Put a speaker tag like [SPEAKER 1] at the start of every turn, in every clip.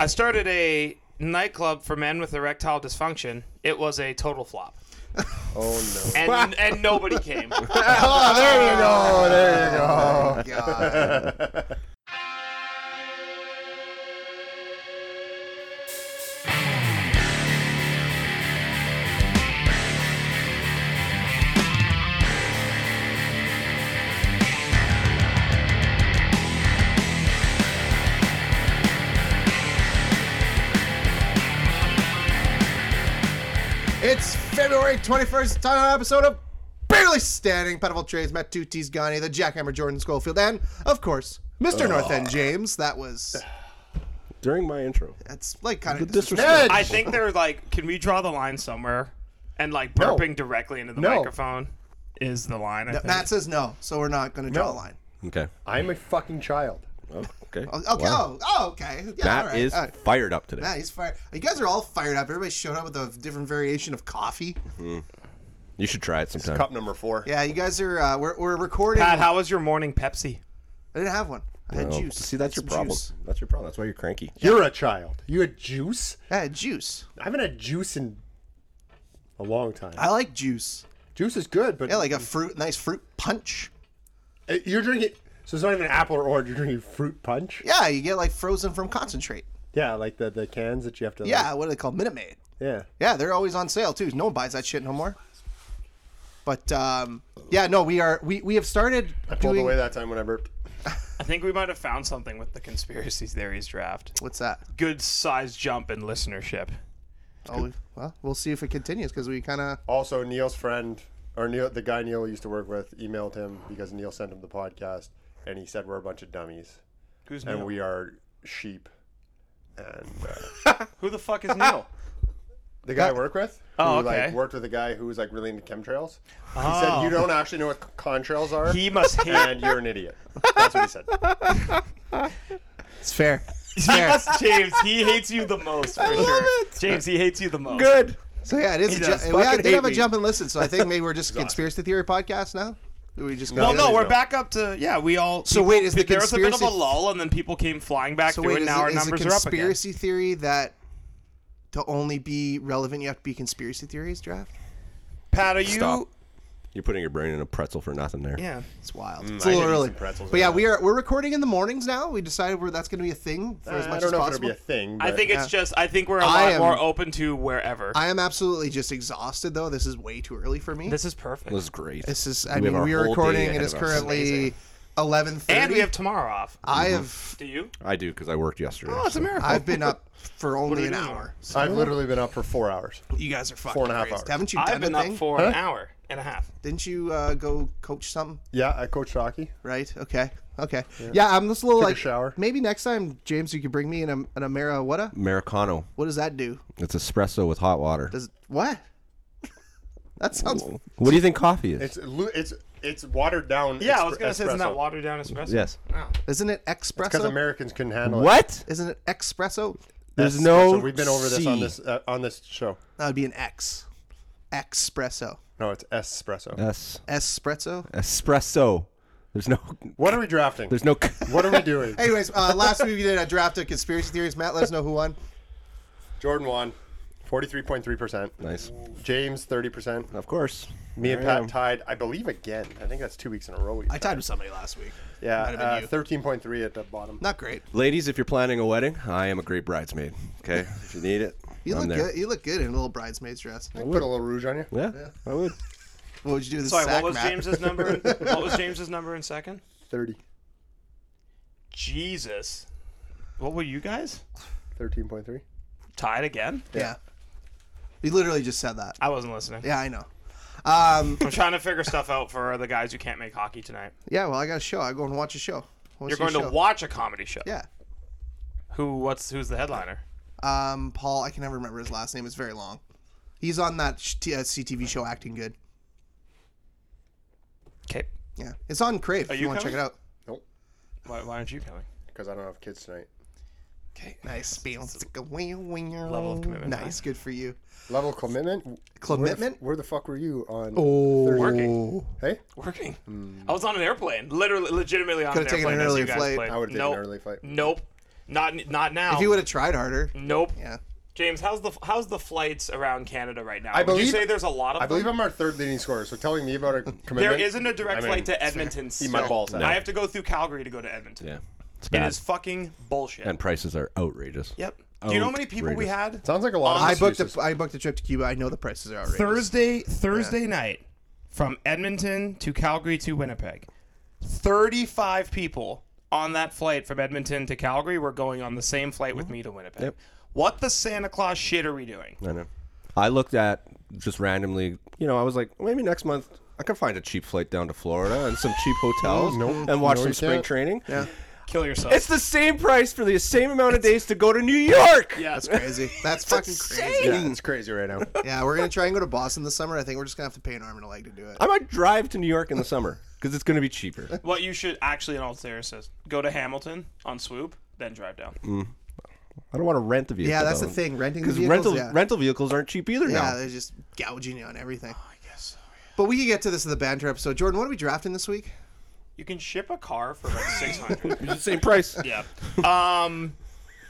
[SPEAKER 1] I started a nightclub for men with erectile dysfunction. It was a total flop.
[SPEAKER 2] Oh
[SPEAKER 1] And and nobody came.
[SPEAKER 3] oh, there you
[SPEAKER 2] Ah,
[SPEAKER 3] go. There you go.
[SPEAKER 2] no! God. It's February 21st, time on episode of Barely Standing. Pedival Trades, Matt Tooties Gani, the Jackhammer Jordan Schofield, and, of course, Mr. North End James. That was,
[SPEAKER 3] During my intro.
[SPEAKER 2] that's like kind
[SPEAKER 3] The
[SPEAKER 2] of
[SPEAKER 3] disrespect.
[SPEAKER 1] I think they're like, can we draw the line somewhere? And like burping directly into the
[SPEAKER 2] No.
[SPEAKER 1] microphone is the line. I think.
[SPEAKER 2] Matt says no, so we're not going to draw a line.
[SPEAKER 4] Okay.
[SPEAKER 3] I'm a fucking child.
[SPEAKER 4] Oh, okay.
[SPEAKER 2] Okay. Oh, oh, okay. Yeah, all
[SPEAKER 4] Matt
[SPEAKER 2] right,
[SPEAKER 4] is
[SPEAKER 2] all right.
[SPEAKER 4] fired up today.
[SPEAKER 2] Matt, he's fired. You guys are all fired up. Everybody showed up with a different variation of coffee.
[SPEAKER 4] You should try it sometime.
[SPEAKER 5] Cup number four.
[SPEAKER 2] Yeah, you guys are. Uh, we're, we're recording.
[SPEAKER 1] Pat, how was your morning Pepsi?
[SPEAKER 2] I didn't have one. I had
[SPEAKER 4] Oh,
[SPEAKER 2] juice.
[SPEAKER 4] See, that's your
[SPEAKER 2] Some
[SPEAKER 4] problem.
[SPEAKER 2] Juice.
[SPEAKER 4] That's your problem. That's why you're cranky.
[SPEAKER 3] You're a child. You had juice?
[SPEAKER 2] I had juice.
[SPEAKER 3] I haven't had juice in a long time.
[SPEAKER 2] I like juice.
[SPEAKER 3] Juice is good, but
[SPEAKER 2] Yeah, like a fruit, nice fruit punch.
[SPEAKER 3] Uh, you're drinking. So it's not even apple or orange. You're drinking fruit punch.
[SPEAKER 2] Yeah, you get like frozen from concentrate.
[SPEAKER 3] Yeah, like the, the cans that you have to. like-
[SPEAKER 2] Yeah, what are they called? Minute Maid.
[SPEAKER 3] yeah.
[SPEAKER 2] Yeah, they're always on sale too. No one buys that shit no more. But um, yeah, no, we are we, we have started
[SPEAKER 5] Pulled
[SPEAKER 2] doing
[SPEAKER 5] away that time when I burped.
[SPEAKER 1] I think we might have found something with the conspiracy theories draft.
[SPEAKER 2] what's that?
[SPEAKER 1] Good size jump in listenership.
[SPEAKER 2] Oh, we- well, we'll see if it continues because we kind of
[SPEAKER 5] Also, Neil's friend, or Neil, the guy Neil used to work with, emailed him because Neil sent him the podcast, and he said we're a bunch of dummies
[SPEAKER 1] Who's
[SPEAKER 5] and
[SPEAKER 1] Neil?
[SPEAKER 5] we are sheep. And uh,
[SPEAKER 1] Who the fuck is Neil?
[SPEAKER 5] the guy I work with, who
[SPEAKER 1] Oh, okay. Oh.
[SPEAKER 5] like worked with a guy who was like really into chemtrails, he said you don't actually know what c- contrails are,
[SPEAKER 1] He must hate.
[SPEAKER 5] and you're an idiot. That's what he said.
[SPEAKER 2] it's fair.
[SPEAKER 1] he must, James, he hates you the most for sure. James, he hates you the most.
[SPEAKER 4] Good.
[SPEAKER 2] So yeah, it is. A
[SPEAKER 1] He does
[SPEAKER 2] ju- we
[SPEAKER 1] fucking
[SPEAKER 2] did have
[SPEAKER 1] hate
[SPEAKER 2] a
[SPEAKER 1] me.
[SPEAKER 2] jump and listen, so I think maybe we're just a conspiracy theory podcast now. We just got
[SPEAKER 1] Well,
[SPEAKER 5] Yeah,
[SPEAKER 1] no,
[SPEAKER 5] there
[SPEAKER 1] we're
[SPEAKER 5] you go.
[SPEAKER 1] back up to yeah. We all
[SPEAKER 2] So wait, is the
[SPEAKER 1] there was a bit of a
[SPEAKER 2] conspiracy-
[SPEAKER 1] lull, and then people came flying back
[SPEAKER 2] So
[SPEAKER 1] through,
[SPEAKER 2] wait,
[SPEAKER 1] and
[SPEAKER 2] is,
[SPEAKER 1] now
[SPEAKER 2] it-
[SPEAKER 1] our
[SPEAKER 2] is
[SPEAKER 1] numbers
[SPEAKER 2] a
[SPEAKER 1] are up again.
[SPEAKER 2] conspiracy theory that to only be relevant you have to be conspiracy theories draft?
[SPEAKER 1] Pat, are you?
[SPEAKER 4] Stop. You're putting your brain in a pretzel for nothing there.
[SPEAKER 1] Yeah,
[SPEAKER 2] It's wild. it's a
[SPEAKER 5] Mm, I
[SPEAKER 2] little
[SPEAKER 5] could eat
[SPEAKER 2] early.
[SPEAKER 5] some pretzels
[SPEAKER 2] But
[SPEAKER 5] right
[SPEAKER 2] yeah,
[SPEAKER 5] now.
[SPEAKER 2] we are we're recording in the mornings now. We decided we're, that's going to be a thing for as
[SPEAKER 5] Uh, I
[SPEAKER 2] much
[SPEAKER 5] don't
[SPEAKER 2] as
[SPEAKER 5] know if it'll
[SPEAKER 2] possible.
[SPEAKER 5] be a thing.
[SPEAKER 1] I
[SPEAKER 5] but-
[SPEAKER 1] think it's just I think we're a
[SPEAKER 2] I
[SPEAKER 1] lot
[SPEAKER 2] am-
[SPEAKER 1] more open to wherever.
[SPEAKER 2] I am absolutely just exhausted though. This is way too early for me. This,
[SPEAKER 1] this is perfect,
[SPEAKER 4] This is great.
[SPEAKER 2] is I
[SPEAKER 4] We have
[SPEAKER 2] mean
[SPEAKER 4] our
[SPEAKER 2] we are
[SPEAKER 4] whole day
[SPEAKER 2] recording. It
[SPEAKER 4] ahead
[SPEAKER 2] is
[SPEAKER 4] of us.
[SPEAKER 2] currently eleven thirty.
[SPEAKER 1] and we have tomorrow off.
[SPEAKER 2] I have
[SPEAKER 1] Do you?
[SPEAKER 4] I do because I worked yesterday.
[SPEAKER 1] Oh, it's a
[SPEAKER 4] so-
[SPEAKER 5] Mm-hmm.
[SPEAKER 1] miracle.
[SPEAKER 2] I've been up for only
[SPEAKER 1] we
[SPEAKER 2] an
[SPEAKER 1] doing?
[SPEAKER 2] hour.
[SPEAKER 5] I've literally been up for four hours.
[SPEAKER 2] You guys are fucking
[SPEAKER 5] Four and a half
[SPEAKER 2] crazy.
[SPEAKER 5] hours.
[SPEAKER 2] Haven't you done
[SPEAKER 1] I've been
[SPEAKER 2] anything?
[SPEAKER 1] up for an hour and a half.
[SPEAKER 2] Didn't you uh, go coach something?
[SPEAKER 5] Yeah, I coached hockey.
[SPEAKER 2] Right? Okay. Okay. Yeah, I'm just a little
[SPEAKER 5] Took a
[SPEAKER 2] like
[SPEAKER 5] shower.
[SPEAKER 2] Maybe next time, James, you could bring me an am- an Amera. What a
[SPEAKER 4] Americano.
[SPEAKER 2] what does that do?
[SPEAKER 4] It's espresso with hot water.
[SPEAKER 2] Does what? that sounds.
[SPEAKER 4] What do you think coffee is?
[SPEAKER 5] It's lu- it's it's watered down.
[SPEAKER 1] Yeah, I
[SPEAKER 5] expre-
[SPEAKER 1] was gonna say isn't that
[SPEAKER 5] espresso.
[SPEAKER 1] watered down espresso?
[SPEAKER 4] yes.
[SPEAKER 2] Isn't it
[SPEAKER 5] Because
[SPEAKER 2] espresso?
[SPEAKER 5] Americans couldn't handle it.
[SPEAKER 4] What?
[SPEAKER 2] Isn't it Oh, espresso?
[SPEAKER 4] There's
[SPEAKER 5] Espresso.
[SPEAKER 4] no.
[SPEAKER 5] We've been over this on
[SPEAKER 4] C.
[SPEAKER 5] this uh, on this show.
[SPEAKER 2] That would be an X. Espresso.
[SPEAKER 5] No, it's espresso.
[SPEAKER 4] Yes.
[SPEAKER 2] Espresso.
[SPEAKER 4] Espresso. There's no.
[SPEAKER 5] what are we drafting?
[SPEAKER 4] There's no.
[SPEAKER 5] What are we doing?
[SPEAKER 2] Anyways, uh, last week we did a draft of conspiracy theories. Matt, let us know who won.
[SPEAKER 5] Jordan won, forty-three point three percent.
[SPEAKER 4] nice.
[SPEAKER 5] James thirty percent.
[SPEAKER 4] Of course.
[SPEAKER 5] Me and
[SPEAKER 4] There I
[SPEAKER 5] Pat
[SPEAKER 4] am.
[SPEAKER 5] tied, I believe, again. I think that's two weeks in a row. We
[SPEAKER 2] I tied with somebody last week.
[SPEAKER 5] yeah,
[SPEAKER 2] might have been
[SPEAKER 5] uh,
[SPEAKER 2] you.
[SPEAKER 5] thirteen point three at the bottom.
[SPEAKER 2] Not great.
[SPEAKER 4] Ladies, if you're planning a wedding, I am a great bridesmaid. Okay, if you need it,
[SPEAKER 2] You
[SPEAKER 4] I'm
[SPEAKER 2] look
[SPEAKER 4] there.
[SPEAKER 2] good. You look good in a little bridesmaid's dress.
[SPEAKER 5] Put a little rouge on you.
[SPEAKER 4] Yeah, I would.
[SPEAKER 2] What would you do? with This
[SPEAKER 1] Sorry,
[SPEAKER 2] sack,
[SPEAKER 1] what was
[SPEAKER 2] Matt?
[SPEAKER 1] James's number? In, what was James's number in second?
[SPEAKER 5] Thirty.
[SPEAKER 1] Jesus, what were you guys
[SPEAKER 5] Thirteen point three.
[SPEAKER 1] tied again?
[SPEAKER 2] Yeah. You literally just said that.
[SPEAKER 1] I wasn't listening.
[SPEAKER 2] Yeah, I know. Um,
[SPEAKER 1] I'm trying to figure stuff out for the guys who can't make hockey tonight.
[SPEAKER 2] yeah, well, I got a show. I go and watch a show. I
[SPEAKER 1] You're
[SPEAKER 2] wanna see a
[SPEAKER 1] going to
[SPEAKER 2] show.
[SPEAKER 1] watch a comedy show.
[SPEAKER 2] Yeah.
[SPEAKER 1] Who? What's? Who's the headliner?
[SPEAKER 2] Um, Paul, I can never remember his last name. It's very long. He's on that sh- t- uh, CTV show, Acting Good.
[SPEAKER 1] Okay.
[SPEAKER 2] Yeah, it's on Crave. if
[SPEAKER 1] you
[SPEAKER 2] you want to check it
[SPEAKER 1] coming?
[SPEAKER 2] out?
[SPEAKER 5] Nope.
[SPEAKER 1] Why, why aren't you coming?
[SPEAKER 5] Because I don't have kids tonight.
[SPEAKER 2] Okay, nice. Level
[SPEAKER 1] level of commitment,
[SPEAKER 2] Nice, good for you.
[SPEAKER 5] Level of commitment. Where the,
[SPEAKER 2] Commitment? Oh.
[SPEAKER 5] f- where the fuck were you on?
[SPEAKER 1] Working.
[SPEAKER 5] Hey,
[SPEAKER 1] Working. I was on an airplane. Literally, legitimately on
[SPEAKER 2] Hmm. Could've
[SPEAKER 1] an
[SPEAKER 2] taken
[SPEAKER 1] airplane.
[SPEAKER 2] an
[SPEAKER 1] as
[SPEAKER 2] earlier
[SPEAKER 1] you guys
[SPEAKER 2] flight.
[SPEAKER 1] played.
[SPEAKER 5] I would have taken
[SPEAKER 1] nope.
[SPEAKER 5] an early flight.
[SPEAKER 1] Nope. Not not now.
[SPEAKER 2] If you would have tried harder.
[SPEAKER 1] nope.
[SPEAKER 2] Yeah.
[SPEAKER 1] James, how's the how's the flights around Canada right now?
[SPEAKER 5] I
[SPEAKER 1] Would you
[SPEAKER 5] believe-
[SPEAKER 1] say there's a lot of
[SPEAKER 5] I
[SPEAKER 1] them?
[SPEAKER 5] believe I'm our third leading scorer, so telling me about a commitment.
[SPEAKER 1] There isn't a direct
[SPEAKER 5] I mean,
[SPEAKER 1] flight to Edmonton. Still.
[SPEAKER 5] my balls out.
[SPEAKER 1] I have to go through Calgary to go to Edmonton.
[SPEAKER 4] Yeah. It's
[SPEAKER 1] It
[SPEAKER 4] bad.
[SPEAKER 1] is fucking bullshit.
[SPEAKER 4] and prices are outrageous.
[SPEAKER 1] yep. Do you know how many people we
[SPEAKER 4] Outrageous.
[SPEAKER 1] had?
[SPEAKER 5] Sounds like a lot of
[SPEAKER 2] I booked
[SPEAKER 5] excuses.
[SPEAKER 2] a, I booked a trip to Cuba. I know the prices are outrageous.
[SPEAKER 1] Thursday Thursday night from Edmonton to Calgary to Winnipeg. 35 people on that flight from Edmonton to Calgary were going on the same flight with me to Winnipeg.
[SPEAKER 4] Yep.
[SPEAKER 1] What the Santa Claus shit are we doing?
[SPEAKER 4] I know. I looked at just randomly, you know, I was like, maybe next month I could find a cheap flight down to Florida and some cheap
[SPEAKER 2] Mm,
[SPEAKER 4] hotels and watch
[SPEAKER 5] No,
[SPEAKER 4] some
[SPEAKER 5] you
[SPEAKER 4] spring
[SPEAKER 5] can't.
[SPEAKER 4] training. Yeah.
[SPEAKER 1] Kill yourself.
[SPEAKER 4] It's the same price for the same amount of days to go to New York.
[SPEAKER 1] yeah,
[SPEAKER 2] That's crazy. That's fucking crazy.
[SPEAKER 4] insane.
[SPEAKER 5] Yeah, it's crazy right now.
[SPEAKER 2] Yeah, we're gonna try and go to Boston this summer. I think we're just gonna have to pay an arm and a leg to do it.
[SPEAKER 4] I might drive to New York in the summer because it's going to be cheaper.
[SPEAKER 1] What you should actually, in all seriousness, go to Hamilton on swoop, then drive down.
[SPEAKER 2] Mm.
[SPEAKER 4] I don't want to rent the vehicle.
[SPEAKER 2] Yeah, that's the thing. Renting the
[SPEAKER 4] Because
[SPEAKER 2] vehicles,
[SPEAKER 4] rental
[SPEAKER 2] yeah.
[SPEAKER 4] rental vehicles aren't cheap either
[SPEAKER 2] yeah,
[SPEAKER 4] now.
[SPEAKER 2] they're just gouging you on everything.
[SPEAKER 1] I guess so. yeah.
[SPEAKER 2] But we could get to this in the banter episode. Jordan, what are we drafting this week?
[SPEAKER 1] You can ship a car for like six hundred.
[SPEAKER 4] It's the same price.
[SPEAKER 1] yeah. Um,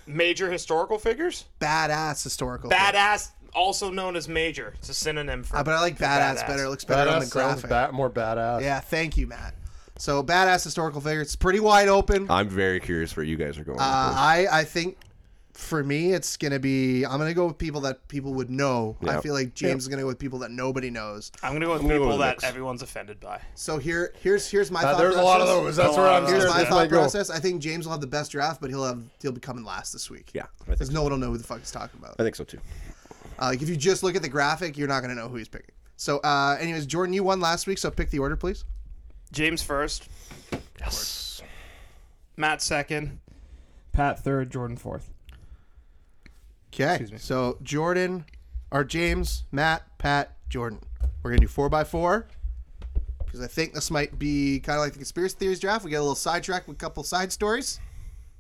[SPEAKER 1] major historical figures.
[SPEAKER 2] Badass historical.
[SPEAKER 1] Badass, also known as major. It's a synonym for.
[SPEAKER 2] Uh, but I like badass,
[SPEAKER 1] Badass.
[SPEAKER 2] better. It looks better on
[SPEAKER 5] Badass
[SPEAKER 2] the
[SPEAKER 5] sounds
[SPEAKER 2] graphic.
[SPEAKER 5] ba- more badass.
[SPEAKER 2] yeah, thank you, Matt. So badass historical figure. It's pretty wide
[SPEAKER 5] Oh.
[SPEAKER 2] open. Uh,
[SPEAKER 4] I'm very curious where you guys are going. with this.
[SPEAKER 2] I I think for me it's gonna be I'm gonna go with people that people would know. I
[SPEAKER 4] Yeah.
[SPEAKER 2] feel like James is gonna go with people that nobody knows.
[SPEAKER 1] I'm gonna go with
[SPEAKER 4] gonna go
[SPEAKER 1] people
[SPEAKER 4] with
[SPEAKER 1] that
[SPEAKER 4] Knicks.
[SPEAKER 1] everyone's offended by.
[SPEAKER 2] So here here's here's my
[SPEAKER 5] Uh,
[SPEAKER 2] thought
[SPEAKER 5] there's a lot of
[SPEAKER 2] process.
[SPEAKER 5] those. That's where I'm
[SPEAKER 2] Here's
[SPEAKER 5] scared.
[SPEAKER 2] my
[SPEAKER 5] That's
[SPEAKER 2] thought
[SPEAKER 5] goal.
[SPEAKER 2] process. I think James will have the best draft, but he'll have he'll be coming last this week.
[SPEAKER 4] yeah, I think,
[SPEAKER 2] because no one will know who the fuck he's talking about.
[SPEAKER 4] I think so too.
[SPEAKER 2] Uh, like if you just look at the graphic, you're not gonna know who he's picking. So, uh, anyways, Jordan, you won last week, so pick the order, please.
[SPEAKER 1] James first,
[SPEAKER 4] Yes.
[SPEAKER 1] Matt second, Pat third, Jordan fourth.
[SPEAKER 2] Okay. So Jordan, or James, Matt, Pat, Jordan. We're gonna do four by four because I think this might be kind of like the conspiracy theories draft. We get a little sidetracked with a couple side stories,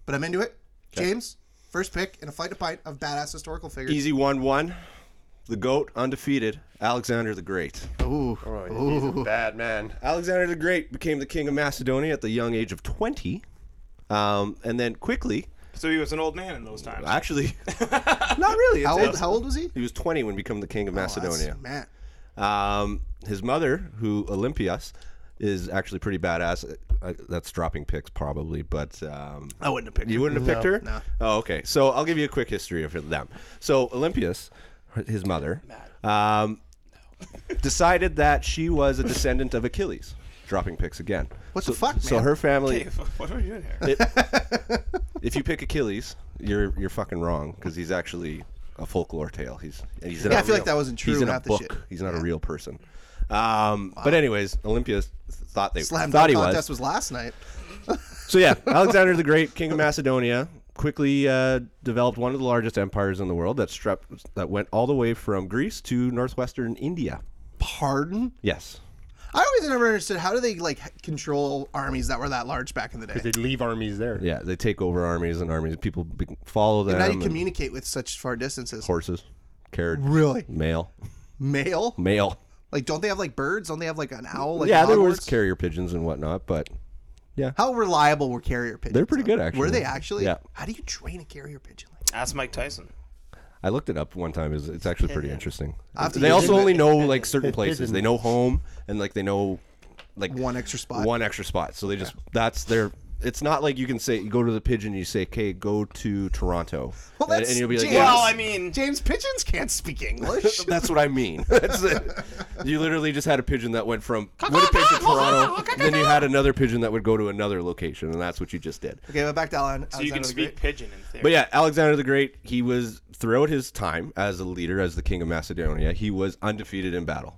[SPEAKER 2] but I'm into it. James, first pick in a flight to pint of badass historical figures.
[SPEAKER 4] Easy one one. The goat undefeated, Alexander the Great.
[SPEAKER 2] Ooh.
[SPEAKER 5] Oh, he's a bad man.
[SPEAKER 4] Alexander the Great became the king of Macedonia at the young age of 20. Um, and then quickly,
[SPEAKER 1] So he was an old man in those times.
[SPEAKER 4] actually, not really.
[SPEAKER 2] How
[SPEAKER 4] it's-
[SPEAKER 2] old? Oh, How old was he?
[SPEAKER 4] He was 20 when he became the king of Macedonia.
[SPEAKER 2] Man.
[SPEAKER 4] Um, his mother, who Olympias, is actually pretty badass. Uh, that's dropping picks probably, but um,
[SPEAKER 2] I wouldn't have picked
[SPEAKER 4] you
[SPEAKER 2] him.
[SPEAKER 4] wouldn't have picked her.
[SPEAKER 2] no.
[SPEAKER 4] Oh, okay. So I'll give you a quick history of them. So Olympias, her- his mother, um, decided that she was a descendant of Achilles. Dropping picks again.
[SPEAKER 2] What
[SPEAKER 4] so,
[SPEAKER 2] the fuck,
[SPEAKER 4] So
[SPEAKER 2] man?
[SPEAKER 4] her family.
[SPEAKER 1] what are you doing here?
[SPEAKER 4] If you pick Achilles, you're you're fucking wrong because he's actually a folklore tale. He's he's in
[SPEAKER 2] Yeah,
[SPEAKER 4] a
[SPEAKER 2] I feel like
[SPEAKER 4] real-
[SPEAKER 2] that wasn't true
[SPEAKER 4] He's in a
[SPEAKER 2] half the
[SPEAKER 4] book.
[SPEAKER 2] shit.
[SPEAKER 4] He's not a real person. Um, But anyways, Olympia thought they
[SPEAKER 2] Slam
[SPEAKER 4] thought
[SPEAKER 2] dunk
[SPEAKER 4] he
[SPEAKER 2] contest
[SPEAKER 4] was.
[SPEAKER 2] was last night.
[SPEAKER 4] So yeah, Alexander the Great, king of Macedonia, quickly uh, developed one of the largest empires in the world that struck that went all the way from Greece to northwestern India.
[SPEAKER 2] Pardon?
[SPEAKER 4] Yes.
[SPEAKER 2] I always never understood how do they like h- control armies that were that large back in the day.
[SPEAKER 5] They leave armies there.
[SPEAKER 4] Yeah, they take over armies and armies. People be- follow them.
[SPEAKER 2] Now you
[SPEAKER 4] and
[SPEAKER 2] communicate with such far distances.
[SPEAKER 4] horses, carriage,
[SPEAKER 2] Really?
[SPEAKER 4] mail,
[SPEAKER 2] Male?
[SPEAKER 4] mail.
[SPEAKER 2] Like, don't they have like birds? Don't they have like an owl? Like
[SPEAKER 4] yeah, there was
[SPEAKER 2] onwards?
[SPEAKER 4] carrier pigeons and whatnot, but
[SPEAKER 2] How reliable were carrier pigeons?
[SPEAKER 4] They're pretty
[SPEAKER 2] though?
[SPEAKER 4] good, actually.
[SPEAKER 2] Were they actually?
[SPEAKER 4] Yeah.
[SPEAKER 2] How do you train a carrier pigeon? Like,
[SPEAKER 1] Ask Mike Tyson.
[SPEAKER 4] I looked it up one time. It's, it's actually pretty interesting.
[SPEAKER 2] have to
[SPEAKER 4] They
[SPEAKER 2] use
[SPEAKER 4] also
[SPEAKER 2] it.
[SPEAKER 4] only know like certain places. They know home and like they know like
[SPEAKER 2] One extra spot.
[SPEAKER 4] One extra spot. So they just that's their. It's not like you can say you go to the pigeon. You say, "Okay, go to Toronto,"
[SPEAKER 2] Well,
[SPEAKER 4] and,
[SPEAKER 2] that's
[SPEAKER 4] and you'll be like,
[SPEAKER 2] James.
[SPEAKER 4] "Yeah,
[SPEAKER 1] Well, I mean,
[SPEAKER 2] James, pigeons can't speak English.
[SPEAKER 4] that's what I mean." That's it. You literally just had a pigeon that went from Winnipeg to Toronto, and then you had another pigeon that would go to another location, and that's what you just did.
[SPEAKER 2] okay, but back to Alan.
[SPEAKER 1] so you can
[SPEAKER 2] Alexander the
[SPEAKER 1] speak
[SPEAKER 2] Great.
[SPEAKER 1] pigeon in theory.
[SPEAKER 4] But yeah, Alexander the Great, he was throughout his time as a leader, as the king of Macedonia, he was undefeated in battle.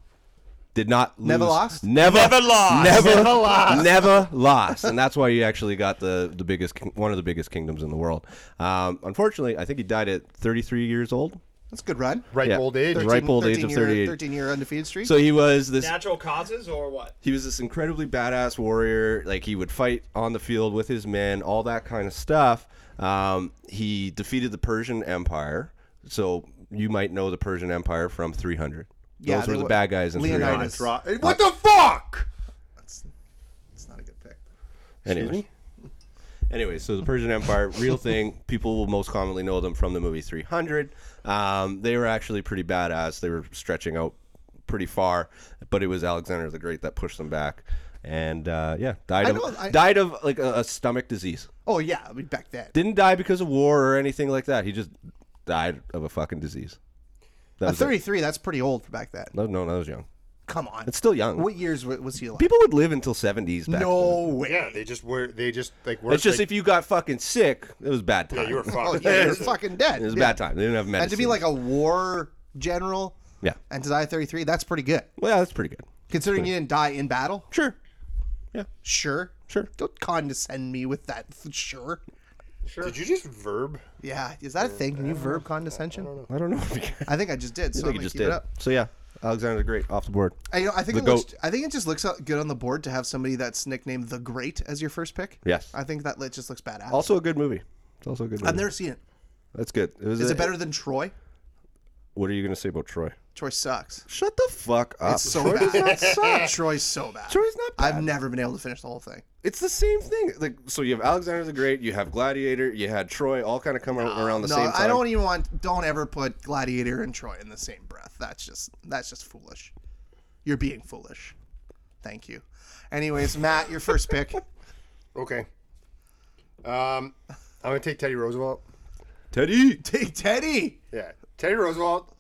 [SPEAKER 4] Did not lose.
[SPEAKER 2] Never lost?
[SPEAKER 4] Never,
[SPEAKER 1] Never lost.
[SPEAKER 4] Never, lost. Never lost. And that's why he actually got the the biggest king- one of the biggest kingdoms in the world. Um, unfortunately, I think he died at 33 years old.
[SPEAKER 2] That's a good run.
[SPEAKER 5] Ripe
[SPEAKER 4] Yeah.
[SPEAKER 5] old age.
[SPEAKER 4] Ripe old age of
[SPEAKER 2] year,
[SPEAKER 4] 38.
[SPEAKER 2] Thirteen year undefeated streak.
[SPEAKER 4] So he was this
[SPEAKER 1] Natural causes or what?
[SPEAKER 4] he was this incredibly badass warrior. Like he would fight on the field with his men, all that kind of stuff. Um, he defeated the Persian Empire. So you might know the Persian Empire from 300.
[SPEAKER 2] Yeah,
[SPEAKER 4] Those
[SPEAKER 2] they
[SPEAKER 4] were the
[SPEAKER 2] were-
[SPEAKER 4] bad guys in
[SPEAKER 2] Leonidas.
[SPEAKER 4] 300.
[SPEAKER 5] Dro- What
[SPEAKER 2] uh,
[SPEAKER 5] the fuck?
[SPEAKER 2] it's not a good pick.
[SPEAKER 4] Anyway. Anyway, so the Persian Empire, real thing. People will most commonly know them from the movie 300. Um, they were actually pretty badass. They were stretching out pretty far, but it was Alexander the Great that pushed them back. And uh, yeah, died
[SPEAKER 2] I
[SPEAKER 4] of
[SPEAKER 2] know- I-
[SPEAKER 4] died of like a, a stomach disease.
[SPEAKER 2] Oh yeah, I mean back then.
[SPEAKER 4] Didn't die because of war or anything like that. He just died of a fucking disease. That
[SPEAKER 2] A
[SPEAKER 4] was it.
[SPEAKER 2] 33, that's pretty old for back then.
[SPEAKER 4] No, no, no, I was young.
[SPEAKER 2] Come on.
[SPEAKER 4] It's still young.
[SPEAKER 2] What years wa- was he alive?
[SPEAKER 4] People would live until 70s back then.
[SPEAKER 2] no way.
[SPEAKER 5] Yeah, they just were. They just like were.
[SPEAKER 4] It's just
[SPEAKER 5] like,
[SPEAKER 4] if you got fucking sick, it was bad time.
[SPEAKER 5] yeah, you were
[SPEAKER 2] Oh,
[SPEAKER 5] fucked.
[SPEAKER 2] yeah, you're fucking dead.
[SPEAKER 4] It was a
[SPEAKER 2] Yeah.
[SPEAKER 4] bad time. They didn't have medicine.
[SPEAKER 2] And to be like a war general
[SPEAKER 4] yeah.
[SPEAKER 2] and to die at 33, that's pretty good.
[SPEAKER 4] Well, yeah, that's pretty good.
[SPEAKER 2] Considering you didn't die in battle,
[SPEAKER 4] Sure.
[SPEAKER 2] sure.
[SPEAKER 4] Sure.
[SPEAKER 2] Don't condescend me with that. f- Sure.
[SPEAKER 5] Did you just verb?
[SPEAKER 2] Yeah. Is that a thing? Can you verb condescension?
[SPEAKER 4] I don't know. if you-
[SPEAKER 2] I think I just did. So
[SPEAKER 4] I think
[SPEAKER 2] I'm
[SPEAKER 4] you
[SPEAKER 2] gonna
[SPEAKER 4] just
[SPEAKER 2] keep
[SPEAKER 4] did.
[SPEAKER 2] it up.
[SPEAKER 4] So yeah, Alexander the Great off the board.
[SPEAKER 2] I, you know, I think
[SPEAKER 4] The
[SPEAKER 2] it looks, I think it just looks out- good on the board to have somebody that's nicknamed the Great as your first pick.
[SPEAKER 4] Yes.
[SPEAKER 2] I think that lit just looks badass.
[SPEAKER 4] Also a good movie. It's also a good movie.
[SPEAKER 2] I've never seen it.
[SPEAKER 4] that's good. It was
[SPEAKER 2] Is
[SPEAKER 4] a-
[SPEAKER 2] it better than Troy?
[SPEAKER 4] What are you gonna say about Troy?
[SPEAKER 2] Troy sucks.
[SPEAKER 4] Shut the fuck up.
[SPEAKER 2] It's so bad. Troy's so bad.
[SPEAKER 4] Troy's not bad.
[SPEAKER 2] I've never been able to finish the whole thing.
[SPEAKER 4] It's the same thing. Like so, you have Alexander the Great, you have Gladiator, you had Troy, all kind of come ar- around the
[SPEAKER 2] No,
[SPEAKER 4] same time.
[SPEAKER 2] I don't even want. Don't ever put Gladiator and Troy in the same breath. That's just that's just foolish. You're being foolish. Thank you. Anyways, Matt, your first pick.
[SPEAKER 5] Okay. Um, I'm gonna take Teddy Roosevelt.
[SPEAKER 4] Teddy.
[SPEAKER 2] e-, Take Teddy.
[SPEAKER 5] Yeah, Teddy Roosevelt.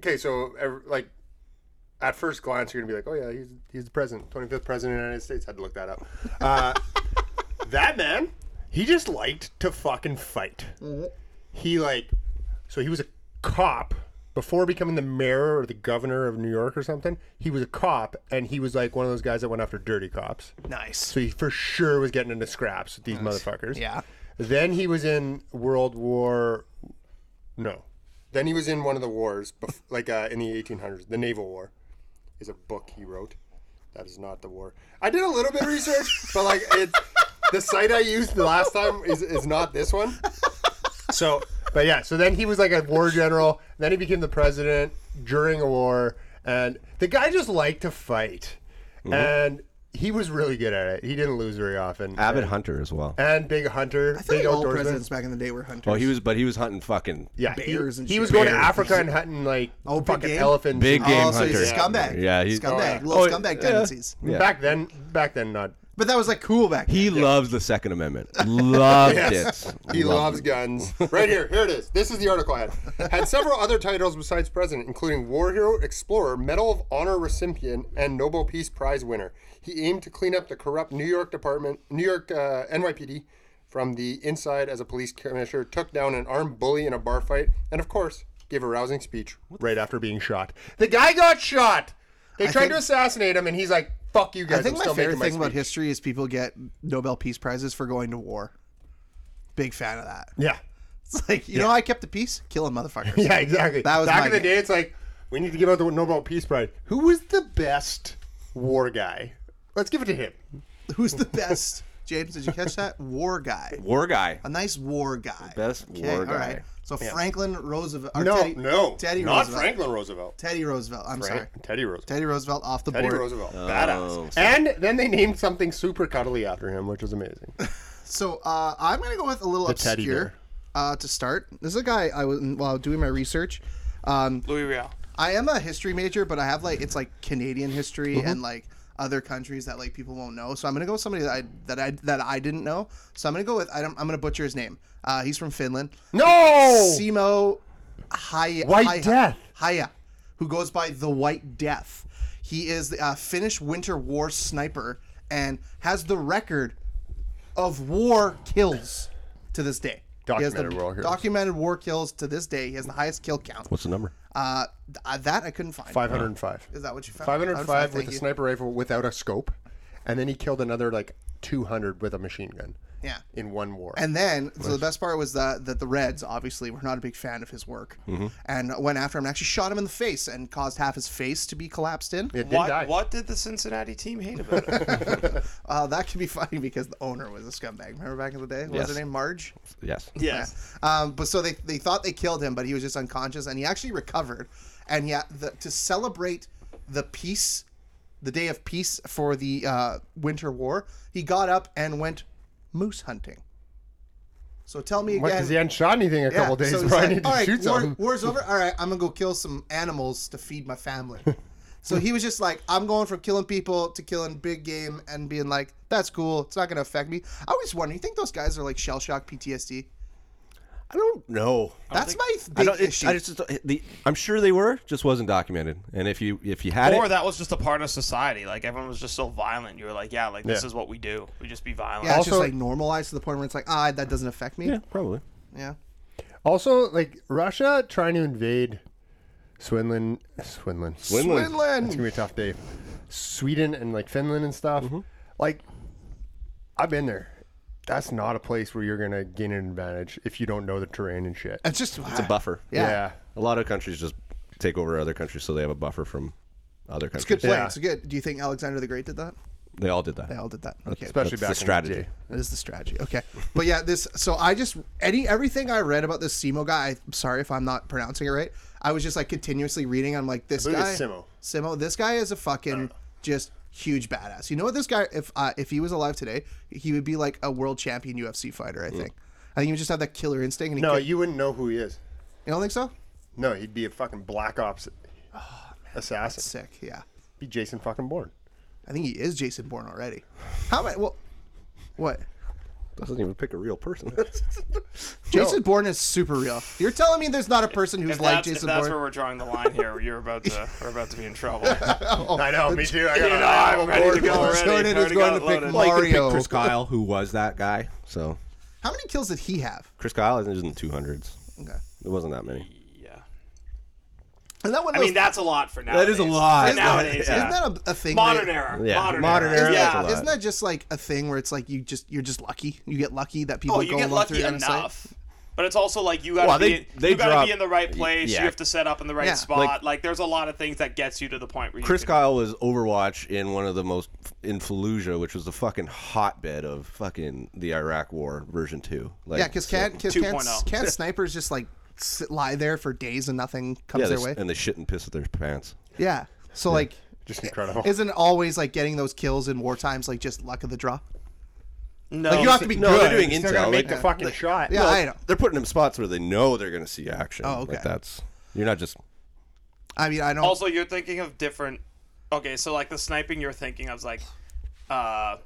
[SPEAKER 5] Okay, so ev- like, at first glance, you're gonna be like, "Oh yeah, he's he's the president, 25th president of the United States." Had to look that up. Uh, that man, he just liked to fucking fight. He like, so he was a cop before becoming the mayor or the governor of New York or something. He was a cop, and he was like one of those guys that went after dirty cops.
[SPEAKER 2] Nice.
[SPEAKER 5] So he for sure was getting into scraps with these motherfuckers.
[SPEAKER 2] Yeah.
[SPEAKER 5] Then he was in World War. No. Then he was in one of the wars, bef- like uh, in the 1800s. The Naval War is a book he wrote. That is not the war. I did a little bit of research, but like it, the site I used the last time is, is not this one. So, but yeah. So then he was like a war general. Then he became the president during a war, and the guy just liked to fight, and he was really good at it. He didn't lose very often.
[SPEAKER 4] Avid hunter as well.
[SPEAKER 5] and big hunter,
[SPEAKER 2] I
[SPEAKER 5] big
[SPEAKER 2] think all
[SPEAKER 5] outdoorsman.
[SPEAKER 2] presidents back in the day were hunters.
[SPEAKER 4] Oh, he was, but he was hunting fucking
[SPEAKER 5] Yeah,
[SPEAKER 2] Bears
[SPEAKER 5] he,
[SPEAKER 2] and
[SPEAKER 5] he
[SPEAKER 2] shit.
[SPEAKER 5] was going to
[SPEAKER 2] Bears.
[SPEAKER 5] Africa and hunting like
[SPEAKER 2] Oh, big
[SPEAKER 5] fucking
[SPEAKER 2] game?
[SPEAKER 5] elephants.
[SPEAKER 4] big
[SPEAKER 5] and-
[SPEAKER 4] game
[SPEAKER 2] oh, so
[SPEAKER 4] hunter.
[SPEAKER 2] he's a scumbag.
[SPEAKER 4] Yeah, he's
[SPEAKER 2] scumbag.
[SPEAKER 5] Oh,
[SPEAKER 2] Little
[SPEAKER 4] yeah.
[SPEAKER 2] scumbag
[SPEAKER 4] Yeah.
[SPEAKER 2] tendencies.
[SPEAKER 4] Yeah.
[SPEAKER 5] Back then, back then, not.
[SPEAKER 2] But that was like cool back. Then.
[SPEAKER 4] He loves the Second Amendment. Loved it.
[SPEAKER 5] He
[SPEAKER 4] Loved
[SPEAKER 5] loves
[SPEAKER 4] it.
[SPEAKER 5] guns. Right here, here it is. This is the article I had. Had several other titles besides president, including war hero, explorer, medal of honor recipient, and Nobel Peace Prize winner. He aimed to clean up the corrupt New York Department, New York uh, NYPD, from the inside as a police commissioner. Took down an armed bully in a bar fight, and of course, gave a rousing speech right after being shot. The guy got shot. They tried
[SPEAKER 2] think-
[SPEAKER 5] to assassinate him, and he's like, "Fuck you guys."
[SPEAKER 2] I think
[SPEAKER 5] I'm
[SPEAKER 2] my
[SPEAKER 5] still
[SPEAKER 2] favorite
[SPEAKER 5] making
[SPEAKER 2] thing about
[SPEAKER 5] speech."
[SPEAKER 2] history is people get Nobel Peace Prizes for going to war. Big fan of that.
[SPEAKER 5] Yeah.
[SPEAKER 2] It's like you know, I kept the peace, killing motherfuckers.
[SPEAKER 5] Yeah, exactly.
[SPEAKER 2] That was
[SPEAKER 5] back
[SPEAKER 2] my
[SPEAKER 5] in the
[SPEAKER 2] guess.
[SPEAKER 5] day. It's like we need to give out the Nobel Peace Prize. Who was the best war guy? Let's give it to him.
[SPEAKER 2] Who's the best? James, did you catch that? War guy.
[SPEAKER 4] War guy.
[SPEAKER 2] A nice war guy.
[SPEAKER 4] Best war
[SPEAKER 2] all right.
[SPEAKER 4] guy.
[SPEAKER 2] So Franklin Roosevelt. Or
[SPEAKER 5] No,
[SPEAKER 2] Teddy,
[SPEAKER 5] no,
[SPEAKER 2] Teddy
[SPEAKER 5] not
[SPEAKER 2] Roosevelt.
[SPEAKER 5] Franklin Roosevelt.
[SPEAKER 2] Teddy Roosevelt. I'm sorry.
[SPEAKER 5] Teddy Roosevelt.
[SPEAKER 2] Teddy Roosevelt off the
[SPEAKER 5] Teddy
[SPEAKER 2] board.
[SPEAKER 5] Roosevelt, badass. And then they named something super cuddly after him, which was amazing.
[SPEAKER 2] So uh, I'm going to go with a little
[SPEAKER 5] teddy
[SPEAKER 2] obscure
[SPEAKER 5] bear.
[SPEAKER 2] uh, to start. This is a guy I was while doing my research. Um,
[SPEAKER 1] Louis Riel.
[SPEAKER 2] I am a history major, but I have like it's like Canadian history
[SPEAKER 4] Mm-hmm.
[SPEAKER 2] and like other countries that like people won't know. So I'm gonna go with somebody that I that I that I didn't know. So I'm gonna go with I don't, I'm gonna butcher his name. Uh, he's from Finland.
[SPEAKER 5] No,
[SPEAKER 2] Simo Haya,
[SPEAKER 5] Oh. White
[SPEAKER 2] Haya-
[SPEAKER 5] Death.
[SPEAKER 2] Haya, who goes by the White Death. He is the uh, Finnish Winter War sniper and has the record of war kills to this day. He has the
[SPEAKER 5] Documented war kills.
[SPEAKER 2] Documented war kills to this day. He has the highest kill count.
[SPEAKER 4] What's the number?
[SPEAKER 2] Uh, th- uh, that I couldn't find.
[SPEAKER 5] five hundred and five.
[SPEAKER 2] Is that what you found?
[SPEAKER 5] Five hundred and five with
[SPEAKER 2] thank
[SPEAKER 5] a
[SPEAKER 2] you.
[SPEAKER 5] sniper rifle without a scope, and then he killed another like two hundred with a machine gun.
[SPEAKER 2] Yeah.
[SPEAKER 5] in one war.
[SPEAKER 2] And then, so the best part was that that the Reds obviously were not a big fan of his work,
[SPEAKER 5] Mm-hmm.
[SPEAKER 2] and went after him and actually shot him in the face and caused half his face to be collapsed in.
[SPEAKER 5] it did die.
[SPEAKER 1] What, what did the Cincinnati team hate about it?
[SPEAKER 2] Uh, that could be funny because the owner was a scumbag. Remember back in the day? What
[SPEAKER 4] Yes.
[SPEAKER 2] was her name? Marge?
[SPEAKER 4] Yes.
[SPEAKER 1] yes.
[SPEAKER 2] Um, but so they, they thought they killed him, but he was just unconscious, and he actually recovered. And yeah, the, to celebrate the peace, the day of peace for the uh, Winter War, he got up and went moose hunting. So tell me again.
[SPEAKER 3] What? Because he hadn't shot anything a
[SPEAKER 2] Yeah,
[SPEAKER 3] couple days.
[SPEAKER 2] so
[SPEAKER 3] So
[SPEAKER 2] he's
[SPEAKER 3] I
[SPEAKER 2] like,
[SPEAKER 3] need to
[SPEAKER 2] "All right,
[SPEAKER 3] shoot
[SPEAKER 2] war-
[SPEAKER 3] something.
[SPEAKER 2] war's over. All right, I'm gonna go kill some animals to feed my family. so he was just like, I'm going from killing people to killing big game and being like, that's cool. It's not gonna affect me. I always wonder. You think those guys are like shell shock PTSD?
[SPEAKER 4] I don't know.
[SPEAKER 2] That's my th-
[SPEAKER 4] I
[SPEAKER 2] big
[SPEAKER 4] don't. It,
[SPEAKER 2] issue.
[SPEAKER 4] I just. The, I'm sure they were, just wasn't documented. And if you if you had
[SPEAKER 1] Or
[SPEAKER 4] it,
[SPEAKER 1] that was just a part of society. Like everyone was just so violent. You were like, yeah, like this
[SPEAKER 3] Yeah.
[SPEAKER 1] is what we do. We just be violent.
[SPEAKER 2] yeah, it's just
[SPEAKER 3] also-
[SPEAKER 2] like normalized to the point where it's like, ah, that doesn't affect me.
[SPEAKER 4] yeah, probably.
[SPEAKER 2] yeah.
[SPEAKER 3] Also, like Russia trying to invade Swinland, Swinland,
[SPEAKER 4] Swinland.
[SPEAKER 3] It's gonna be a tough day. Sweden and like Finland and stuff. Like, I've been there. That's not a place where you're gonna gain an advantage if you don't know the terrain and shit.
[SPEAKER 2] It's just
[SPEAKER 4] It's ah. a buffer.
[SPEAKER 2] Yeah.
[SPEAKER 4] A lot of countries just take over other countries, so they have a buffer from other
[SPEAKER 2] It's good
[SPEAKER 4] countries.
[SPEAKER 2] point.
[SPEAKER 3] Yeah.
[SPEAKER 2] It's good. Do you think Alexander the Great did that?
[SPEAKER 4] They all did that.
[SPEAKER 2] They all did that. Okay.
[SPEAKER 3] especially
[SPEAKER 4] That's the
[SPEAKER 3] back
[SPEAKER 4] strategy.
[SPEAKER 3] in the day.
[SPEAKER 2] That is the strategy. Okay. But yeah, this so I just any everything I read about this Simo guy, I- I'm sorry if I'm not pronouncing it right. I was just like continuously reading. I'm like, this
[SPEAKER 3] believe
[SPEAKER 2] guy
[SPEAKER 3] it's Simo.
[SPEAKER 2] Simo, this guy is a fucking
[SPEAKER 1] Uh.
[SPEAKER 2] just huge badass. You know what this guy if uh, if he was alive today, he would be like a world champion UFC fighter, I
[SPEAKER 1] Mm.
[SPEAKER 2] think. I think he would just have that killer instinct and he
[SPEAKER 3] No,
[SPEAKER 2] could,
[SPEAKER 3] you wouldn't know who he is.
[SPEAKER 2] you don't think so?
[SPEAKER 3] No, he'd be a fucking black ops assassin.
[SPEAKER 2] Sick, yeah.
[SPEAKER 3] Be Jason fucking Bourne.
[SPEAKER 2] I think he is Jason Bourne already. How about well what?
[SPEAKER 4] Doesn't even pick a real person.
[SPEAKER 2] Jason Bourne is super real. You're telling me there's not a person who's
[SPEAKER 1] If
[SPEAKER 2] like
[SPEAKER 1] that's, if
[SPEAKER 2] Jason
[SPEAKER 1] that's
[SPEAKER 2] Bourne?
[SPEAKER 1] where we're drawing the line here, you're about to we're about to be in trouble.
[SPEAKER 3] I know, me too. I
[SPEAKER 1] Dude, I'm ready to go
[SPEAKER 2] Bourne.
[SPEAKER 1] already.
[SPEAKER 2] Jordan is
[SPEAKER 1] Already
[SPEAKER 2] going
[SPEAKER 1] got
[SPEAKER 2] to pick
[SPEAKER 1] loaded.
[SPEAKER 2] Mar- Mario.
[SPEAKER 4] Chris Kyle, who was that guy? So
[SPEAKER 2] How many kills did he have?
[SPEAKER 4] Chris Kyle is in the 200s.
[SPEAKER 2] Okay.
[SPEAKER 4] It wasn't that many.
[SPEAKER 1] yeah.
[SPEAKER 2] And that one
[SPEAKER 1] I
[SPEAKER 2] of those-
[SPEAKER 1] mean, that's a lot for now.
[SPEAKER 4] is a lot.
[SPEAKER 1] For nowadays,
[SPEAKER 4] Isn't
[SPEAKER 1] yeah.
[SPEAKER 2] Isn't that a, a thing?
[SPEAKER 1] modern
[SPEAKER 2] where-
[SPEAKER 1] era.
[SPEAKER 4] Yeah.
[SPEAKER 1] Modern,
[SPEAKER 4] Modern
[SPEAKER 1] era.
[SPEAKER 4] era,
[SPEAKER 1] Yeah.
[SPEAKER 4] that's a lot.
[SPEAKER 2] Isn't that just like a thing where it's like you just you're just lucky? You get lucky that people
[SPEAKER 1] Oh,
[SPEAKER 2] are
[SPEAKER 1] you
[SPEAKER 2] go
[SPEAKER 1] get
[SPEAKER 2] along through
[SPEAKER 1] lucky
[SPEAKER 2] your own site?
[SPEAKER 1] enough. But it's also like you gotta
[SPEAKER 4] Well,
[SPEAKER 1] be
[SPEAKER 4] they-
[SPEAKER 1] in,
[SPEAKER 4] they
[SPEAKER 1] you gotta
[SPEAKER 4] drop-
[SPEAKER 1] be in the right place.
[SPEAKER 4] yeah.
[SPEAKER 1] You have to set up in the right
[SPEAKER 2] Yeah.
[SPEAKER 1] spot. Like,
[SPEAKER 4] Like-
[SPEAKER 1] there's a lot of things that gets you to the point where you
[SPEAKER 4] Chris
[SPEAKER 1] can-
[SPEAKER 4] Kyle was Overwatch in one of the most in Fallujah, which was the fucking hotbed of fucking the Iraq War version two. Like,
[SPEAKER 2] Yeah, because
[SPEAKER 4] so-
[SPEAKER 2] can't cause
[SPEAKER 1] 2.0.
[SPEAKER 2] can't, can't snipers just like sit, lie there for days and nothing comes
[SPEAKER 4] yeah,
[SPEAKER 2] their
[SPEAKER 4] they-
[SPEAKER 2] way?
[SPEAKER 4] and they shit and piss at their pants.
[SPEAKER 2] yeah. So like,
[SPEAKER 3] Just incredible.
[SPEAKER 2] isn't always like getting those kills in war times like just luck of the draw?
[SPEAKER 1] No,
[SPEAKER 2] Like you have to be
[SPEAKER 4] No, they're
[SPEAKER 2] good.
[SPEAKER 4] doing
[SPEAKER 3] Still
[SPEAKER 4] intel.
[SPEAKER 3] gotta make
[SPEAKER 4] Like,
[SPEAKER 3] the fucking shot.
[SPEAKER 2] yeah, I know.
[SPEAKER 4] they're putting them spots where they know they're going to see action.
[SPEAKER 2] Oh, okay.
[SPEAKER 4] Like that's you're not just
[SPEAKER 2] I mean, I don't.
[SPEAKER 1] Also, you're thinking of different. Okay, so like the sniping you're thinking of is like, uh,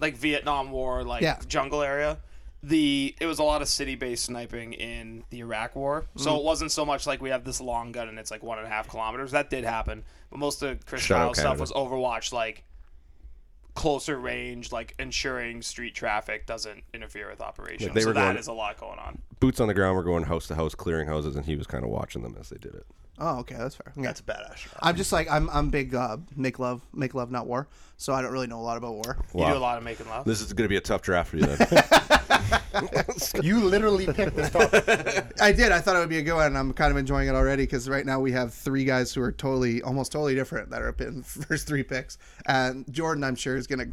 [SPEAKER 1] like Vietnam War, like
[SPEAKER 2] Yeah.
[SPEAKER 1] jungle area. The it was a lot of city-based sniping in the Iraq War,
[SPEAKER 4] Mm-hmm.
[SPEAKER 1] so it wasn't so much like we have this long gun and it's like one and a half kilometers. That did happen, but most of Chris
[SPEAKER 4] Shout out
[SPEAKER 1] Kyle's stuff
[SPEAKER 4] Canada.
[SPEAKER 1] was Overwatch, like closer range, like ensuring street traffic doesn't interfere with operations.
[SPEAKER 4] they
[SPEAKER 1] so
[SPEAKER 4] were
[SPEAKER 1] that is
[SPEAKER 4] going-
[SPEAKER 1] a lot going on.
[SPEAKER 4] boots on the ground. We're going house to house, clearing houses, and he was kind of watching them as they did it.
[SPEAKER 2] oh, okay, that's fair. Okay.
[SPEAKER 3] That's a badass shot.
[SPEAKER 2] I'm just like I'm. I'm big. Uh, make love, make love, not war. So I don't really know a lot about war.
[SPEAKER 1] You do
[SPEAKER 4] Wow.
[SPEAKER 1] a lot of making love.
[SPEAKER 4] This is going to be a tough draft for you. Then.
[SPEAKER 3] You literally picked this topic.
[SPEAKER 2] I did. I thought it would be a good one. and I'm kind of enjoying it already because right now we have three guys who are totally, almost totally different that are up in the first three picks. And Jordan, I'm sure, is gonna.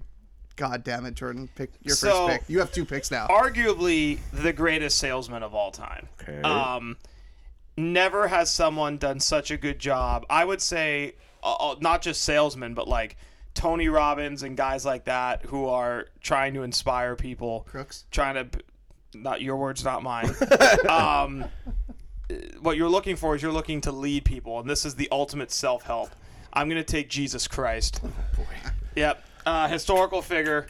[SPEAKER 2] God damn it, Jordan! Pick your
[SPEAKER 1] So-
[SPEAKER 2] first pick. You have two picks now.
[SPEAKER 1] arguably the greatest salesman of all time.
[SPEAKER 4] Okay.
[SPEAKER 1] Um, never has someone done such a good job. I would say, uh, uh, not just salesmen, but like Tony Robbins and guys like that who are trying to inspire people.
[SPEAKER 2] Crooks.
[SPEAKER 1] Trying to, not your words, not mine. um, what you're looking for is you're looking to lead people, and this is the ultimate self help. I'm gonna take Jesus Christ. Yep. Uh, historical figure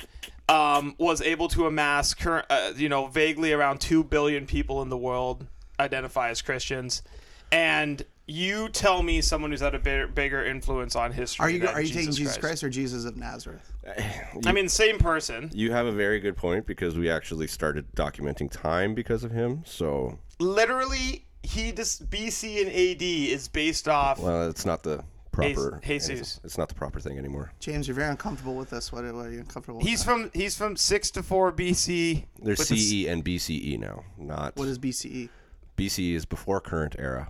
[SPEAKER 1] um, was able to amass, current, uh, you know, vaguely around two billion people in the world identify as Christians, and you tell me someone who's had a bigger, bigger influence on history.
[SPEAKER 2] Are you
[SPEAKER 1] than
[SPEAKER 2] are you taking Jesus Christ or Jesus of Nazareth?
[SPEAKER 1] I mean, same person.
[SPEAKER 4] you have a very good point because we actually started documenting time because of him. So
[SPEAKER 1] Literally, he just BC and AD is based off.
[SPEAKER 4] well, it's not the proper.
[SPEAKER 1] Jesus.
[SPEAKER 4] It's, it's not the proper thing anymore.
[SPEAKER 2] James, you're very uncomfortable with this. What, what are you uncomfortable? With
[SPEAKER 1] He's from he's from six to four BC.
[SPEAKER 4] There's
[SPEAKER 1] with the s-
[SPEAKER 4] CE E and BCE now. Not
[SPEAKER 2] what is BCE?
[SPEAKER 4] BCE is before current era.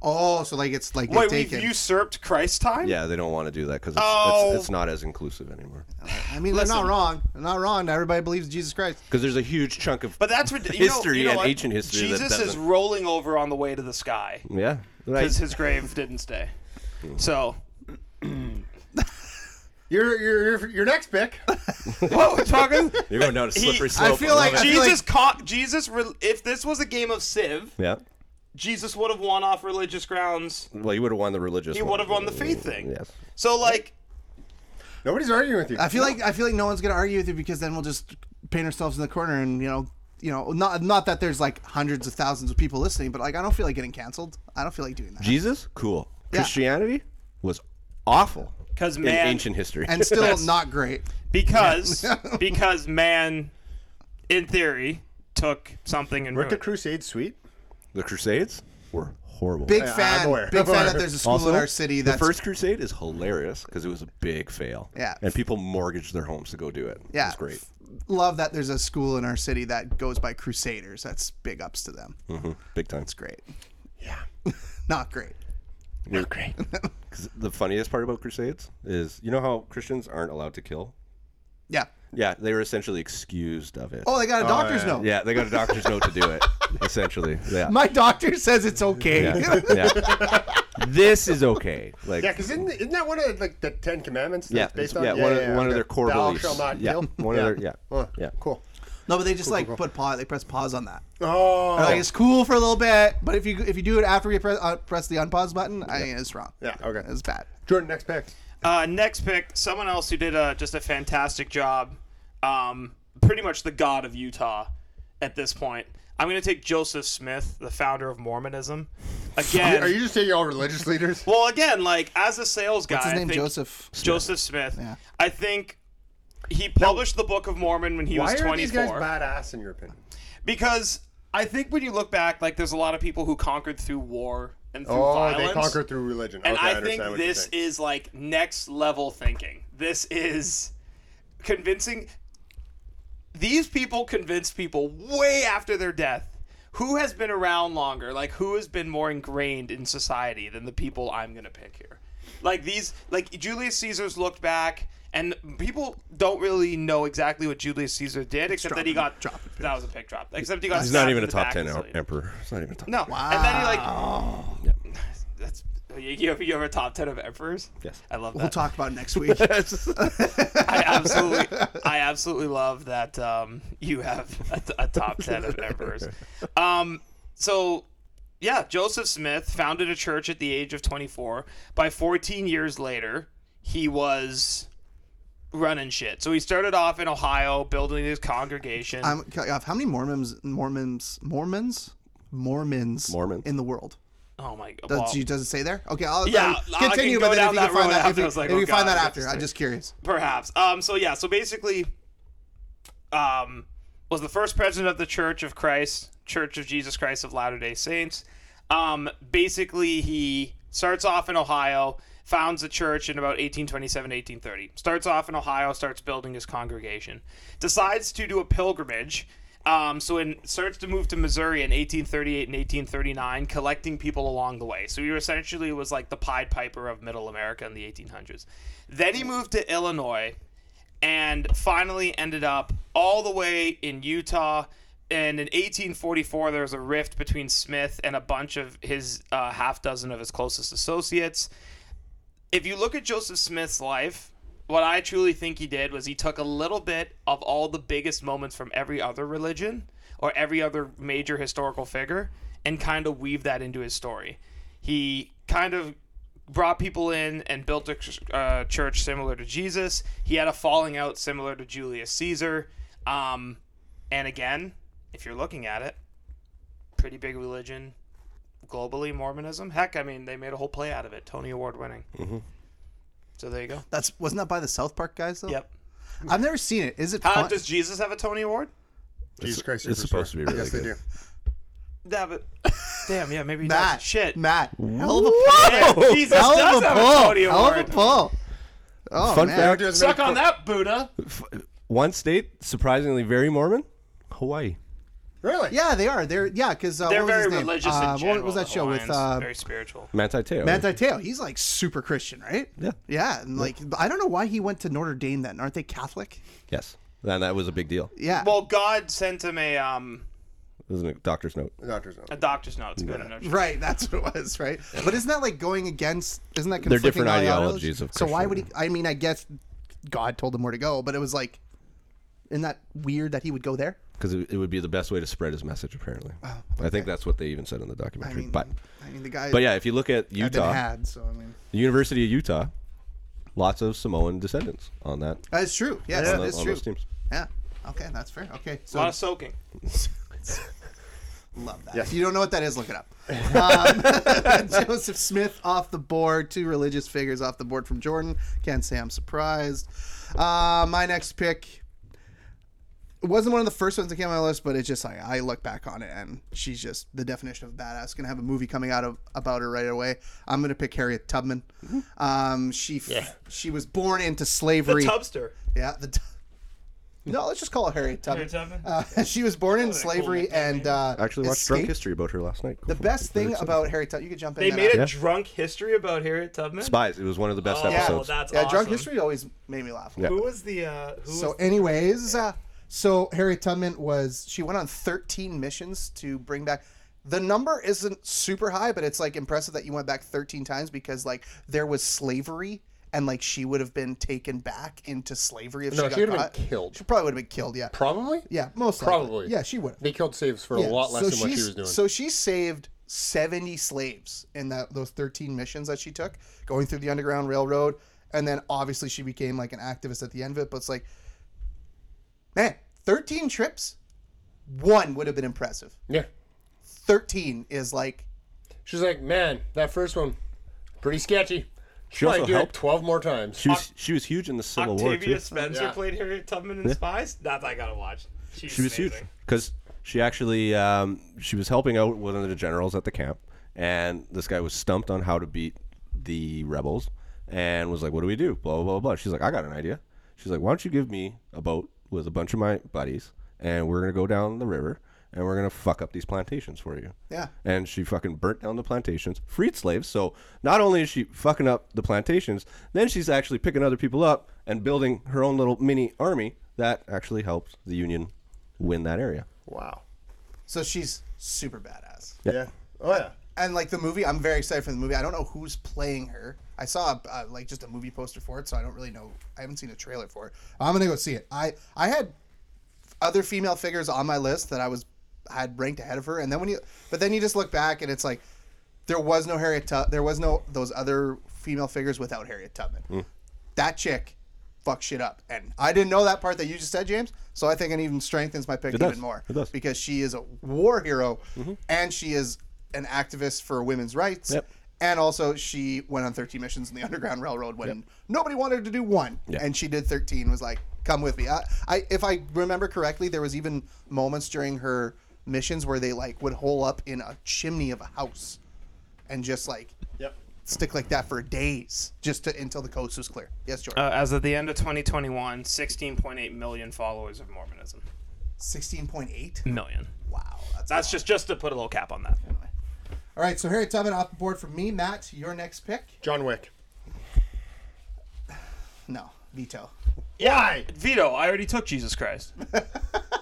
[SPEAKER 2] Oh, so like it's like they
[SPEAKER 1] Wait,
[SPEAKER 2] take
[SPEAKER 1] we've
[SPEAKER 2] it.
[SPEAKER 1] usurped Christ time.
[SPEAKER 4] Yeah, they don't want to do that because it's,
[SPEAKER 1] Oh.
[SPEAKER 4] it's, it's not as inclusive anymore.
[SPEAKER 2] I mean, they're
[SPEAKER 1] Listen.
[SPEAKER 2] not wrong. They're not wrong. Everybody believes Jesus Christ.
[SPEAKER 4] Because there's a huge chunk of
[SPEAKER 1] But that's ridiculous.
[SPEAKER 4] History
[SPEAKER 1] you know, you know
[SPEAKER 4] and
[SPEAKER 1] what?
[SPEAKER 4] ancient history that
[SPEAKER 1] Jesus is
[SPEAKER 4] doesn't-
[SPEAKER 1] rolling over on the way to the sky.
[SPEAKER 4] yeah. Right.
[SPEAKER 1] because his grave didn't stay. So
[SPEAKER 5] Your your your, your next pick.
[SPEAKER 1] What we're talking?
[SPEAKER 4] You're going down a slippery
[SPEAKER 1] He-
[SPEAKER 4] slope.
[SPEAKER 2] I feel
[SPEAKER 4] love
[SPEAKER 2] like-
[SPEAKER 4] it.
[SPEAKER 2] I-
[SPEAKER 1] Jesus caught Jesus. Re- if this was a game of Civ,
[SPEAKER 4] yeah.
[SPEAKER 1] Jesus would have won off religious grounds.
[SPEAKER 4] Well, you would have won the religious.
[SPEAKER 1] He
[SPEAKER 4] one.
[SPEAKER 1] would have won the faith thing.
[SPEAKER 4] Yes.
[SPEAKER 1] So like,
[SPEAKER 5] Nobody's arguing with you.
[SPEAKER 2] I feel like I feel like no one's gonna argue with you because then we'll just paint ourselves in the corner and you know you know not not that there's like hundreds of thousands of people listening, but like I don't feel like getting canceled. I don't feel like doing that.
[SPEAKER 4] Jesus, cool. Christianity was awful
[SPEAKER 1] 'Cause
[SPEAKER 4] in
[SPEAKER 1] man-
[SPEAKER 4] ancient history.
[SPEAKER 2] and still not great.
[SPEAKER 1] because because man, in theory, took something and
[SPEAKER 5] Weren't the
[SPEAKER 1] ruined.
[SPEAKER 5] Crusades sweet?
[SPEAKER 4] the Crusades were horrible.
[SPEAKER 2] Big
[SPEAKER 5] Yeah, I'm
[SPEAKER 2] fan.
[SPEAKER 5] aware.
[SPEAKER 2] Big
[SPEAKER 5] I'm
[SPEAKER 2] fan
[SPEAKER 5] aware.
[SPEAKER 2] that there's a school in our city that's
[SPEAKER 4] the first crusade is hilarious because it was a big fail.
[SPEAKER 2] Yeah.
[SPEAKER 4] and people mortgaged their homes to go do it.
[SPEAKER 2] Yeah.
[SPEAKER 4] it's great.
[SPEAKER 2] love that there's a school in our city that goes by Crusaders. That's big ups to them.
[SPEAKER 4] hmm Big time.
[SPEAKER 2] It's great. Yeah. not great.
[SPEAKER 4] Not great. the funniest part about crusades is you know how Christians aren't allowed to kill.
[SPEAKER 2] Yeah.
[SPEAKER 4] Yeah, they were essentially excused of it.
[SPEAKER 2] Oh, they got a doctor's
[SPEAKER 5] yeah.
[SPEAKER 2] note.
[SPEAKER 4] Yeah, they got a doctor's note to do it. Essentially, yeah.
[SPEAKER 2] My doctor says it's okay.
[SPEAKER 4] yeah. yeah. This is okay. Like,
[SPEAKER 5] Yeah, because isn't, isn't that one of the, like the Ten Commandments? That's
[SPEAKER 4] yeah, it's-
[SPEAKER 5] based on
[SPEAKER 4] yeah, one, of, one of
[SPEAKER 5] okay.
[SPEAKER 4] their core
[SPEAKER 5] Thou
[SPEAKER 4] beliefs.
[SPEAKER 5] shall not
[SPEAKER 4] yeah,
[SPEAKER 5] kill.
[SPEAKER 4] one of their yeah,
[SPEAKER 5] Oh,
[SPEAKER 4] yeah.
[SPEAKER 5] Cool.
[SPEAKER 2] No, but they just like put pause. They press pause on that.
[SPEAKER 5] Oh,
[SPEAKER 2] Like it's cool for a little bit, but if you if you do it after you press, uh, press the unpause button, I mean it's wrong.
[SPEAKER 5] Yeah, okay.
[SPEAKER 2] It's bad.
[SPEAKER 5] Jordan, next pick.
[SPEAKER 1] Uh, next pick, someone else who did uh just a fantastic job. Um, pretty much the god of Utah at this point. I'm going to take Joseph Smith, the founder of Mormonism. Again,
[SPEAKER 5] Are you just taking all religious leaders?
[SPEAKER 1] well, again, like as a sales guy,
[SPEAKER 2] What's his
[SPEAKER 1] I
[SPEAKER 2] name?
[SPEAKER 1] think-
[SPEAKER 2] Joseph.
[SPEAKER 1] Joseph Smith.
[SPEAKER 2] Yeah.
[SPEAKER 1] I think he published the Book of Mormon when he
[SPEAKER 5] Why
[SPEAKER 1] was
[SPEAKER 5] are these guys
[SPEAKER 1] 24
[SPEAKER 5] badass in your opinion?
[SPEAKER 1] because I think when you look back, like there's a lot of people who conquered through war and through
[SPEAKER 5] Oh,
[SPEAKER 1] violence.
[SPEAKER 5] they conquer through religion.
[SPEAKER 1] and
[SPEAKER 5] okay,
[SPEAKER 1] I think
[SPEAKER 5] understand what you're
[SPEAKER 1] this
[SPEAKER 5] saying.
[SPEAKER 1] is like next level thinking. This is convincing. These people convince people way after their death. Who has been around longer? Like who has been more ingrained in society than the people I'm gonna pick here? Like these, like Julius Caesar's looked back, and people don't really know exactly what Julius Caesar did, except that he got that was a pick drop. Except he got
[SPEAKER 4] He's not
[SPEAKER 1] stabbed in
[SPEAKER 4] even a
[SPEAKER 1] the
[SPEAKER 4] top
[SPEAKER 1] back
[SPEAKER 4] ten
[SPEAKER 1] and
[SPEAKER 4] em-
[SPEAKER 1] slayed.
[SPEAKER 4] emperor. He's not even a top.
[SPEAKER 1] No. And then he like that's you have, you have a top ten of emperors.
[SPEAKER 4] Yes.
[SPEAKER 1] I love that.
[SPEAKER 2] We'll talk about it next week.
[SPEAKER 1] I absolutely, I absolutely love that um, you have a, t- a top ten of emperors. Um, so, yeah, Joseph Smith founded a church at the age of twenty four. By fourteen years later, he was running shit. So he started off in Ohio, building his congregation.
[SPEAKER 2] I'm cut you off. How many Mormons, Mormons, Mormons, Mormons,
[SPEAKER 4] Mormons.
[SPEAKER 2] in the world?
[SPEAKER 1] oh my god!
[SPEAKER 2] Does,
[SPEAKER 1] well,
[SPEAKER 2] you- does it say there? Okay, I'll
[SPEAKER 1] Yeah,
[SPEAKER 2] I'll
[SPEAKER 1] I can
[SPEAKER 2] continue.
[SPEAKER 1] go
[SPEAKER 2] But then
[SPEAKER 1] down
[SPEAKER 2] if you
[SPEAKER 1] that
[SPEAKER 2] can find
[SPEAKER 1] road
[SPEAKER 2] that, if
[SPEAKER 1] after,
[SPEAKER 2] you,
[SPEAKER 1] I was like,
[SPEAKER 2] if
[SPEAKER 1] oh
[SPEAKER 2] you find
[SPEAKER 1] God,
[SPEAKER 2] that
[SPEAKER 1] I
[SPEAKER 2] after,
[SPEAKER 1] just-
[SPEAKER 2] I'm just curious.
[SPEAKER 1] perhaps. Um, so yeah, so basically, um, was the first president of the Church of Christ, Church of Jesus Christ of Latter Day Saints. Um, basically, he starts off in Ohio, founds the church in about 1827, 1830. Starts off in Ohio, starts building his congregation, decides to do a pilgrimage. Um, so in starts to move to Missouri in 1838 and 1839, collecting people along the way. So he essentially was like the Pied Piper of Middle America in the 1800s. Then he moved to Illinois and finally ended up all the way in Utah. And in 1844, there was a rift between Smith and a bunch of his uh, half dozen of his closest associates. If you look at Joseph Smith's life, what I truly think he did was he took a little bit of all the biggest moments from every other religion or every other major historical figure and kind of weaved that into his story. He kind of brought people in and built a ch- uh, church similar to Jesus. He had a falling out similar to Julius Caesar. Um, and again, if you're looking at it, pretty big religion globally, Mormonism. Heck, I mean, they made a whole play out of it, Tony Award winning. So there you go.
[SPEAKER 2] That's wasn't that by the South Park guys though?
[SPEAKER 1] Yep.
[SPEAKER 2] I've never seen it. Is it?
[SPEAKER 1] Uh,
[SPEAKER 2] fun?
[SPEAKER 1] does Jesus have a Tony Award?
[SPEAKER 5] Jesus Christ,
[SPEAKER 4] it's
[SPEAKER 5] superstar.
[SPEAKER 4] supposed to be really
[SPEAKER 5] yes,
[SPEAKER 4] good.
[SPEAKER 5] they do.
[SPEAKER 1] Yeah, but damn, yeah, maybe he
[SPEAKER 2] Matt,
[SPEAKER 1] does. Shit.
[SPEAKER 2] Matt, hell of a
[SPEAKER 1] Yeah,
[SPEAKER 2] pull.
[SPEAKER 1] Jesus
[SPEAKER 2] Hell
[SPEAKER 1] does
[SPEAKER 2] of a
[SPEAKER 1] have a
[SPEAKER 2] pull.
[SPEAKER 1] Tony
[SPEAKER 2] Hell of a
[SPEAKER 1] Award.
[SPEAKER 2] pull. Oh,
[SPEAKER 4] Fun
[SPEAKER 2] man.
[SPEAKER 4] fact:
[SPEAKER 5] There's
[SPEAKER 1] Suck
[SPEAKER 5] been a
[SPEAKER 1] on
[SPEAKER 5] cor-
[SPEAKER 1] that, Buddha.
[SPEAKER 4] one state surprisingly very Mormon, Hawaii.
[SPEAKER 5] Really?
[SPEAKER 2] Yeah, they are. They're yeah, because uh,
[SPEAKER 1] They're
[SPEAKER 2] what was
[SPEAKER 1] very
[SPEAKER 2] his name?
[SPEAKER 1] religious
[SPEAKER 2] uh,
[SPEAKER 1] in general.
[SPEAKER 2] What was that
[SPEAKER 1] the
[SPEAKER 2] show with
[SPEAKER 1] Hawaiians.
[SPEAKER 2] uh,
[SPEAKER 1] very spiritual.
[SPEAKER 4] Manti Teo.
[SPEAKER 2] Manti Teo? He's like super Christian, right?
[SPEAKER 4] Yeah.
[SPEAKER 2] Yeah, and like I don't know why he went to Notre Dame. Then aren't they Catholic?
[SPEAKER 4] Yes, and that was a big deal. It
[SPEAKER 2] Yeah.
[SPEAKER 1] Well, God sent him a um
[SPEAKER 4] was a doctor's note.
[SPEAKER 5] The doctor's note.
[SPEAKER 1] a doctor's note to go to Notre
[SPEAKER 2] Right, that's what it was, right? But isn't that like going against? Isn't that
[SPEAKER 4] They're
[SPEAKER 2] conflicting
[SPEAKER 4] different
[SPEAKER 2] ideologies?
[SPEAKER 4] ideologies of
[SPEAKER 2] So why would he?
[SPEAKER 4] Christianity.
[SPEAKER 2] I mean, I guess God told him where to go, but it was like, isn't that weird that he would go there?
[SPEAKER 4] because it, it would be the best way to spread his message. Apparently, I think that's what they even said in the
[SPEAKER 2] I
[SPEAKER 4] documentary.
[SPEAKER 2] mean,
[SPEAKER 4] but
[SPEAKER 2] I mean the guy.
[SPEAKER 4] but yeah, if you look at
[SPEAKER 2] had been
[SPEAKER 4] Utah,
[SPEAKER 2] had. So I mean,
[SPEAKER 4] the University of Utah, lots of Samoan descendants on that.
[SPEAKER 2] that's true. Yes,
[SPEAKER 4] on
[SPEAKER 2] yeah,
[SPEAKER 4] tho-
[SPEAKER 2] that's
[SPEAKER 4] on
[SPEAKER 2] true.
[SPEAKER 4] those teams.
[SPEAKER 2] Yeah. Okay, that's fair. Okay,
[SPEAKER 1] A lot
[SPEAKER 2] so
[SPEAKER 1] of soaking.
[SPEAKER 2] love that. If you don't know what that is, look it up. Um, Joseph Smith off the board. Two religious figures off the board from Jordan. Can't say I'm surprised. Uh, my next pick. It wasn't one of the first ones that came on my list, but it's just like I look back on it, and she's just the definition of badass. Gonna have a movie coming out of about her right away. I'm gonna pick Harriet Tubman.
[SPEAKER 4] Mm-hmm.
[SPEAKER 2] Um, she f- she was born into slavery.
[SPEAKER 1] Tubster.
[SPEAKER 2] Yeah. The t- no, let's just call her Harriet Tubman.
[SPEAKER 1] Harriet Tubman? Oh,
[SPEAKER 2] Uh, she was born in slavery and uh,
[SPEAKER 4] I actually watched Drunk
[SPEAKER 2] escaped.
[SPEAKER 4] History about her last night.
[SPEAKER 2] The best thing about Harriet Tubman, you could jump in.
[SPEAKER 1] They
[SPEAKER 2] there
[SPEAKER 1] made a
[SPEAKER 2] now.
[SPEAKER 1] drunk history about Harriet Tubman.
[SPEAKER 4] Spies. It was one of the best
[SPEAKER 1] Oh,
[SPEAKER 2] Yeah.
[SPEAKER 4] episodes.
[SPEAKER 1] that's
[SPEAKER 2] Yeah,
[SPEAKER 1] awesome.
[SPEAKER 2] drunk history always made me laugh.
[SPEAKER 4] Yeah.
[SPEAKER 1] Who was the uh, who
[SPEAKER 2] So,
[SPEAKER 1] was
[SPEAKER 2] anyways, uh, so Harriet Tubman was she went on 13 missions to bring back. The number isn't super high, but it's like impressive that you went back 13 times because like there was slavery and like she would have been taken back into slavery if
[SPEAKER 5] No,
[SPEAKER 2] she got
[SPEAKER 5] she would've
[SPEAKER 2] caught.
[SPEAKER 5] been killed.
[SPEAKER 2] She probably would have been killed. Yeah.
[SPEAKER 5] Probably.
[SPEAKER 2] yeah, most likely.
[SPEAKER 5] Probably.
[SPEAKER 2] Yeah, she would.
[SPEAKER 5] They killed saves for
[SPEAKER 2] Yeah,
[SPEAKER 5] a lot less than what she
[SPEAKER 2] she's-
[SPEAKER 5] was doing.
[SPEAKER 2] So she saved 70 slaves in that those 13 missions that she took going through the Underground Railroad. And then obviously she became like an activist at the end of it. But it's like, man, 13 trips? One would have been impressive.
[SPEAKER 5] yeah.
[SPEAKER 2] 13 is like,
[SPEAKER 5] She's like, man, that first one, pretty sketchy.
[SPEAKER 4] She
[SPEAKER 5] Might
[SPEAKER 4] also
[SPEAKER 5] do it
[SPEAKER 4] helped.
[SPEAKER 5] 12 more times.
[SPEAKER 4] She was, she was huge in the Civil War
[SPEAKER 1] Octavia
[SPEAKER 4] too.
[SPEAKER 1] Spencer
[SPEAKER 5] Yeah.
[SPEAKER 1] played Harriet Tubman in Spies? That I gotta watch. She's
[SPEAKER 4] She was huge
[SPEAKER 1] amazing.
[SPEAKER 4] because she actually um, she was helping out one of the generals at the camp, and this guy was stumped on how to beat the rebels, and was like, "What do we do?" Blah blah blah. blah. She's like, "I got an idea." She's like, "Why don't you give me a boat with a bunch of my buddies, and we're gonna go down the river." And we're gonna fuck up these plantations for you.
[SPEAKER 2] Yeah.
[SPEAKER 4] And she fucking burnt down the plantations, freed slaves. So not only is she fucking up the plantations, then she's actually picking other people up and building her own little mini army that actually helped the Union win that area.
[SPEAKER 5] Wow.
[SPEAKER 2] so she's super badass.
[SPEAKER 5] Yeah. Oh, yeah.
[SPEAKER 2] and like the movie, I'm very excited for the movie. I don't know who's playing her. I saw uh, like just a movie poster for it, so I don't really know. I haven't seen a trailer for it. I'm gonna go see it. I I had other female figures on my list that I was I had ranked ahead of her, and then when you but then you just look back and it's like there was no Harriet Tub- there was no those other female figures without Harriet Tubman.
[SPEAKER 4] Hmm.
[SPEAKER 2] That chick fucked shit up, and I didn't know that part that you just said, James. So I think it even strengthens my pick
[SPEAKER 4] does.
[SPEAKER 2] even more
[SPEAKER 4] It does. Mm-hmm.
[SPEAKER 2] because she is a war hero and she is an activist for women's rights.
[SPEAKER 4] Yep.
[SPEAKER 2] And also, she went on 13 missions in the Underground Railroad when nobody wanted her to do one, and she did 13. Was like, "Come with me." I, I, if I remember correctly, there was even moments during her missions where they like would hole up in a chimney of a house, and just like
[SPEAKER 5] Yep.
[SPEAKER 2] stick like that for days, just to until the coast was clear. Yes, George.
[SPEAKER 1] Uh, as of the end of 2021, 16.8 million followers of Mormonism.
[SPEAKER 2] 16.8.
[SPEAKER 1] Million.
[SPEAKER 2] Wow, that's
[SPEAKER 1] That's just just to put a little cap on that.
[SPEAKER 2] all right. So Harriet Tubman off the board for me. Matt, your next pick?
[SPEAKER 5] John Wick.
[SPEAKER 2] No, veto.
[SPEAKER 5] Why?
[SPEAKER 1] Vito, I already took Jesus Christ.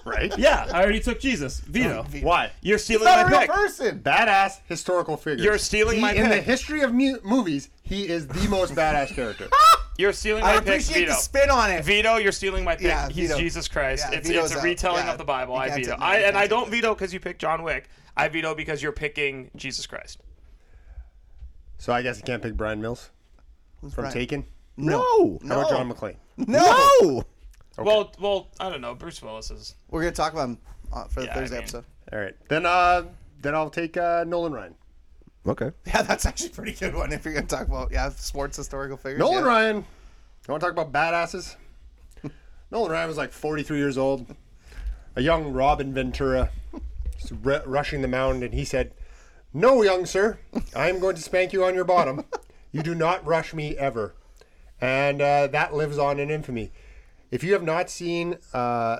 [SPEAKER 5] Right?
[SPEAKER 1] Yeah, I already took Jesus. Vito,
[SPEAKER 5] Why?
[SPEAKER 1] you're stealing
[SPEAKER 2] Oh, Not
[SPEAKER 1] my
[SPEAKER 2] a real
[SPEAKER 1] pick.
[SPEAKER 2] person.
[SPEAKER 5] Badass historical figure.
[SPEAKER 1] You're stealing
[SPEAKER 5] He-
[SPEAKER 1] my
[SPEAKER 5] In the
[SPEAKER 1] pick.
[SPEAKER 5] history of mu- movies, he is the most badass character.
[SPEAKER 1] You're stealing my
[SPEAKER 2] I
[SPEAKER 1] pick,
[SPEAKER 2] appreciate
[SPEAKER 1] Vito.
[SPEAKER 2] the spin on it.
[SPEAKER 1] Veto, you're stealing my pick.
[SPEAKER 2] Yeah,
[SPEAKER 1] He's
[SPEAKER 2] veto.
[SPEAKER 1] Jesus Christ.
[SPEAKER 2] Yeah,
[SPEAKER 1] it's,
[SPEAKER 2] veto's
[SPEAKER 1] it's a
[SPEAKER 2] out.
[SPEAKER 1] retelling
[SPEAKER 2] Yeah,
[SPEAKER 1] of the Bible.
[SPEAKER 2] you
[SPEAKER 1] I
[SPEAKER 2] can't
[SPEAKER 1] veto.
[SPEAKER 2] take- no,
[SPEAKER 1] I
[SPEAKER 2] you
[SPEAKER 1] and
[SPEAKER 2] can't
[SPEAKER 1] I
[SPEAKER 2] take
[SPEAKER 1] don't
[SPEAKER 2] that.
[SPEAKER 1] veto because you pick John Wick. I veto because you're picking Jesus Christ.
[SPEAKER 5] so I guess I can't pick Brian Mills from
[SPEAKER 2] Brian?
[SPEAKER 5] Taken.
[SPEAKER 4] No.
[SPEAKER 5] How about John McClane?
[SPEAKER 2] No,
[SPEAKER 4] No.
[SPEAKER 1] Well, well, I don't know. Bruce Willis is.
[SPEAKER 2] we're gonna talk about him uh, for the
[SPEAKER 1] Yeah, I
[SPEAKER 2] Thursday
[SPEAKER 1] mean-
[SPEAKER 2] episode.
[SPEAKER 5] All right. Then uh, then I'll take uh, Nolan Ryan.
[SPEAKER 4] Okay.
[SPEAKER 2] Yeah, that's actually a pretty good one. If you're gonna talk about yeah sports historical figures,
[SPEAKER 5] Nolan
[SPEAKER 2] yeah.
[SPEAKER 5] Ryan. You want to talk about badasses? Nolan Ryan was like 43 years old, a young Robin Ventura, just r- rushing the mound, and he said, "No, young sir, I am going to spank you on your bottom. You do not rush me ever," and uh, that lives on in infamy. If you have not seen uh,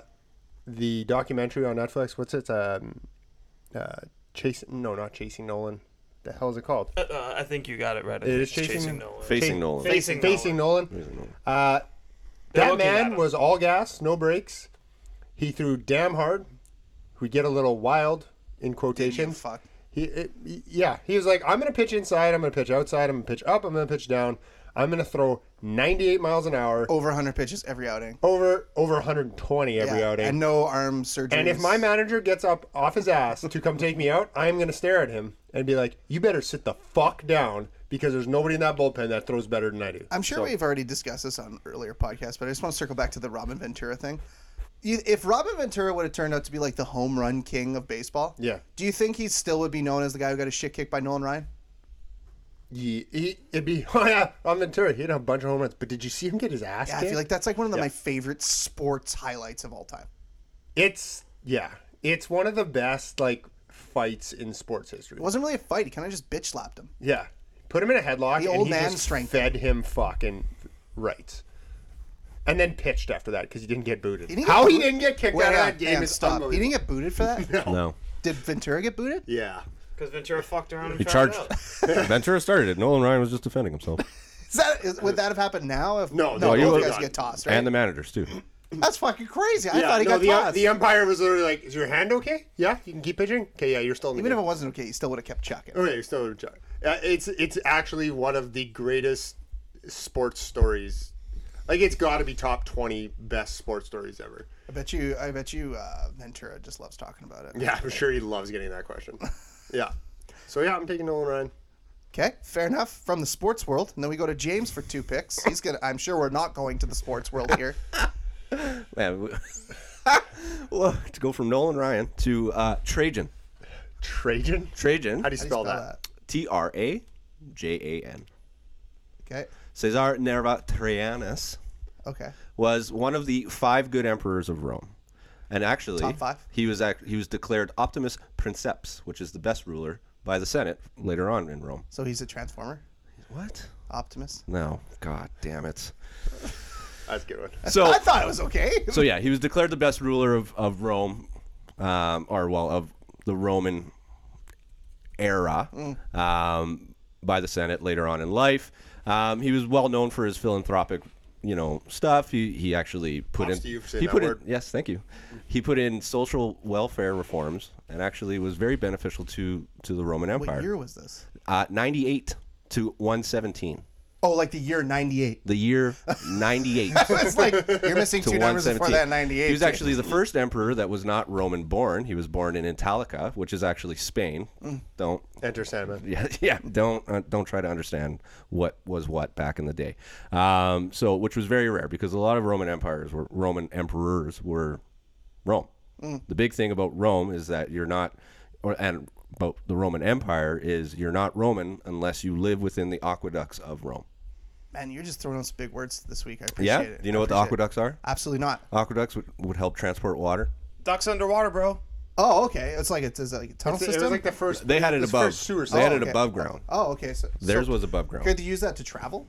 [SPEAKER 5] the documentary on Netflix, what's it? Um, uh, chasing? No, not chasing Nolan. The hell is it called?
[SPEAKER 1] Uh, uh, I think you got it right. I
[SPEAKER 5] It is
[SPEAKER 1] think.
[SPEAKER 5] chasing-
[SPEAKER 1] Nolan.
[SPEAKER 4] Facing Nolan.
[SPEAKER 1] Facing
[SPEAKER 5] facing Nolan. Uh,
[SPEAKER 1] They're
[SPEAKER 5] that
[SPEAKER 1] looking at
[SPEAKER 5] man
[SPEAKER 1] him.
[SPEAKER 5] was all gas, no brakes. He threw damn hard. We get a little wild in
[SPEAKER 2] Didn't
[SPEAKER 5] quotations.
[SPEAKER 2] give a fuck.
[SPEAKER 5] He, it, yeah, he was like, I'm gonna pitch inside. I'm gonna pitch outside. I'm gonna pitch up. I'm gonna pitch down. I'm going to throw 98 miles an hour
[SPEAKER 2] Over 100 pitches every outing.
[SPEAKER 5] over over 120 every
[SPEAKER 2] Yeah,
[SPEAKER 5] outing.
[SPEAKER 2] And no arm surgery.
[SPEAKER 5] And if my manager gets up off his ass to come take me out, I'm going to stare at him and be like, you better sit the fuck down because there's nobody in that bullpen that throws better than I do.
[SPEAKER 2] I'm sure we've already discussed this on earlier podcasts, but I just want to circle back to the Robin Ventura thing. You- If Robin Ventura would have turned out to be like the home run king of baseball,
[SPEAKER 5] Yeah.
[SPEAKER 2] do you think he still would be known as the guy who got his shit kicked by Nolan Ryan?
[SPEAKER 5] Ye- he, it'd be, oh yeah, on Ventura, he'd have a bunch of home runs. But did you see him get his ass
[SPEAKER 2] Yeah, I
[SPEAKER 5] kicked?
[SPEAKER 2] feel like that's like one of the, my favorite sports highlights of all time.
[SPEAKER 5] it's, yeah, it's one of the best, like, fights in sports history.
[SPEAKER 2] It wasn't really a fight. He kind of just bitch slapped him.
[SPEAKER 5] Yeah. Put him in a headlock.
[SPEAKER 2] The
[SPEAKER 5] and
[SPEAKER 2] old
[SPEAKER 5] he
[SPEAKER 2] man
[SPEAKER 5] just
[SPEAKER 2] strength.
[SPEAKER 5] Fed him fucking right. And then pitched after that because he didn't get booted.
[SPEAKER 2] He didn't get
[SPEAKER 5] How he
[SPEAKER 2] booted-
[SPEAKER 5] didn't get kicked
[SPEAKER 2] Wait,
[SPEAKER 5] out of
[SPEAKER 2] no,
[SPEAKER 5] that game
[SPEAKER 2] Dan,
[SPEAKER 5] is
[SPEAKER 2] stop. He didn't
[SPEAKER 5] unbelievable.
[SPEAKER 2] get booted for that.
[SPEAKER 4] No.
[SPEAKER 2] Did Ventura get booted?
[SPEAKER 5] Yeah.
[SPEAKER 1] Because Ventura fucked around. And
[SPEAKER 4] He
[SPEAKER 1] found
[SPEAKER 4] charged.
[SPEAKER 1] out.
[SPEAKER 4] Ventura started it. Nolan Ryan was just defending himself.
[SPEAKER 2] Is that is, would that have happened now? If,
[SPEAKER 5] No,
[SPEAKER 2] no,
[SPEAKER 5] no,
[SPEAKER 2] both
[SPEAKER 4] you-
[SPEAKER 2] guys get tossed, right?
[SPEAKER 4] And the managers, too.
[SPEAKER 2] That's fucking crazy. I
[SPEAKER 5] Yeah,
[SPEAKER 2] thought he
[SPEAKER 5] no,
[SPEAKER 2] got
[SPEAKER 5] the, uh,
[SPEAKER 2] tossed.
[SPEAKER 5] the umpire was literally like, "Is your hand okay? Yeah, you can keep pitching. Okay, yeah, you're still in the
[SPEAKER 2] Even if
[SPEAKER 5] game.
[SPEAKER 2] it wasn't okay, he still would have kept chucking.
[SPEAKER 5] okay, you're still in the job." Uh, it's it's actually one of the greatest sports stories. Like it's got to be top twenty best sports stories ever.
[SPEAKER 2] I bet you. I bet you. Uh, Ventura just loves talking about it.
[SPEAKER 5] Yeah, I'm sure he loves getting that question. Yeah, so yeah, I'm taking Nolan Ryan.
[SPEAKER 2] Okay, fair enough. From the sports world, and then we go to James for two picks. He's gonna. I'm sure we're not going to the sports world here.
[SPEAKER 4] Man, we- well, to go from Nolan Ryan to uh, Trajan.
[SPEAKER 5] Trajan.
[SPEAKER 4] Trajan.
[SPEAKER 5] How do you
[SPEAKER 2] Spell
[SPEAKER 5] spell, that?
[SPEAKER 4] T R A J A N.
[SPEAKER 2] Okay.
[SPEAKER 4] Caesar Nerva Trajanus
[SPEAKER 2] Okay.
[SPEAKER 4] was one of the five good emperors of Rome. And actually,
[SPEAKER 2] Top five.
[SPEAKER 4] he was act- he was declared Optimus Princeps, which is the best ruler by the Senate later on in Rome.
[SPEAKER 2] So he's a transformer,
[SPEAKER 4] What?
[SPEAKER 2] Optimus.
[SPEAKER 4] No, god damn it.
[SPEAKER 5] That's a good one.
[SPEAKER 4] So
[SPEAKER 2] I thought it was okay.
[SPEAKER 4] so yeah, he was declared the best ruler of of Rome, um, or well, of the Roman era um, by the Senate later on in life. Um, he was well known for his philanthropic, you know, stuff. He he actually put
[SPEAKER 5] Props
[SPEAKER 4] in
[SPEAKER 5] to you for saying
[SPEAKER 4] he
[SPEAKER 5] that
[SPEAKER 4] put
[SPEAKER 5] word.
[SPEAKER 4] in yes, thank you. He put in social welfare reforms and actually was very beneficial to to the Roman
[SPEAKER 2] What year
[SPEAKER 4] Empire.
[SPEAKER 2] was this?
[SPEAKER 4] Uh, Ninety eight to one seventeen,
[SPEAKER 2] Oh, like the year '98.
[SPEAKER 4] the year ninety eight.
[SPEAKER 2] It's like you're missing
[SPEAKER 4] to
[SPEAKER 2] two numbers before
[SPEAKER 4] 117.
[SPEAKER 2] that '98.
[SPEAKER 4] He was actually the first emperor that was not Roman born. He was born in Italica, which is actually Spain.
[SPEAKER 2] Mm.
[SPEAKER 4] Don't
[SPEAKER 5] Enter Sandman.
[SPEAKER 4] yeah yeah don't uh, don't try to understand what was what back in the day. Um, so which was very rare because a lot of Roman empires were Roman emperors were Rome.
[SPEAKER 2] Mm.
[SPEAKER 4] The big thing about Rome is that you're not or and about the Roman Empire is you're not Roman unless you live within the aqueducts of Rome.
[SPEAKER 2] man. You're just throwing out some big words this week. I appreciate
[SPEAKER 4] Yeah,
[SPEAKER 2] it.
[SPEAKER 4] do you know what the
[SPEAKER 2] Appreciate it.
[SPEAKER 4] aqueducts are?
[SPEAKER 2] Absolutely not.
[SPEAKER 4] Aqueducts would, would help transport water.
[SPEAKER 1] Ducks underwater, bro.
[SPEAKER 2] Oh, okay. It's like it's, it's like a tunnel
[SPEAKER 5] It
[SPEAKER 2] system.
[SPEAKER 5] was like the first.
[SPEAKER 4] They had it
[SPEAKER 5] it was
[SPEAKER 4] above.
[SPEAKER 5] First sewer
[SPEAKER 4] they had
[SPEAKER 5] system.
[SPEAKER 4] it
[SPEAKER 2] okay.
[SPEAKER 4] above ground.
[SPEAKER 2] oh, okay. So
[SPEAKER 4] Theirs
[SPEAKER 2] so
[SPEAKER 4] was above ground.
[SPEAKER 2] Good to use that to travel.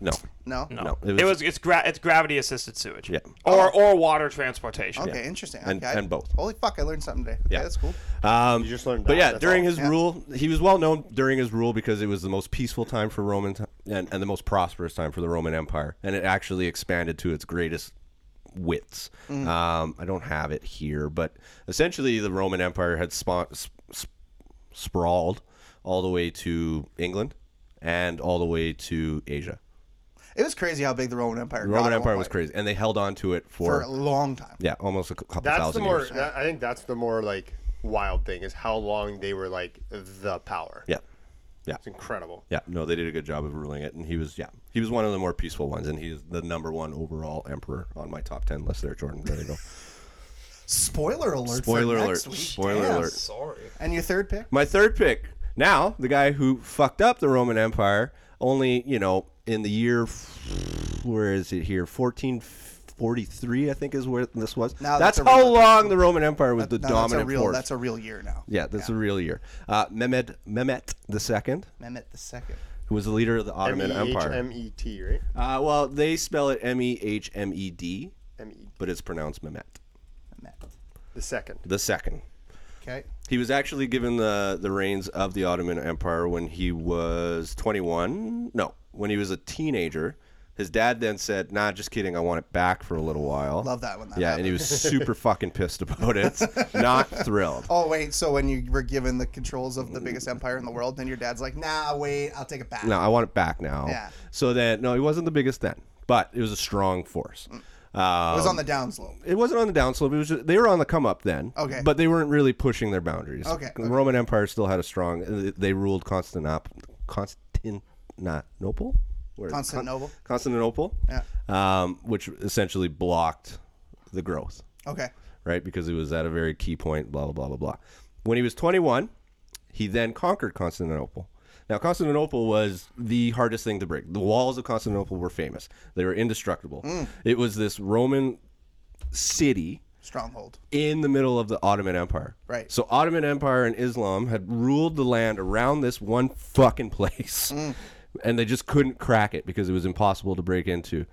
[SPEAKER 4] No.
[SPEAKER 2] No.
[SPEAKER 1] No,
[SPEAKER 4] it
[SPEAKER 1] it
[SPEAKER 4] was-
[SPEAKER 1] was, it's gra- it's gravity assisted sewage.
[SPEAKER 4] Yeah.
[SPEAKER 1] Or
[SPEAKER 2] Oh.
[SPEAKER 1] or water transportation.
[SPEAKER 2] Okay, interesting. Okay,
[SPEAKER 4] And-
[SPEAKER 2] I-
[SPEAKER 4] and both.
[SPEAKER 2] Holy fuck, I learned something today. Okay,
[SPEAKER 4] Yeah.
[SPEAKER 2] that's cool.
[SPEAKER 4] Um,
[SPEAKER 5] You just learned
[SPEAKER 4] But
[SPEAKER 5] that,
[SPEAKER 4] yeah,
[SPEAKER 5] that's
[SPEAKER 4] during
[SPEAKER 5] all.
[SPEAKER 4] his rule, he was well known during his rule because it was the most peaceful time for Roman ti- and, and the most prosperous time for the Roman Empire, and it actually expanded to its greatest widths. Um, I don't have it here, but essentially the Roman Empire had spawned. Sp- sprawled all the way to England and all the way to Asia.
[SPEAKER 2] It was crazy how big the Roman Empire.
[SPEAKER 4] The
[SPEAKER 2] got
[SPEAKER 4] Roman
[SPEAKER 2] at one
[SPEAKER 4] Empire was
[SPEAKER 2] point,
[SPEAKER 4] crazy, and they held on to it for,
[SPEAKER 2] for a long time.
[SPEAKER 4] yeah, almost a cou- couple
[SPEAKER 5] That's the
[SPEAKER 4] thousand
[SPEAKER 5] more.
[SPEAKER 4] years.
[SPEAKER 5] that- I think that's the more like wild thing is how long they were like the power.
[SPEAKER 4] Yeah,
[SPEAKER 5] it's incredible.
[SPEAKER 4] yeah. No, they did a good job of ruling it, and he was yeah, he was one of the more peaceful ones, and he's the number one overall emperor on my top ten list. There, Jordan. There you go.
[SPEAKER 2] Spoiler alert.
[SPEAKER 4] Spoiler
[SPEAKER 2] for
[SPEAKER 4] alert.
[SPEAKER 2] next week.
[SPEAKER 4] Spoiler
[SPEAKER 2] Damn.
[SPEAKER 4] alert.
[SPEAKER 1] Sorry.
[SPEAKER 2] And your third pick?
[SPEAKER 4] My third pick. Now, the guy who fucked up the Roman Empire, only, you know, in the year, f- where is it here? 1443, I think is where this was.
[SPEAKER 2] Now
[SPEAKER 4] that's
[SPEAKER 2] that's a
[SPEAKER 4] how
[SPEAKER 2] real-
[SPEAKER 4] long the Roman Empire was the
[SPEAKER 2] No,
[SPEAKER 4] dominant
[SPEAKER 2] that's a real.
[SPEAKER 4] force.
[SPEAKER 2] That's a real year now.
[SPEAKER 4] yeah, that's a real year. Uh, Mehmed, Mehmet II,
[SPEAKER 2] Mehmet the second.
[SPEAKER 4] who was the leader of the Ottoman Empire.
[SPEAKER 5] M E T, right?
[SPEAKER 4] Uh, well, they spell it M E H M E D,
[SPEAKER 5] M E
[SPEAKER 4] but it's pronounced Mehmet
[SPEAKER 2] Mehmet.
[SPEAKER 5] the second.
[SPEAKER 4] the second.
[SPEAKER 2] Okay.
[SPEAKER 4] He was actually given the the reins of the Ottoman Empire when he was 21. No, when he was a teenager. His dad then said, "Nah, just kidding. I want it back for a little while."
[SPEAKER 2] Love that when that
[SPEAKER 4] yeah, and he was super fucking pissed about it. Not thrilled.
[SPEAKER 2] Oh wait, so when you were given the controls of the biggest empire in the world, then your dad's like, "Nah, wait, I'll take it back."
[SPEAKER 4] No, I want it back now.
[SPEAKER 2] Yeah.
[SPEAKER 4] So then, no, he wasn't the biggest then, but it was a strong force.
[SPEAKER 2] Mm. it
[SPEAKER 4] Um,
[SPEAKER 2] was on the downslope.
[SPEAKER 4] it wasn't on the downslope. It was just, they were on the come up then.
[SPEAKER 2] Okay.
[SPEAKER 4] But they weren't really pushing their boundaries.
[SPEAKER 2] Okay,
[SPEAKER 4] The
[SPEAKER 2] okay.
[SPEAKER 4] Roman Empire still had a strong. They they ruled Constantinople. Constantinople. Where-
[SPEAKER 2] Constantinople.
[SPEAKER 4] Constantinople.
[SPEAKER 2] Yeah.
[SPEAKER 4] Um, which essentially blocked the growth,
[SPEAKER 2] Okay.
[SPEAKER 4] right? Because it was at a very key point. Blah blah blah blah blah. When he was 21, he then conquered Constantinople. Now, Constantinople was the hardest thing to break. The walls of Constantinople were famous. They were indestructible. It was this Roman city
[SPEAKER 2] Stronghold.
[SPEAKER 4] in the middle of the Ottoman Empire.
[SPEAKER 2] Right.
[SPEAKER 4] So Ottoman Empire and Islam had ruled the land around this one fucking place.
[SPEAKER 2] Mm.
[SPEAKER 4] And they just couldn't crack it because it was impossible to break into.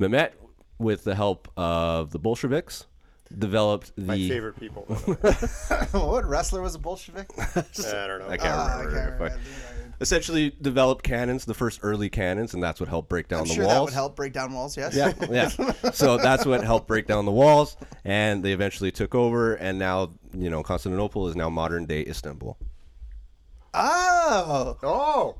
[SPEAKER 4] Mehmet with the help of the Bolsheviks developed the
[SPEAKER 5] My favorite people. by the way.
[SPEAKER 2] what wrestler was a Bolshevik?
[SPEAKER 5] I don't know.
[SPEAKER 4] I can't
[SPEAKER 2] Ah,
[SPEAKER 4] remember.
[SPEAKER 2] okay,
[SPEAKER 4] but
[SPEAKER 2] right,
[SPEAKER 4] essentially developed cannons, the first early cannons, and that's what helped break down
[SPEAKER 2] I'm
[SPEAKER 4] the
[SPEAKER 2] sure
[SPEAKER 4] walls.
[SPEAKER 2] that would help break down walls. Yes.
[SPEAKER 4] Yeah, yeah. So that's what helped break down the walls, and they eventually took over. And now, you know, Constantinople is now modern day Istanbul.
[SPEAKER 2] Oh,
[SPEAKER 5] Oh,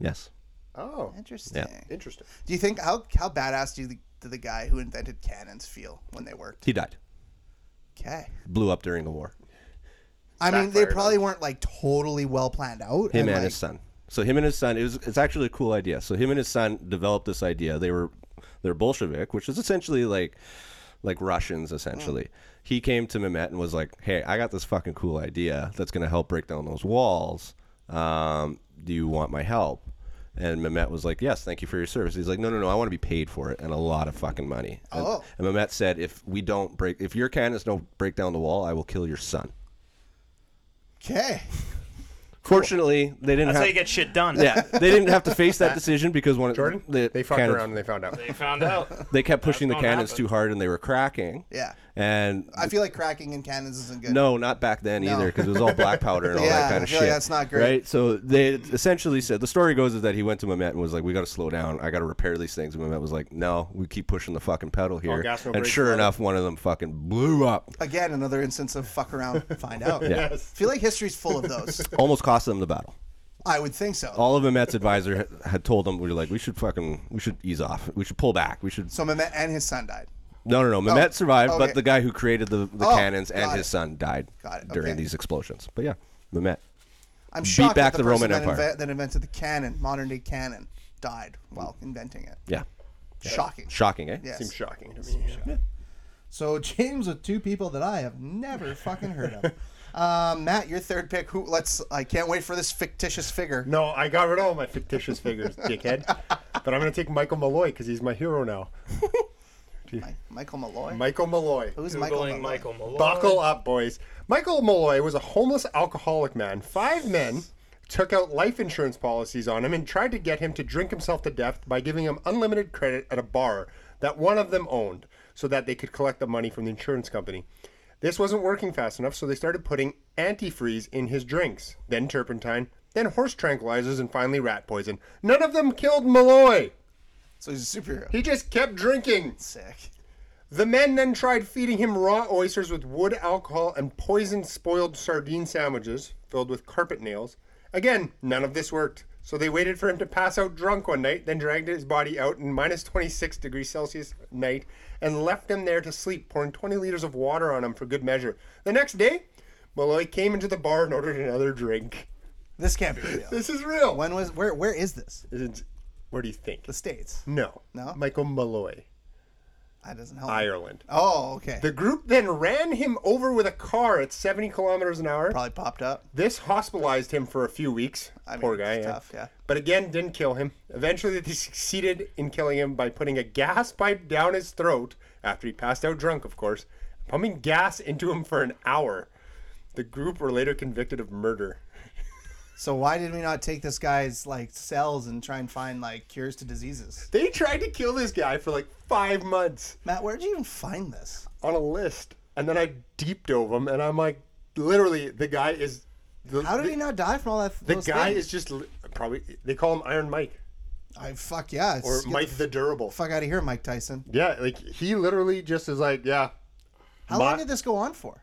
[SPEAKER 4] Yes.
[SPEAKER 5] oh,
[SPEAKER 2] interesting.
[SPEAKER 5] interesting.
[SPEAKER 2] Do you think how how badass do the, did the guy who invented cannons feel when they worked?
[SPEAKER 4] He died.
[SPEAKER 2] Okay.
[SPEAKER 4] Blew up during the war.
[SPEAKER 2] I mean, they
[SPEAKER 5] Backfired
[SPEAKER 2] probably weren't like totally well planned out.
[SPEAKER 4] Him and,
[SPEAKER 2] like,
[SPEAKER 4] his son. So him and his son. It was. It's actually a cool idea. So him and his son developed this idea. They were, they're Bolshevik, which is essentially like, like Russians essentially. He came to Mehmet and was like, "Hey, I got this fucking cool idea that's gonna help break down those walls. Um, do you want my help?" And Mehmet was like, "Yes, thank you for your service." He's like, "No, no, no, I want to be paid for it and a lot of fucking money." And,
[SPEAKER 2] Oh.
[SPEAKER 4] and Mehmet said, "If we don't break, if your cannons don't break down the wall, I will kill your son."
[SPEAKER 2] Okay.
[SPEAKER 4] Fortunately, they didn't.
[SPEAKER 1] That's
[SPEAKER 4] have,
[SPEAKER 1] how you get shit done.
[SPEAKER 4] yeah, they didn't have to face that decision because one
[SPEAKER 5] Jordan,
[SPEAKER 4] the
[SPEAKER 5] they fucked
[SPEAKER 4] cannons-
[SPEAKER 5] around and they found out.
[SPEAKER 1] They found out.
[SPEAKER 4] They kept pushing the
[SPEAKER 1] That's gonna
[SPEAKER 4] cannons
[SPEAKER 1] happen.
[SPEAKER 4] too hard and they were cracking.
[SPEAKER 2] Yeah.
[SPEAKER 4] And
[SPEAKER 2] I feel like cracking in cannons isn't good.
[SPEAKER 4] no, not back then either because it was all black powder and all
[SPEAKER 2] Yeah,
[SPEAKER 4] that kind
[SPEAKER 2] I
[SPEAKER 4] of
[SPEAKER 2] feel
[SPEAKER 4] shit.
[SPEAKER 2] like that's not great.
[SPEAKER 4] Right? So they essentially said the story goes is that he went to Mehmet and was like, "We got to slow down. I got to repair these things." And Mehmet was like, "No, we keep pushing the fucking pedal here."
[SPEAKER 5] Oh, gas, no
[SPEAKER 4] and
[SPEAKER 5] brakes,
[SPEAKER 4] sure
[SPEAKER 5] no.
[SPEAKER 4] enough, one of them fucking blew up.
[SPEAKER 2] Again, another instance of fuck around, find out.
[SPEAKER 4] Yeah.
[SPEAKER 2] I feel like history's full of those.
[SPEAKER 4] Almost cost them the battle.
[SPEAKER 2] I would think so.
[SPEAKER 4] All of Mehmet's advisor had- had told them, "We were like, we should fucking, we should ease off. We should pull back. We should
[SPEAKER 2] So Mehmet and his son died.
[SPEAKER 4] No, no, no. Mehmet survived,
[SPEAKER 2] Oh. okay.
[SPEAKER 4] but the guy who created the, the
[SPEAKER 2] Oh,
[SPEAKER 4] cannons and
[SPEAKER 2] got
[SPEAKER 4] his
[SPEAKER 2] it.
[SPEAKER 4] son died
[SPEAKER 2] Got it,
[SPEAKER 4] during
[SPEAKER 2] okay.
[SPEAKER 4] these explosions. But yeah, Mehmet.
[SPEAKER 2] I'm shocked
[SPEAKER 4] back
[SPEAKER 2] that
[SPEAKER 4] the
[SPEAKER 2] the,
[SPEAKER 4] Roman
[SPEAKER 2] person that,
[SPEAKER 4] Empire.
[SPEAKER 2] inve- that invented the cannon, modern day cannon, died while inventing it.
[SPEAKER 4] Yeah.
[SPEAKER 2] Shocking.
[SPEAKER 4] Shocking, eh?
[SPEAKER 2] Yes.
[SPEAKER 5] Seems shocking to me.
[SPEAKER 2] So James with two people that I have never fucking heard of. Um, Matt, your third pick. Who? Let's. I can't wait for this fictitious figure.
[SPEAKER 5] No, I got rid of all my fictitious figures, dickhead. But I'm gonna take Michael Malloy because he's my hero now.
[SPEAKER 2] Mi- Michael Malloy.
[SPEAKER 5] Michael Malloy.
[SPEAKER 2] Who's Michael Malloy?
[SPEAKER 1] Googling Michael Malloy.
[SPEAKER 5] Buckle up, boys. Michael Malloy was a homeless alcoholic man. Five men took out life insurance policies on him and tried to get him to drink himself to death by giving him unlimited credit at a bar that one of them owned so that they could collect the money from the insurance company. This wasn't working fast enough, so they started putting antifreeze in his drinks, then turpentine, then horse tranquilizers, and finally rat poison. None of them killed Malloy.
[SPEAKER 2] So he's a superhero.
[SPEAKER 5] He just kept drinking.
[SPEAKER 2] Sick.
[SPEAKER 5] The men then tried feeding him raw oysters with wood alcohol and poisoned spoiled sardine sandwiches filled with carpet nails. Again, none of this worked. So they waited for him to pass out drunk one night, then dragged his body out in minus 26 degrees Celsius night and left him there to sleep, pouring 20 liters of water on him for good measure. The next day, Malloy came into the bar and ordered another drink.
[SPEAKER 2] This can't be real.
[SPEAKER 5] This is real.
[SPEAKER 2] When was where? Where is this?
[SPEAKER 5] It's- Where do you think?
[SPEAKER 2] The states.
[SPEAKER 5] No.
[SPEAKER 2] No?
[SPEAKER 5] Michael Malloy,
[SPEAKER 2] That doesn't help.
[SPEAKER 5] Ireland.
[SPEAKER 2] Oh, okay.
[SPEAKER 5] The group then ran him over with a car at 70 kilometers an hour.
[SPEAKER 2] Probably popped up.
[SPEAKER 5] This hospitalized him for a few weeks.
[SPEAKER 2] I mean,
[SPEAKER 5] Poor guy.
[SPEAKER 2] it's
[SPEAKER 5] yeah.
[SPEAKER 2] tough, yeah.
[SPEAKER 5] But again, didn't kill him. Eventually, they succeeded in killing him by putting a gas pipe down his throat after he passed out drunk, of course, pumping gas into him for an hour. The group were later convicted of murder.
[SPEAKER 2] So why did we not take this guy's like cells and try and find like cures to diseases?
[SPEAKER 5] They tried to kill this guy for like five months
[SPEAKER 2] Matt, where'd you even find this?
[SPEAKER 5] on a list, and then I deep dove him, and I'm like, literally, the guy is. The,
[SPEAKER 2] How did he not die from all that?
[SPEAKER 5] The guy is just li- probably they call him Iron Mike.
[SPEAKER 2] I fuck yeah. It's,
[SPEAKER 5] or
[SPEAKER 2] get
[SPEAKER 5] Mike
[SPEAKER 2] the
[SPEAKER 5] the Durable.
[SPEAKER 2] fuck out of here, Mike Tyson.
[SPEAKER 5] Yeah, like he literally just is like, yeah,
[SPEAKER 2] How
[SPEAKER 5] My-
[SPEAKER 2] long did this go on for?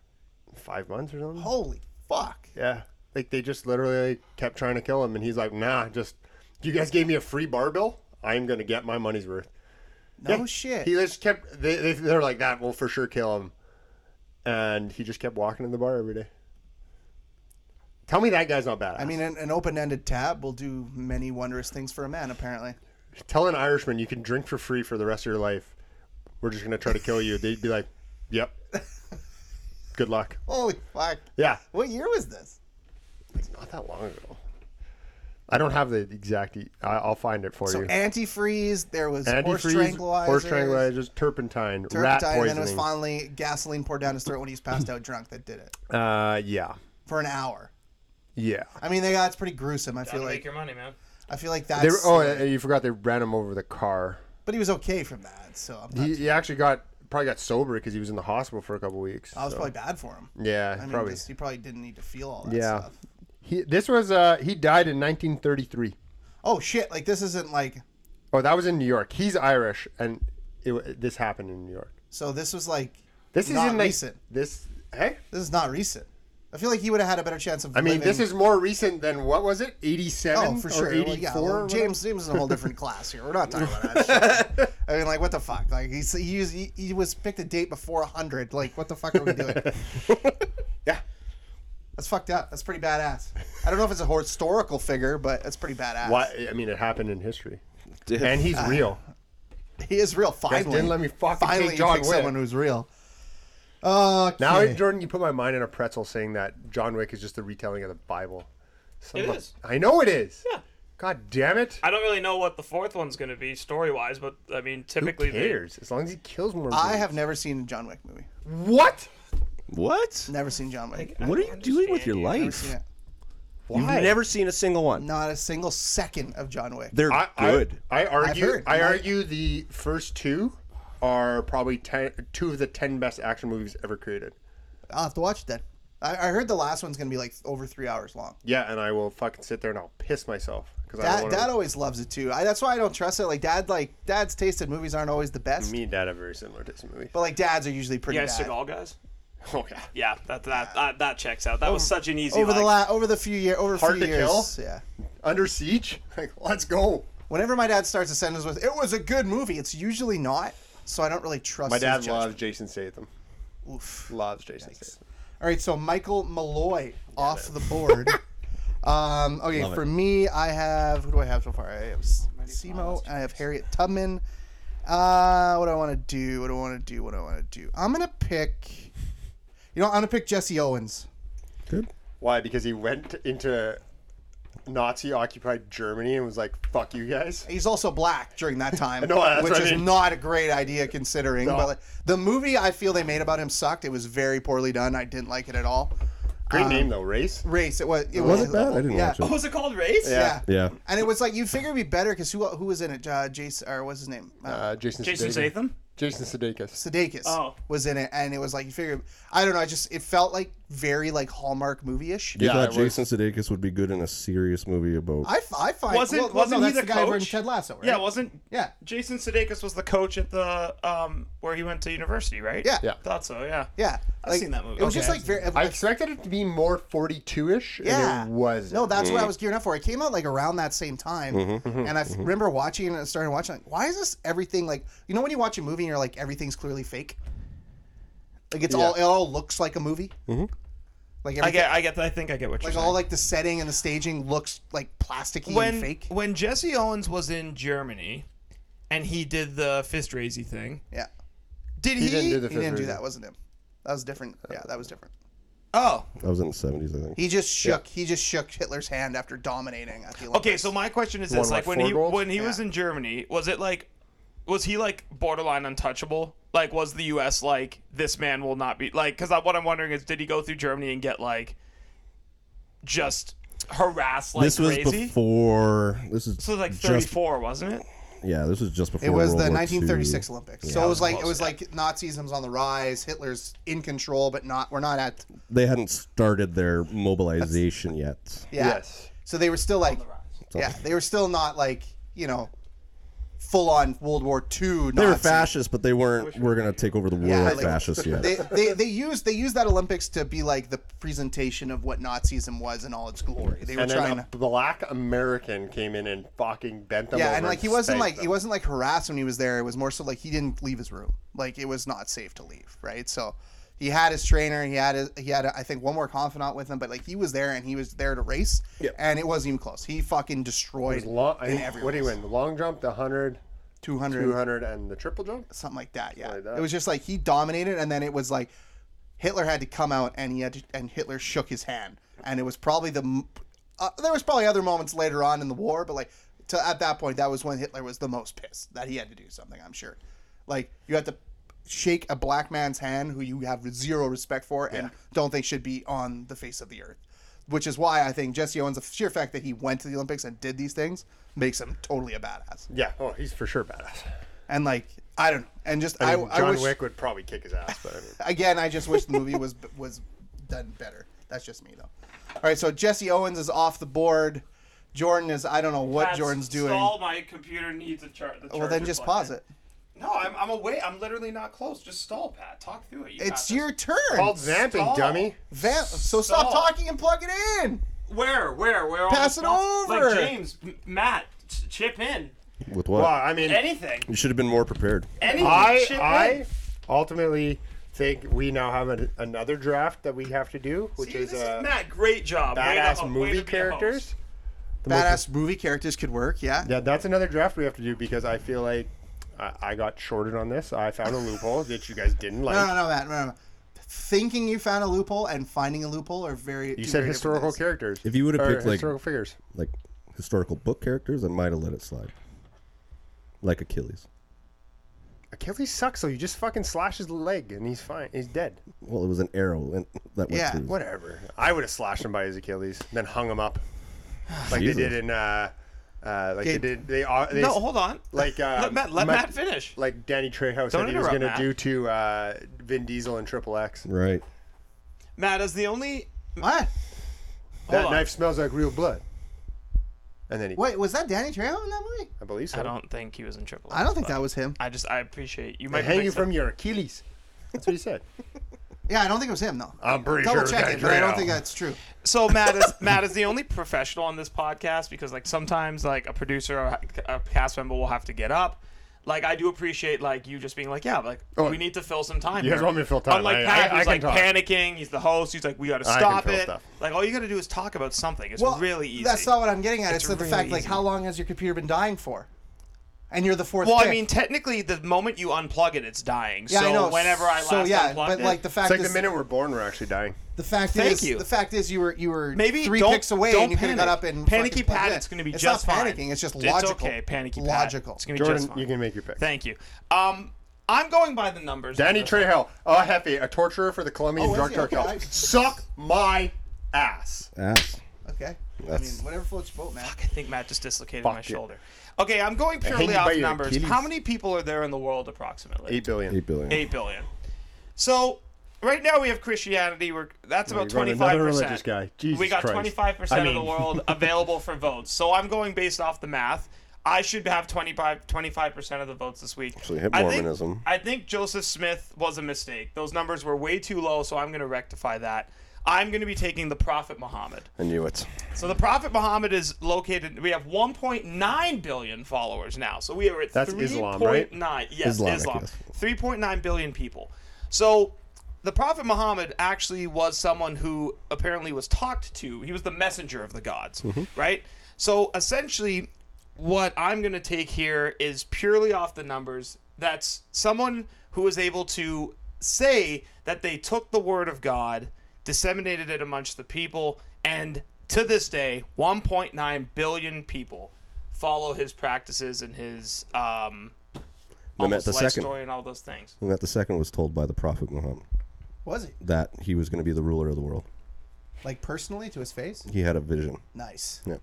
[SPEAKER 5] five months or something.
[SPEAKER 2] Holy fuck!
[SPEAKER 5] Yeah, like they just literally kept trying to kill him, and he's like, nah, just you guys gave me a free barbell, I'm gonna get my money's worth.
[SPEAKER 2] No
[SPEAKER 5] Yeah.
[SPEAKER 2] Oh, shit.
[SPEAKER 5] He just kept. They, they they're like that. will for sure kill him. And he just kept walking in the bar every day. Tell me that guy's not bad.
[SPEAKER 2] I mean, an, an open-ended tab will do many wondrous things for a man, apparently.
[SPEAKER 5] tell an Irishman you can drink for free for the rest of your life. We're just gonna try to kill you. They'd be like, "Yep, good luck."
[SPEAKER 2] Holy fuck!
[SPEAKER 5] Yeah,
[SPEAKER 2] What year was this?
[SPEAKER 5] it's not that long ago. I don't have the exact. e- I- I'll find it for
[SPEAKER 2] So
[SPEAKER 5] you.
[SPEAKER 2] antifreeze. There was horse
[SPEAKER 5] Antifreeze,
[SPEAKER 2] tranquilizer.
[SPEAKER 5] horse tranquilizers, turpentine, rat
[SPEAKER 2] turpentine, and then it was
[SPEAKER 5] poisoning.
[SPEAKER 2] finally gasoline poured down his throat when he's passed out drunk that did it
[SPEAKER 5] uh, yeah,
[SPEAKER 2] for an hour.
[SPEAKER 5] yeah.
[SPEAKER 2] I mean, they got it's pretty gruesome. I feel
[SPEAKER 1] Gotta make
[SPEAKER 2] like
[SPEAKER 1] your money, man.
[SPEAKER 2] I feel like
[SPEAKER 5] They were,
[SPEAKER 2] that's.
[SPEAKER 5] oh, and you forgot they ran him over with a car.
[SPEAKER 2] but he was okay from that, so I'm not,
[SPEAKER 5] He, he actually got probably got sober because he was in the hospital for a couple weeks.
[SPEAKER 2] I was
[SPEAKER 5] so-
[SPEAKER 2] probably bad for him.
[SPEAKER 5] yeah,
[SPEAKER 2] I mean,
[SPEAKER 5] probably.
[SPEAKER 2] just- he probably didn't need to feel all that
[SPEAKER 5] yeah,
[SPEAKER 2] stuff.
[SPEAKER 5] he this was uh he died in 1933.
[SPEAKER 2] Oh shit! Like this isn't like
[SPEAKER 5] Oh, that was in New York. He's Irish, and it, w- this happened in New York.
[SPEAKER 2] so. This was like
[SPEAKER 5] This is
[SPEAKER 2] Not
[SPEAKER 5] in like,
[SPEAKER 2] recent.
[SPEAKER 5] This hey,
[SPEAKER 2] this is not recent. I feel like he would have had a better chance of.
[SPEAKER 5] I mean,
[SPEAKER 2] living-
[SPEAKER 5] this is more recent than what was it? Eighty-seven
[SPEAKER 2] Oh, for
[SPEAKER 5] or
[SPEAKER 2] sure. Well, yeah,
[SPEAKER 5] Eighty-four.
[SPEAKER 2] well, James James is in a whole different class here. We're not talking about that. shit. I mean, like, what the fuck? Like, he's, he, was, he, he was picked a date before hundred. Like, what the fuck are we doing?
[SPEAKER 5] Yeah.
[SPEAKER 2] that's fucked up. That's pretty badass. I don't know if it's a historical figure, but that's pretty badass.
[SPEAKER 5] Why? I mean, it happened in history,
[SPEAKER 4] Dude.
[SPEAKER 5] and he's
[SPEAKER 2] Uh,
[SPEAKER 5] real.
[SPEAKER 2] He is real.
[SPEAKER 5] guys
[SPEAKER 2] Finally,
[SPEAKER 5] didn't let me fucking
[SPEAKER 2] finally
[SPEAKER 5] take John
[SPEAKER 2] pick
[SPEAKER 5] Wick.
[SPEAKER 2] someone who's real. Okay.
[SPEAKER 5] Now, Jordan, you put my mind in a pretzel saying that John Wick is just the retelling of the Bible. Son
[SPEAKER 1] It
[SPEAKER 5] of a-
[SPEAKER 1] is.
[SPEAKER 5] I know it is.
[SPEAKER 1] Yeah.
[SPEAKER 5] God damn it.
[SPEAKER 1] I don't really know what the fourth one's going to be story wise, but I mean, typically
[SPEAKER 5] Who
[SPEAKER 1] they-
[SPEAKER 5] cares? As long as he kills more.
[SPEAKER 2] I
[SPEAKER 5] people.
[SPEAKER 2] have never seen a John Wick movie.
[SPEAKER 5] what?
[SPEAKER 4] What?
[SPEAKER 2] Never seen John Wick.
[SPEAKER 1] I
[SPEAKER 4] What are you
[SPEAKER 1] don't
[SPEAKER 4] doing with your
[SPEAKER 1] understand you.
[SPEAKER 2] Seen
[SPEAKER 4] life?
[SPEAKER 2] it.
[SPEAKER 4] You've never seen a single one.
[SPEAKER 2] Not a single second of John Wick.
[SPEAKER 4] They're
[SPEAKER 5] I, I-
[SPEAKER 4] good.
[SPEAKER 5] I, argue.
[SPEAKER 2] heard.
[SPEAKER 5] I
[SPEAKER 2] Like-
[SPEAKER 5] argue the first two are probably ten, two of the ten best action movies ever created.
[SPEAKER 2] I'll have to watch it then. I, I heard the last one's gonna be like over three hours long.
[SPEAKER 5] Yeah, and I will fucking sit there and I'll piss myself because I
[SPEAKER 2] Dad,
[SPEAKER 5] don't
[SPEAKER 2] dad
[SPEAKER 5] want
[SPEAKER 2] always loves it too. I, that's why I don't trust it. Like dad, like dad's taste in movies aren't always the best,
[SPEAKER 5] to. Me and Dad are very similar to this movie.
[SPEAKER 2] but like dads are usually pretty
[SPEAKER 1] You guys
[SPEAKER 2] bad.
[SPEAKER 1] Seagal guys?
[SPEAKER 5] Oh yeah.
[SPEAKER 1] Yeah, that that that, that checks out. That was such an easy.
[SPEAKER 2] Over the
[SPEAKER 1] like,
[SPEAKER 2] la- over the few year over
[SPEAKER 5] Hard
[SPEAKER 2] few
[SPEAKER 5] to
[SPEAKER 2] years, yeah.
[SPEAKER 5] Under siege. Like, let's go.
[SPEAKER 2] Whenever my dad starts a sentence with "It was a good movie," it's usually not. So I don't really trust.
[SPEAKER 5] My dad
[SPEAKER 2] his
[SPEAKER 5] loves
[SPEAKER 2] judgment.
[SPEAKER 5] Jason Statham.
[SPEAKER 2] Oof.
[SPEAKER 5] Loves Jason Statham.
[SPEAKER 2] All right, so Michael Malloy off the board. um, okay, for me, I have who do I have so far? I have S- Simo. I have Harriet Tubman. Uh, what do I want to do? What do I want to do? What do I want to do? I'm gonna pick. You know, I'm gonna pick Jesse Owens.
[SPEAKER 5] Why? Because he went into Nazi occupied Germany and was like, "Fuck you guys."
[SPEAKER 2] He's also black during that time,
[SPEAKER 5] know, that's
[SPEAKER 2] which
[SPEAKER 5] what I
[SPEAKER 2] is
[SPEAKER 5] mean.
[SPEAKER 2] not a great idea considering. But like, the movie I feel they made about him sucked. It was very poorly done. I didn't like it at all. um,
[SPEAKER 5] Great name though, race.
[SPEAKER 2] Race. It was. It
[SPEAKER 4] Was
[SPEAKER 2] was
[SPEAKER 4] it bad? I didn't
[SPEAKER 2] yeah.
[SPEAKER 4] watch it.
[SPEAKER 1] What was it called? Race?
[SPEAKER 2] Yeah.
[SPEAKER 4] Yeah.
[SPEAKER 2] And it was like you figure it'd be better because who who was in it? Uh, Jason or what's his name? Uh,
[SPEAKER 5] Uh, Jason.
[SPEAKER 1] Jason
[SPEAKER 5] Sudeikis.
[SPEAKER 1] Statham.
[SPEAKER 5] Jason Sudeikis.
[SPEAKER 2] Sudeikis
[SPEAKER 1] Oh.
[SPEAKER 2] was in it, and it was like you figure. I don't know. I just it felt like very like Hallmark movie-ish.
[SPEAKER 4] You
[SPEAKER 5] Yeah,
[SPEAKER 4] thought
[SPEAKER 5] it was-
[SPEAKER 4] Jason Sudeikis would be good in a serious movie about?
[SPEAKER 2] I, f- I find
[SPEAKER 1] Wasn't-
[SPEAKER 2] well, well,
[SPEAKER 1] wasn't
[SPEAKER 2] no,
[SPEAKER 1] he
[SPEAKER 2] that's
[SPEAKER 1] the
[SPEAKER 2] guy who
[SPEAKER 1] coach?
[SPEAKER 2] ruined Ted Lasso? Right?
[SPEAKER 1] Yeah, wasn't
[SPEAKER 2] Yeah.
[SPEAKER 1] Jason Sudeikis was the coach at the um where he went to university, right?
[SPEAKER 2] Yeah.
[SPEAKER 5] Yeah.
[SPEAKER 1] Thought so. Yeah.
[SPEAKER 2] Yeah,
[SPEAKER 1] I've
[SPEAKER 2] like,
[SPEAKER 1] seen that movie.
[SPEAKER 2] It was
[SPEAKER 1] Okay,
[SPEAKER 2] just
[SPEAKER 1] I've
[SPEAKER 2] like very.
[SPEAKER 5] I expected it to be more 42ish,
[SPEAKER 2] yeah,
[SPEAKER 5] and it wasn't. Mm-hmm.
[SPEAKER 2] No, that's what I was gearing up for. It came out like around that same time, and I f- remember watching it and started watching. Like, why is this everything like? You know, when you watch a movie and you're like, everything's clearly fake. Like it's all it all looks like a movie. Mm-hmm. Like
[SPEAKER 1] I
[SPEAKER 2] everything,
[SPEAKER 1] get. I get. I think I get what you're
[SPEAKER 2] like
[SPEAKER 1] saying.
[SPEAKER 2] all like the setting and the staging looks like plasticky
[SPEAKER 1] when
[SPEAKER 2] and fake.
[SPEAKER 1] when Jesse Owens was in Germany, and he did the fist raisy thing.
[SPEAKER 2] Yeah,
[SPEAKER 1] Did he?
[SPEAKER 5] He didn't do the
[SPEAKER 2] he didn't do
[SPEAKER 5] reason.
[SPEAKER 2] that. Wasn't him. That was different. Yeah, that was different.
[SPEAKER 1] oh,
[SPEAKER 4] I was in the seventies, I think.
[SPEAKER 2] He just shook. He just shook Hitler's hand after dominating at the Olympics.
[SPEAKER 1] Okay, so my question is
[SPEAKER 5] One,
[SPEAKER 1] this:
[SPEAKER 5] what,
[SPEAKER 1] like when
[SPEAKER 5] four
[SPEAKER 1] he
[SPEAKER 5] goals?
[SPEAKER 1] when he was in Germany, was it like, was he like borderline untouchable? Like, was the U.S. like this man will not be like? Because what I'm wondering is, did he go through Germany and get like, just harassed like
[SPEAKER 4] this was
[SPEAKER 1] crazy?
[SPEAKER 4] before. This is.
[SPEAKER 1] so it was like
[SPEAKER 4] just-
[SPEAKER 1] 34, wasn't it?
[SPEAKER 4] yeah, this was just before.
[SPEAKER 2] It was
[SPEAKER 4] World
[SPEAKER 2] the
[SPEAKER 4] War
[SPEAKER 2] 1936
[SPEAKER 4] II.
[SPEAKER 2] Olympics. so it was like it was like Nazism's on the rise. Hitler's in control, but not. We're not at.
[SPEAKER 4] They hadn't started their mobilization yet.
[SPEAKER 2] Yeah.
[SPEAKER 5] Yes.
[SPEAKER 2] So they were still like. Yeah, they were still not like you know full on World War II.
[SPEAKER 4] They were
[SPEAKER 2] Nazi.
[SPEAKER 4] fascists, but they weren't. We're gonna take over the world,
[SPEAKER 2] Yeah, like-
[SPEAKER 4] fascists. Yeah.
[SPEAKER 2] They, they they used they used that Olympics to be like the presentation of what Nazism was in all its glory. They were
[SPEAKER 5] and
[SPEAKER 2] trying
[SPEAKER 5] then
[SPEAKER 2] to
[SPEAKER 5] a black American came in and fucking bent them.
[SPEAKER 2] yeah,
[SPEAKER 5] over
[SPEAKER 2] and like he wasn't
[SPEAKER 5] spanked
[SPEAKER 2] like he
[SPEAKER 5] them.
[SPEAKER 2] wasn't like harassed when he was there. It was more so like he didn't leave his room. Like it was not safe to leave, right? So he had his trainer. He had his, he had I think one more confidant with him, but like he was there and he was there to race, and it wasn't even close. He fucking destroyed
[SPEAKER 5] It was long, I,
[SPEAKER 2] in
[SPEAKER 5] what do you win? The long jump, the 100,
[SPEAKER 2] 200,
[SPEAKER 5] 200, and the triple jump?
[SPEAKER 2] something like that. Yeah,
[SPEAKER 5] Like that.
[SPEAKER 2] it was just like he dominated, and then it was like Hitler had to come out, and he had to, and Hitler shook his hand, and it was probably the m- uh, there was probably other moments later on in the war, but like to at that point, that was when Hitler was the most pissed that he had to do something. I'm sure, like you had to shake a black man's hand who you have zero respect for and don't think should be on the face of the earth. Which is why I think Jesse Owens, the sheer fact that he went to the Olympics and did these things, makes him totally a badass.
[SPEAKER 5] Yeah. Oh, he's for sure badass.
[SPEAKER 2] And like, I don't know. And just I,
[SPEAKER 5] I mean,
[SPEAKER 2] I
[SPEAKER 5] John
[SPEAKER 2] wish,
[SPEAKER 5] Wick would probably kick his ass, but I mean,
[SPEAKER 2] again, I just wish the movie was was done better. That's just me though. All right, so Jesse Owens is off the board. Jordan is I don't know what
[SPEAKER 1] That's-
[SPEAKER 2] Jordan's doing.
[SPEAKER 1] Stall my computer needs a chart. The
[SPEAKER 2] well, then
[SPEAKER 1] charger
[SPEAKER 2] just
[SPEAKER 1] plug
[SPEAKER 2] pause
[SPEAKER 1] in.
[SPEAKER 2] it.
[SPEAKER 1] No, I'm, I'm away. I'm literally not close. Just stall, Pat. Talk through it. You got
[SPEAKER 2] It's
[SPEAKER 1] this.
[SPEAKER 2] your turn.
[SPEAKER 5] called vamping,
[SPEAKER 1] Stall.
[SPEAKER 5] dummy.
[SPEAKER 2] Vamp. So stop
[SPEAKER 1] Stall.
[SPEAKER 2] talking and plug it in.
[SPEAKER 1] Where? Where? Where?
[SPEAKER 2] Pass it
[SPEAKER 1] all the-
[SPEAKER 2] over.
[SPEAKER 1] Like James, M- Matt, ch- chip in.
[SPEAKER 4] With what?
[SPEAKER 5] Well, I mean,
[SPEAKER 1] Anything.
[SPEAKER 4] You should have been more prepared.
[SPEAKER 1] Anything.
[SPEAKER 5] I,
[SPEAKER 1] chip
[SPEAKER 5] I
[SPEAKER 1] in.
[SPEAKER 5] ultimately think we now have an another draft that we have to do, which
[SPEAKER 1] See,
[SPEAKER 5] is
[SPEAKER 1] this
[SPEAKER 5] uh,
[SPEAKER 1] Matt. Great job. Way to-
[SPEAKER 5] badass
[SPEAKER 1] way
[SPEAKER 5] movie
[SPEAKER 1] to be a host.
[SPEAKER 5] characters. The most-
[SPEAKER 2] Badass movie characters could work, yeah.
[SPEAKER 5] Yeah, that's another draft we have to do because I feel like I, I got shorted on this. I found a loophole that you guys didn't like.
[SPEAKER 2] No, no, no, Matt. No, no, no. Thinking you found a loophole and finding a loophole are very.
[SPEAKER 5] You
[SPEAKER 2] two
[SPEAKER 5] said
[SPEAKER 2] very different
[SPEAKER 5] historical
[SPEAKER 2] things.
[SPEAKER 5] characters.
[SPEAKER 4] If you would've
[SPEAKER 5] Or
[SPEAKER 4] picked, like-
[SPEAKER 5] historical figures,
[SPEAKER 4] Like historical book characters, I might have let it slide. Like Achilles.
[SPEAKER 5] Achilles sucks though. You just fucking slash his leg and he's fine. He's dead.
[SPEAKER 4] Well, it was an arrow and that went
[SPEAKER 2] Yeah,
[SPEAKER 4] through.
[SPEAKER 5] Whatever. I would have slashed him by his Achilles, then hung him up, like
[SPEAKER 4] Jesus.
[SPEAKER 5] they did in uh, uh like
[SPEAKER 2] Okay.
[SPEAKER 5] they did. They, uh, they
[SPEAKER 1] No, hold on.
[SPEAKER 5] Like uh,
[SPEAKER 1] let Matt, let
[SPEAKER 5] Ma-
[SPEAKER 1] Matt finish.
[SPEAKER 5] Like Danny Trejo
[SPEAKER 1] Don't
[SPEAKER 5] said he was
[SPEAKER 1] interrupt,
[SPEAKER 5] gonna
[SPEAKER 1] Matt.
[SPEAKER 5] do to uh, Vin Diesel and Triple X.
[SPEAKER 4] Right.
[SPEAKER 1] Matt is the only.
[SPEAKER 2] What?
[SPEAKER 5] That
[SPEAKER 1] on.
[SPEAKER 5] knife smells like real blood. And then he,
[SPEAKER 2] Wait, was that Danny Trejo in that movie?
[SPEAKER 5] I believe so.
[SPEAKER 1] I don't think he was in Triple.
[SPEAKER 2] I don't think that was him.
[SPEAKER 1] I just I appreciate you.
[SPEAKER 5] They
[SPEAKER 1] Might
[SPEAKER 5] hang
[SPEAKER 1] be
[SPEAKER 5] you
[SPEAKER 1] mixed up.
[SPEAKER 5] from your Achilles. That's what he said.
[SPEAKER 2] Yeah, I don't think it was him though.
[SPEAKER 5] I'm pretty
[SPEAKER 2] Double
[SPEAKER 5] was
[SPEAKER 2] check
[SPEAKER 5] Danny
[SPEAKER 2] it, but I don't
[SPEAKER 5] Trejo.
[SPEAKER 2] think that's true.
[SPEAKER 1] So Matt is Matt is the only professional on this podcast because like sometimes like a producer or a cast member will have to get up. Like I do appreciate like you just being like yeah like
[SPEAKER 5] Oh,
[SPEAKER 1] we need to fill some time.
[SPEAKER 5] you guys
[SPEAKER 1] here.
[SPEAKER 5] want me to fill time.
[SPEAKER 1] Unlike
[SPEAKER 5] I-
[SPEAKER 1] Pat,
[SPEAKER 5] I- I
[SPEAKER 1] who's
[SPEAKER 5] can
[SPEAKER 1] like
[SPEAKER 5] talk.
[SPEAKER 1] panicking. He's the host. He's like we got to
[SPEAKER 5] I can
[SPEAKER 1] stop
[SPEAKER 5] fill
[SPEAKER 1] it.
[SPEAKER 5] stuff.
[SPEAKER 1] Like all you got to do is talk about something. It's really easy.
[SPEAKER 2] That's not what I'm getting at. It's,
[SPEAKER 1] It's
[SPEAKER 2] the
[SPEAKER 1] really
[SPEAKER 2] fact, like,
[SPEAKER 1] easy.
[SPEAKER 2] how long has your computer been dying for? And you're the fourth.
[SPEAKER 1] well, I
[SPEAKER 2] pick.
[SPEAKER 1] mean, technically, the moment you unplug it, it's dying.
[SPEAKER 2] yeah,
[SPEAKER 1] so
[SPEAKER 2] I know.
[SPEAKER 1] whenever I last
[SPEAKER 2] so yeah,
[SPEAKER 1] unplugged
[SPEAKER 2] but
[SPEAKER 1] it,
[SPEAKER 2] like the fact
[SPEAKER 5] It's like
[SPEAKER 2] is,
[SPEAKER 5] the minute we're born, we're actually dying.
[SPEAKER 2] the fact
[SPEAKER 1] Thank
[SPEAKER 2] is,
[SPEAKER 1] you.
[SPEAKER 2] the fact is, you were you were
[SPEAKER 1] Maybe
[SPEAKER 2] 3
[SPEAKER 1] don't-
[SPEAKER 2] picks away,
[SPEAKER 1] don't
[SPEAKER 2] and you could have got
[SPEAKER 1] panic.
[SPEAKER 2] up and
[SPEAKER 1] Panicky
[SPEAKER 2] fucking plugged
[SPEAKER 1] Pat,
[SPEAKER 2] in.
[SPEAKER 1] it's going to be
[SPEAKER 2] It's
[SPEAKER 1] just
[SPEAKER 2] not
[SPEAKER 1] fine.
[SPEAKER 2] panicking. It's just logical.
[SPEAKER 1] It's okay, panicky Pat.
[SPEAKER 2] Logical.
[SPEAKER 1] It's going to be
[SPEAKER 5] Jordan,
[SPEAKER 1] just fine.
[SPEAKER 5] you can make your pick.
[SPEAKER 1] Thank you. Um, I'm going by the numbers. on
[SPEAKER 5] Danny
[SPEAKER 1] this
[SPEAKER 5] Trejo, El Jefe, a torturer for the Colombian
[SPEAKER 2] Oh, is
[SPEAKER 5] drug
[SPEAKER 2] he? Okay,
[SPEAKER 5] cartel.
[SPEAKER 2] I-
[SPEAKER 5] Suck my ass.
[SPEAKER 4] Ass.
[SPEAKER 2] okay. I mean,
[SPEAKER 4] That's-
[SPEAKER 2] whatever floats your boat, man.
[SPEAKER 1] I think Matt just dislocated my
[SPEAKER 5] it.
[SPEAKER 1] shoulder. Okay, I'm going purely
[SPEAKER 5] you by
[SPEAKER 1] off
[SPEAKER 5] your
[SPEAKER 1] numbers.
[SPEAKER 5] Achilles.
[SPEAKER 1] How many people are there in the world approximately?
[SPEAKER 5] Eight billion.
[SPEAKER 4] Eight billion.
[SPEAKER 1] Eight billion. So right now we have Christianity. We're that's about
[SPEAKER 5] you're on
[SPEAKER 1] twenty
[SPEAKER 5] another
[SPEAKER 1] five
[SPEAKER 5] religious
[SPEAKER 1] percent.
[SPEAKER 5] guy. Jesus
[SPEAKER 1] we got
[SPEAKER 5] Christ.
[SPEAKER 1] twenty five
[SPEAKER 5] I
[SPEAKER 1] percent of the
[SPEAKER 5] mean-
[SPEAKER 1] world available for votes. So I'm going based off the math. I should have 25 percent of the votes this week.
[SPEAKER 4] So you hit
[SPEAKER 1] I think-
[SPEAKER 4] Mormonism.
[SPEAKER 1] I think Joseph Smith was a mistake. Those numbers were way too low, so I'm going to rectify that. I'm going to be taking the Prophet Muhammad.
[SPEAKER 4] I knew it.
[SPEAKER 1] So the Prophet Muhammad is located. We have 1.9 billion followers now. So we are at
[SPEAKER 5] That's
[SPEAKER 1] 3.9.
[SPEAKER 5] Islam, right?
[SPEAKER 1] Yes,
[SPEAKER 4] Islamic,
[SPEAKER 1] Islam.
[SPEAKER 4] yes.
[SPEAKER 1] 3.9 billion people. So the Prophet Muhammad actually was someone who apparently was talked to. He was the messenger of the gods,
[SPEAKER 4] Mm-hmm.
[SPEAKER 1] right? So essentially, what I'm going to take here is purely off the numbers. That's someone who was able to say that they took the word of God, disseminated it amongst the people, and to this day, 1.9 billion people follow his practices and his um,
[SPEAKER 4] I met
[SPEAKER 1] almost
[SPEAKER 4] the
[SPEAKER 1] life
[SPEAKER 4] second.
[SPEAKER 1] story and all those things.
[SPEAKER 4] And that the second was told by the Prophet Muhammad
[SPEAKER 2] Was it
[SPEAKER 4] that he was going to be the ruler of the world.
[SPEAKER 2] like personally to his face?
[SPEAKER 4] He had a vision.
[SPEAKER 2] Nice.
[SPEAKER 4] Yeah.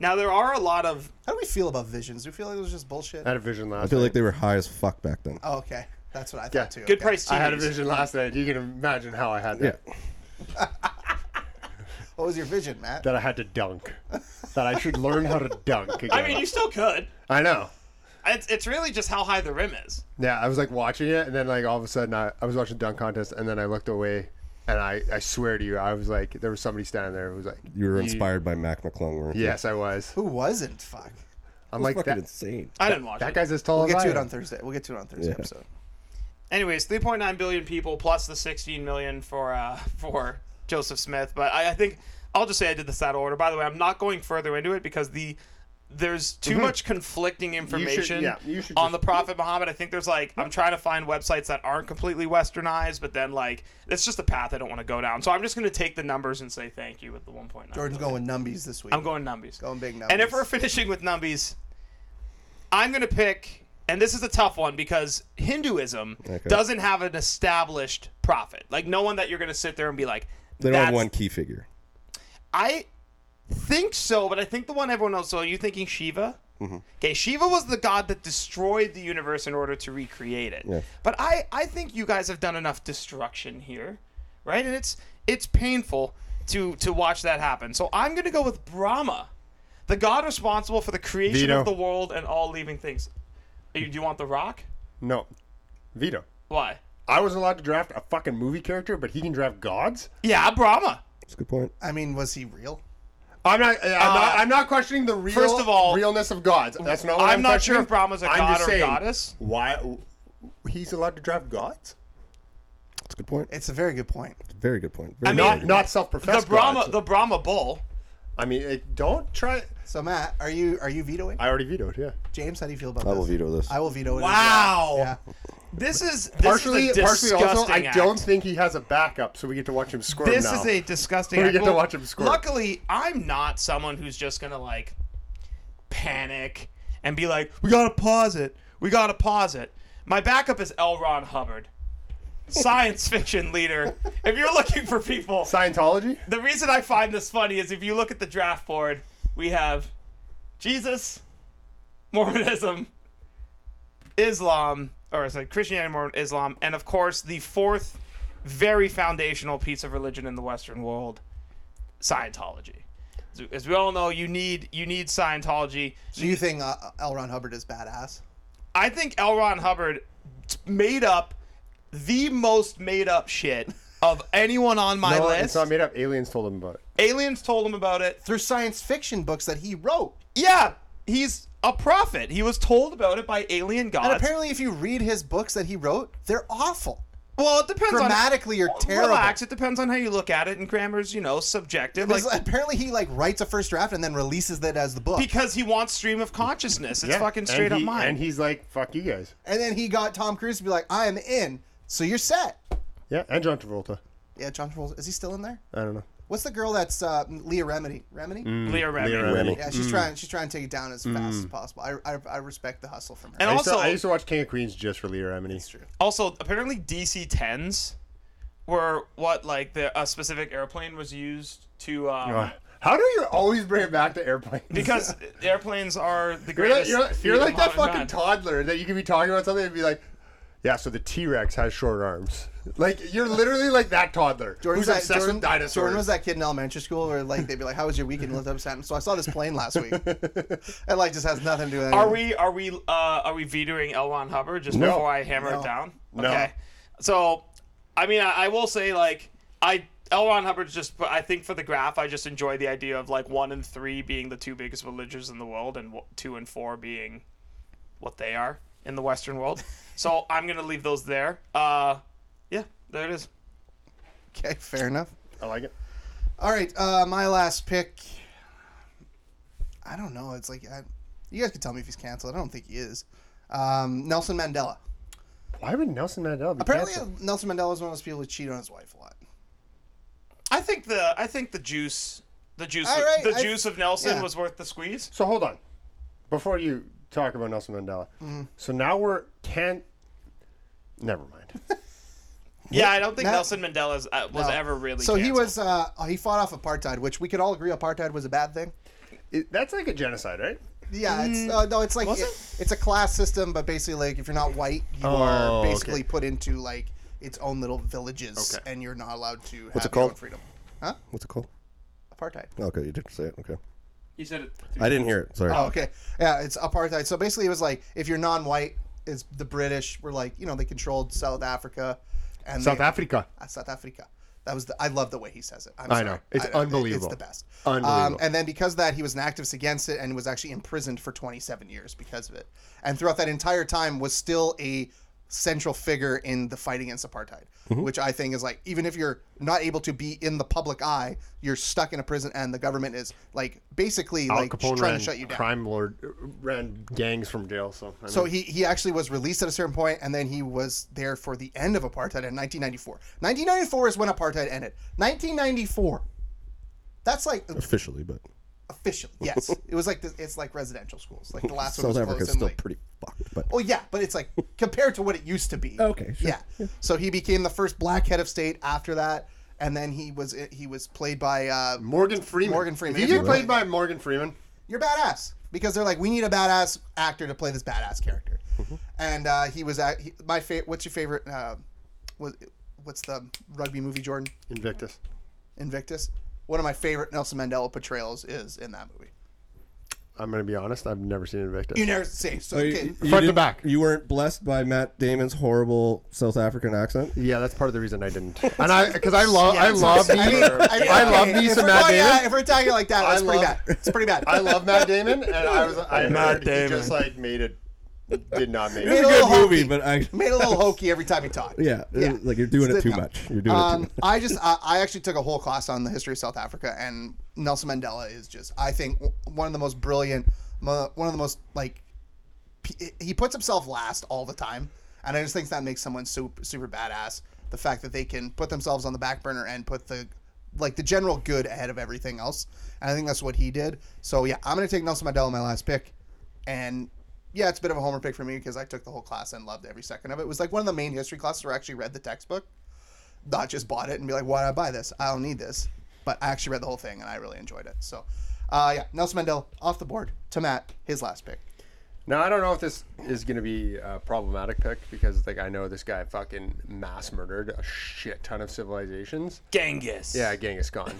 [SPEAKER 1] Now there are a lot of
[SPEAKER 2] How do we feel about visions? Do we feel like it was just bullshit?
[SPEAKER 5] I had a vision
[SPEAKER 4] I
[SPEAKER 5] last
[SPEAKER 4] feel
[SPEAKER 5] night.
[SPEAKER 4] like they were high as fuck back then.
[SPEAKER 2] Oh, okay, that's what I thought
[SPEAKER 5] Yeah.
[SPEAKER 2] too.
[SPEAKER 1] good
[SPEAKER 2] okay.
[SPEAKER 1] price TVs.
[SPEAKER 5] I had a vision last night. You can imagine how I had that.
[SPEAKER 4] Yeah.
[SPEAKER 2] What was your vision, Matt?
[SPEAKER 5] That I had to dunk. that I should learn how to dunk again.
[SPEAKER 1] I mean, you still could.
[SPEAKER 5] I know.
[SPEAKER 1] I It's, it's really just how high the rim is.
[SPEAKER 5] Yeah, I was like watching it, and then like all of a sudden, I, I was watching dunk contest, and then I looked away, and I, I swear to you, I was like, there was somebody standing there who was like,
[SPEAKER 4] You were inspired by Mac McClung, weren't you?
[SPEAKER 5] yes, I was.
[SPEAKER 2] Who wasn't? Fuck.
[SPEAKER 5] I'm
[SPEAKER 4] It's
[SPEAKER 5] like
[SPEAKER 4] fucking
[SPEAKER 5] that.
[SPEAKER 4] insane.
[SPEAKER 1] I didn't watch
[SPEAKER 5] That
[SPEAKER 1] it.
[SPEAKER 5] guy's as tall
[SPEAKER 2] We'll
[SPEAKER 5] as
[SPEAKER 2] get
[SPEAKER 5] I
[SPEAKER 2] to it
[SPEAKER 5] am.
[SPEAKER 2] on Thursday. We'll get to it on Thursday
[SPEAKER 4] Yeah.
[SPEAKER 2] episode.
[SPEAKER 1] Anyways, 3.9 billion people plus the 16 million for uh, for Joseph Smith. But I, I think I'll just say I did this out of order. By the way, I'm not going further into it because the there's too much conflicting information
[SPEAKER 5] Mm-hmm. yeah, you should
[SPEAKER 1] on
[SPEAKER 5] just-
[SPEAKER 1] the Prophet Muhammad. I think there's like I'm trying to find websites that aren't completely westernized, but then like it's just a path I don't want to go down. So I'm just going to take the numbers and say thank you with the 1.9.
[SPEAKER 2] Jordan's
[SPEAKER 1] billion.
[SPEAKER 2] going with numbies this week.
[SPEAKER 1] I'm going numbies.
[SPEAKER 2] Going big
[SPEAKER 1] And if
[SPEAKER 2] numbies.
[SPEAKER 1] we're finishing with numbies, I'm going to pick, and this is a tough one because Hinduism doesn't have an established prophet. Like, no one that you're going to sit there and be like,
[SPEAKER 4] They don't have
[SPEAKER 1] "That's-
[SPEAKER 4] one key figure.
[SPEAKER 1] I think so, but I think the one everyone knows. So, are you thinking Shiva?
[SPEAKER 5] Mm-hmm.
[SPEAKER 1] Okay, Shiva was the god that destroyed the universe in order to recreate it.
[SPEAKER 4] Yeah.
[SPEAKER 1] But I, I think you guys have done enough destruction here, right? And it's it's painful to to watch that happen. So I'm gonna go with Brahma, the god responsible for the creation
[SPEAKER 5] Veto.
[SPEAKER 1] of the world and all living things. Are you- do you want the Rock?
[SPEAKER 5] No, Vito.
[SPEAKER 1] Why?
[SPEAKER 5] I was allowed to draft a fucking movie character, but he can draft gods.
[SPEAKER 1] Yeah, Brahma.
[SPEAKER 4] That's a good point.
[SPEAKER 2] I mean, was he real?
[SPEAKER 5] I'm not. I'm, not, I'm not questioning the real,
[SPEAKER 1] Uh, first of all-
[SPEAKER 5] realness of gods. That's not. What
[SPEAKER 1] I'm
[SPEAKER 5] I'm,
[SPEAKER 1] not sure
[SPEAKER 5] questioning.
[SPEAKER 1] if Brahma's a
[SPEAKER 5] I'm
[SPEAKER 1] god
[SPEAKER 5] just
[SPEAKER 1] or
[SPEAKER 5] saying,
[SPEAKER 1] goddess.
[SPEAKER 5] Why he's allowed to draft gods?
[SPEAKER 4] That's a good point.
[SPEAKER 2] It's a very good point.
[SPEAKER 4] Very good point. Very
[SPEAKER 1] mean-
[SPEAKER 4] good
[SPEAKER 5] Not
[SPEAKER 4] point.
[SPEAKER 5] not
[SPEAKER 1] The
[SPEAKER 5] self-professed
[SPEAKER 1] Brahma,
[SPEAKER 5] gods.
[SPEAKER 1] the Brahma bull.
[SPEAKER 5] I mean, it, don't try.
[SPEAKER 2] So Matt, are you are you vetoing?
[SPEAKER 5] I already vetoed. Yeah.
[SPEAKER 2] James, how do you feel about
[SPEAKER 4] I
[SPEAKER 2] this?
[SPEAKER 4] will veto this.
[SPEAKER 2] I will veto it. as well.
[SPEAKER 1] Wow.
[SPEAKER 2] Yeah.
[SPEAKER 1] This is this
[SPEAKER 5] Partially,
[SPEAKER 1] Is a
[SPEAKER 5] partially. Also, I
[SPEAKER 1] disgusting act.
[SPEAKER 5] don't think he has a backup, so we get to watch him squirm
[SPEAKER 1] This
[SPEAKER 5] now.
[SPEAKER 1] is a disgusting.
[SPEAKER 5] We
[SPEAKER 1] act.
[SPEAKER 5] get to watch him squirt.
[SPEAKER 1] Luckily, I'm not someone who's just gonna like panic and be like, "We gotta pause it. We gotta pause it." My backup is L. Ron Hubbard, science fiction leader. If you're looking for people,
[SPEAKER 5] Scientology.
[SPEAKER 1] the reason I find this funny is if you look at the draft board, we have Jesus, Mormonism, Islam, or sorry, Christianity, Mormon, Islam, and of course the fourth very foundational piece of religion in the Western world, Scientology. As- As we all know, you need you need Scientology.
[SPEAKER 2] Do you think uh, L. Ron Hubbard is badass?
[SPEAKER 1] I think L. Ron Hubbard t- made up the most made up shit of anyone on my
[SPEAKER 5] No,
[SPEAKER 1] list.
[SPEAKER 5] it's not made up. Aliens told him about it.
[SPEAKER 1] Aliens told him about it.
[SPEAKER 2] Through science fiction books that he wrote.
[SPEAKER 1] Yeah, he's a prophet. He was told about it by alien gods.
[SPEAKER 2] And apparently, if you read his books that he wrote, they're awful.
[SPEAKER 1] well, it depends
[SPEAKER 2] Grammatically,
[SPEAKER 1] on
[SPEAKER 2] are terrible.
[SPEAKER 1] Relax. It depends on how you look at it, and grammar's you know subjective. Like
[SPEAKER 2] Because
[SPEAKER 5] uh,
[SPEAKER 2] apparently, he like writes a first draft and then releases that as the book.
[SPEAKER 1] because he wants stream of consciousness. It's
[SPEAKER 5] Yeah,
[SPEAKER 1] fucking
[SPEAKER 5] and
[SPEAKER 1] straight up
[SPEAKER 5] he-
[SPEAKER 1] mine.
[SPEAKER 5] And he's like, "Fuck you guys."
[SPEAKER 2] and then he got Tom Cruise to be like, "I am in, so you're set."
[SPEAKER 5] Yeah, and John Travolta.
[SPEAKER 2] Yeah, John Travolta is he still in there?
[SPEAKER 4] Uh.
[SPEAKER 5] I don't know.
[SPEAKER 2] What's the girl that's uh, Leah Remedy? Remedy?
[SPEAKER 4] Mm.
[SPEAKER 1] Leah Remini.
[SPEAKER 5] Leah Remini.
[SPEAKER 2] Yeah, she's trying. She's trying to take it down as fast as possible. I, I, I respect the hustle from her.
[SPEAKER 1] And
[SPEAKER 5] I used,
[SPEAKER 1] also,
[SPEAKER 5] to, I used to watch King of Queens just for Leah Remini.
[SPEAKER 2] true.
[SPEAKER 1] also apparently DC tens were what like the a specific airplane was used to. Um,
[SPEAKER 5] Uh, How do you always bring it back to airplanes?
[SPEAKER 1] Because airplanes are the
[SPEAKER 5] you're like,
[SPEAKER 1] greatest.
[SPEAKER 5] you're like- you're
[SPEAKER 1] feat
[SPEAKER 5] like
[SPEAKER 1] of
[SPEAKER 5] that
[SPEAKER 1] modern
[SPEAKER 5] fucking
[SPEAKER 1] man.
[SPEAKER 5] toddler that you could be talking about something and be like, "Yeah, so the T Rex has short arms." Like you're literally like that toddler
[SPEAKER 2] Jordan's
[SPEAKER 5] who's
[SPEAKER 2] that,
[SPEAKER 5] obsessed
[SPEAKER 2] Jordan,
[SPEAKER 5] with dinosaurs.
[SPEAKER 2] Jordan was that kid in elementary school where like they'd be like, "How was your weekend?" Lived up So I saw this plane last week. it like just has nothing to do with.
[SPEAKER 1] Are
[SPEAKER 2] anything.
[SPEAKER 1] we are we uh, are we vetoing L. Ron Hubbard just
[SPEAKER 5] No.
[SPEAKER 1] before I hammer
[SPEAKER 2] No.
[SPEAKER 1] it down? Okay. So, I mean, I, I will say like I L. Ron Hubbard's just. But I think for the graph, I just enjoy the idea of like one and three being the two biggest religions in the world, and w- two and four being what they are in the Western world. so I'm gonna leave those there. Uh, yeah, there it is.
[SPEAKER 2] Okay, fair enough.
[SPEAKER 5] I like it.
[SPEAKER 2] All right, uh, my last pick. I don't know. It's like I, you guys could tell me if he's canceled. I don't think he is. Um, Nelson Mandela.
[SPEAKER 5] Why would Nelson Mandela be
[SPEAKER 2] Apparently, uh,
[SPEAKER 5] canceled?
[SPEAKER 2] Nelson Mandela is one of those people who cheat on his wife a lot.
[SPEAKER 1] I think the I think the juice the juice
[SPEAKER 2] All right,
[SPEAKER 1] the
[SPEAKER 2] I-
[SPEAKER 1] juice of Nelson
[SPEAKER 2] yeah.
[SPEAKER 1] was worth the squeeze.
[SPEAKER 5] So hold on, before you talk about Nelson Mandela.
[SPEAKER 2] Mm-hmm.
[SPEAKER 5] So now we're can. Never mind.
[SPEAKER 1] Yeah, I don't think
[SPEAKER 2] Now-
[SPEAKER 1] Nelson Mandela is- uh, was
[SPEAKER 2] No.
[SPEAKER 1] ever really.
[SPEAKER 2] So he
[SPEAKER 1] canceled.
[SPEAKER 2] was. Uh, he fought off apartheid, which we could all agree apartheid was a bad thing.
[SPEAKER 5] It- that's like a genocide, right?
[SPEAKER 2] Yeah, it's uh, no, it's like
[SPEAKER 1] Was
[SPEAKER 2] it-
[SPEAKER 1] it?
[SPEAKER 2] it's a class system, but basically, like if you're not white, you
[SPEAKER 5] Oh,
[SPEAKER 2] are
[SPEAKER 5] okay.
[SPEAKER 2] basically put into like its own little villages,
[SPEAKER 5] Okay.
[SPEAKER 2] and you're not allowed to have
[SPEAKER 4] What's it
[SPEAKER 2] your own
[SPEAKER 4] called?
[SPEAKER 2] freedom.
[SPEAKER 4] What's it called?
[SPEAKER 2] Apartheid.
[SPEAKER 4] Okay, you didn't say it. Okay.
[SPEAKER 1] He said it.
[SPEAKER 4] I didn't hear it. Sorry.
[SPEAKER 2] Oh, okay. Yeah, it's apartheid. So basically, it was like if you're non-white, it's the British were like, you know, they controlled South Africa, and
[SPEAKER 3] South
[SPEAKER 2] they-
[SPEAKER 3] Africa.
[SPEAKER 2] uh, South Africa. That was the, I love the way he says it. I'm
[SPEAKER 3] I know.
[SPEAKER 2] sorry.
[SPEAKER 3] It's
[SPEAKER 2] I- I-
[SPEAKER 3] unbelievable.
[SPEAKER 2] It's the best. Um,
[SPEAKER 3] Unbelievable.
[SPEAKER 2] and then because of that, he was an activist against it and was actually imprisoned for 27 years because of it. And throughout that entire time, was still a central figure in the fight against apartheid,
[SPEAKER 3] Mm-hmm.
[SPEAKER 2] which I think is like even if you're not able to be in the public eye, you're stuck in a prison, and the government is like basically
[SPEAKER 3] Al
[SPEAKER 2] like
[SPEAKER 3] Capone
[SPEAKER 2] trying
[SPEAKER 3] ran
[SPEAKER 2] to shut you down.
[SPEAKER 3] crime lord uh, ran gangs from jail. So I
[SPEAKER 2] So
[SPEAKER 3] mean,
[SPEAKER 2] he, he actually was released at a certain point, and then he was there for the end of apartheid in 1994. 1994 is when apartheid ended. 1994. That's like
[SPEAKER 4] Officially, but
[SPEAKER 2] official. Yes, it was like the, it's like residential schools. Like the last
[SPEAKER 4] South
[SPEAKER 2] one was
[SPEAKER 4] Africa's
[SPEAKER 2] closed in
[SPEAKER 4] still
[SPEAKER 2] like
[SPEAKER 4] pretty fucked. But
[SPEAKER 2] Oh yeah, but it's like compared to what it used to be.
[SPEAKER 4] Okay, sure.
[SPEAKER 2] Yeah. So he became the first black head of state after that, and then he was he was played by uh,
[SPEAKER 5] Morgan Freeman.
[SPEAKER 2] Morgan Freeman.
[SPEAKER 5] If you get played by Morgan Freeman,
[SPEAKER 2] you're badass because they're like we need a badass actor to play this badass character and uh, he was at he, my favorite what's your favorite uh, what, what's the rugby movie jordan
[SPEAKER 5] Invictus.
[SPEAKER 2] invictus one of my favorite nelson mandela portrayals is in that movie
[SPEAKER 3] I'm gonna be honest. I've never seen Invictus.
[SPEAKER 2] you never see so okay.
[SPEAKER 3] Front to
[SPEAKER 4] didn't-
[SPEAKER 3] back.
[SPEAKER 4] Oh, You weren't blessed by Matt Damon's horrible South African accent.
[SPEAKER 3] yeah, that's part of the reason I didn't. And I because I love I love
[SPEAKER 2] I,
[SPEAKER 3] the
[SPEAKER 2] mean, mean,
[SPEAKER 3] I love
[SPEAKER 2] okay,
[SPEAKER 3] me
[SPEAKER 2] if
[SPEAKER 3] some
[SPEAKER 2] we're
[SPEAKER 3] Matt
[SPEAKER 2] going- yeah,
[SPEAKER 3] Damon.
[SPEAKER 2] if we're talking like that, that's pretty
[SPEAKER 3] love-
[SPEAKER 2] bad. It's pretty bad.
[SPEAKER 5] I love Matt Damon, and I was I
[SPEAKER 1] Matt
[SPEAKER 5] heard
[SPEAKER 1] Damon.
[SPEAKER 5] he just like made it, did not make
[SPEAKER 4] It was
[SPEAKER 5] it.
[SPEAKER 4] a
[SPEAKER 2] a
[SPEAKER 4] good
[SPEAKER 2] little
[SPEAKER 4] movie,
[SPEAKER 2] hokey.
[SPEAKER 4] but I
[SPEAKER 2] Made a little hokey every time he talked.
[SPEAKER 4] yeah,
[SPEAKER 2] Yeah.
[SPEAKER 4] like you're doing it
[SPEAKER 2] It's
[SPEAKER 4] too
[SPEAKER 2] difficult.
[SPEAKER 4] much. You're doing it
[SPEAKER 2] Um,
[SPEAKER 4] too
[SPEAKER 2] I just I, I actually took a whole class on the history of South Africa, and Nelson Mandela is just I think w- one of the most brilliant, mo- one of the most like p- he puts himself last all the time, and I just think that makes someone super super badass. The fact that they can put themselves on the back burner and put the like the general good ahead of everything else, and I think that's what he did. So yeah, I'm gonna take Nelson Mandela my last pick, and yeah, it's a bit of a homer pick for me because I took the whole class and loved every second of it. It was like one of the main history classes where I actually read the textbook not just bought it and be like, why did I buy this? I don't need this. But I actually read the whole thing and I really enjoyed it. So, uh, yeah, Nelson Mandela off the board to Matt, his last pick.
[SPEAKER 5] Now I don't know if this is going to be a problematic pick because like I know this guy fucking mass murdered a shit ton of civilizations.
[SPEAKER 1] Genghis.
[SPEAKER 5] Yeah, Genghis Khan.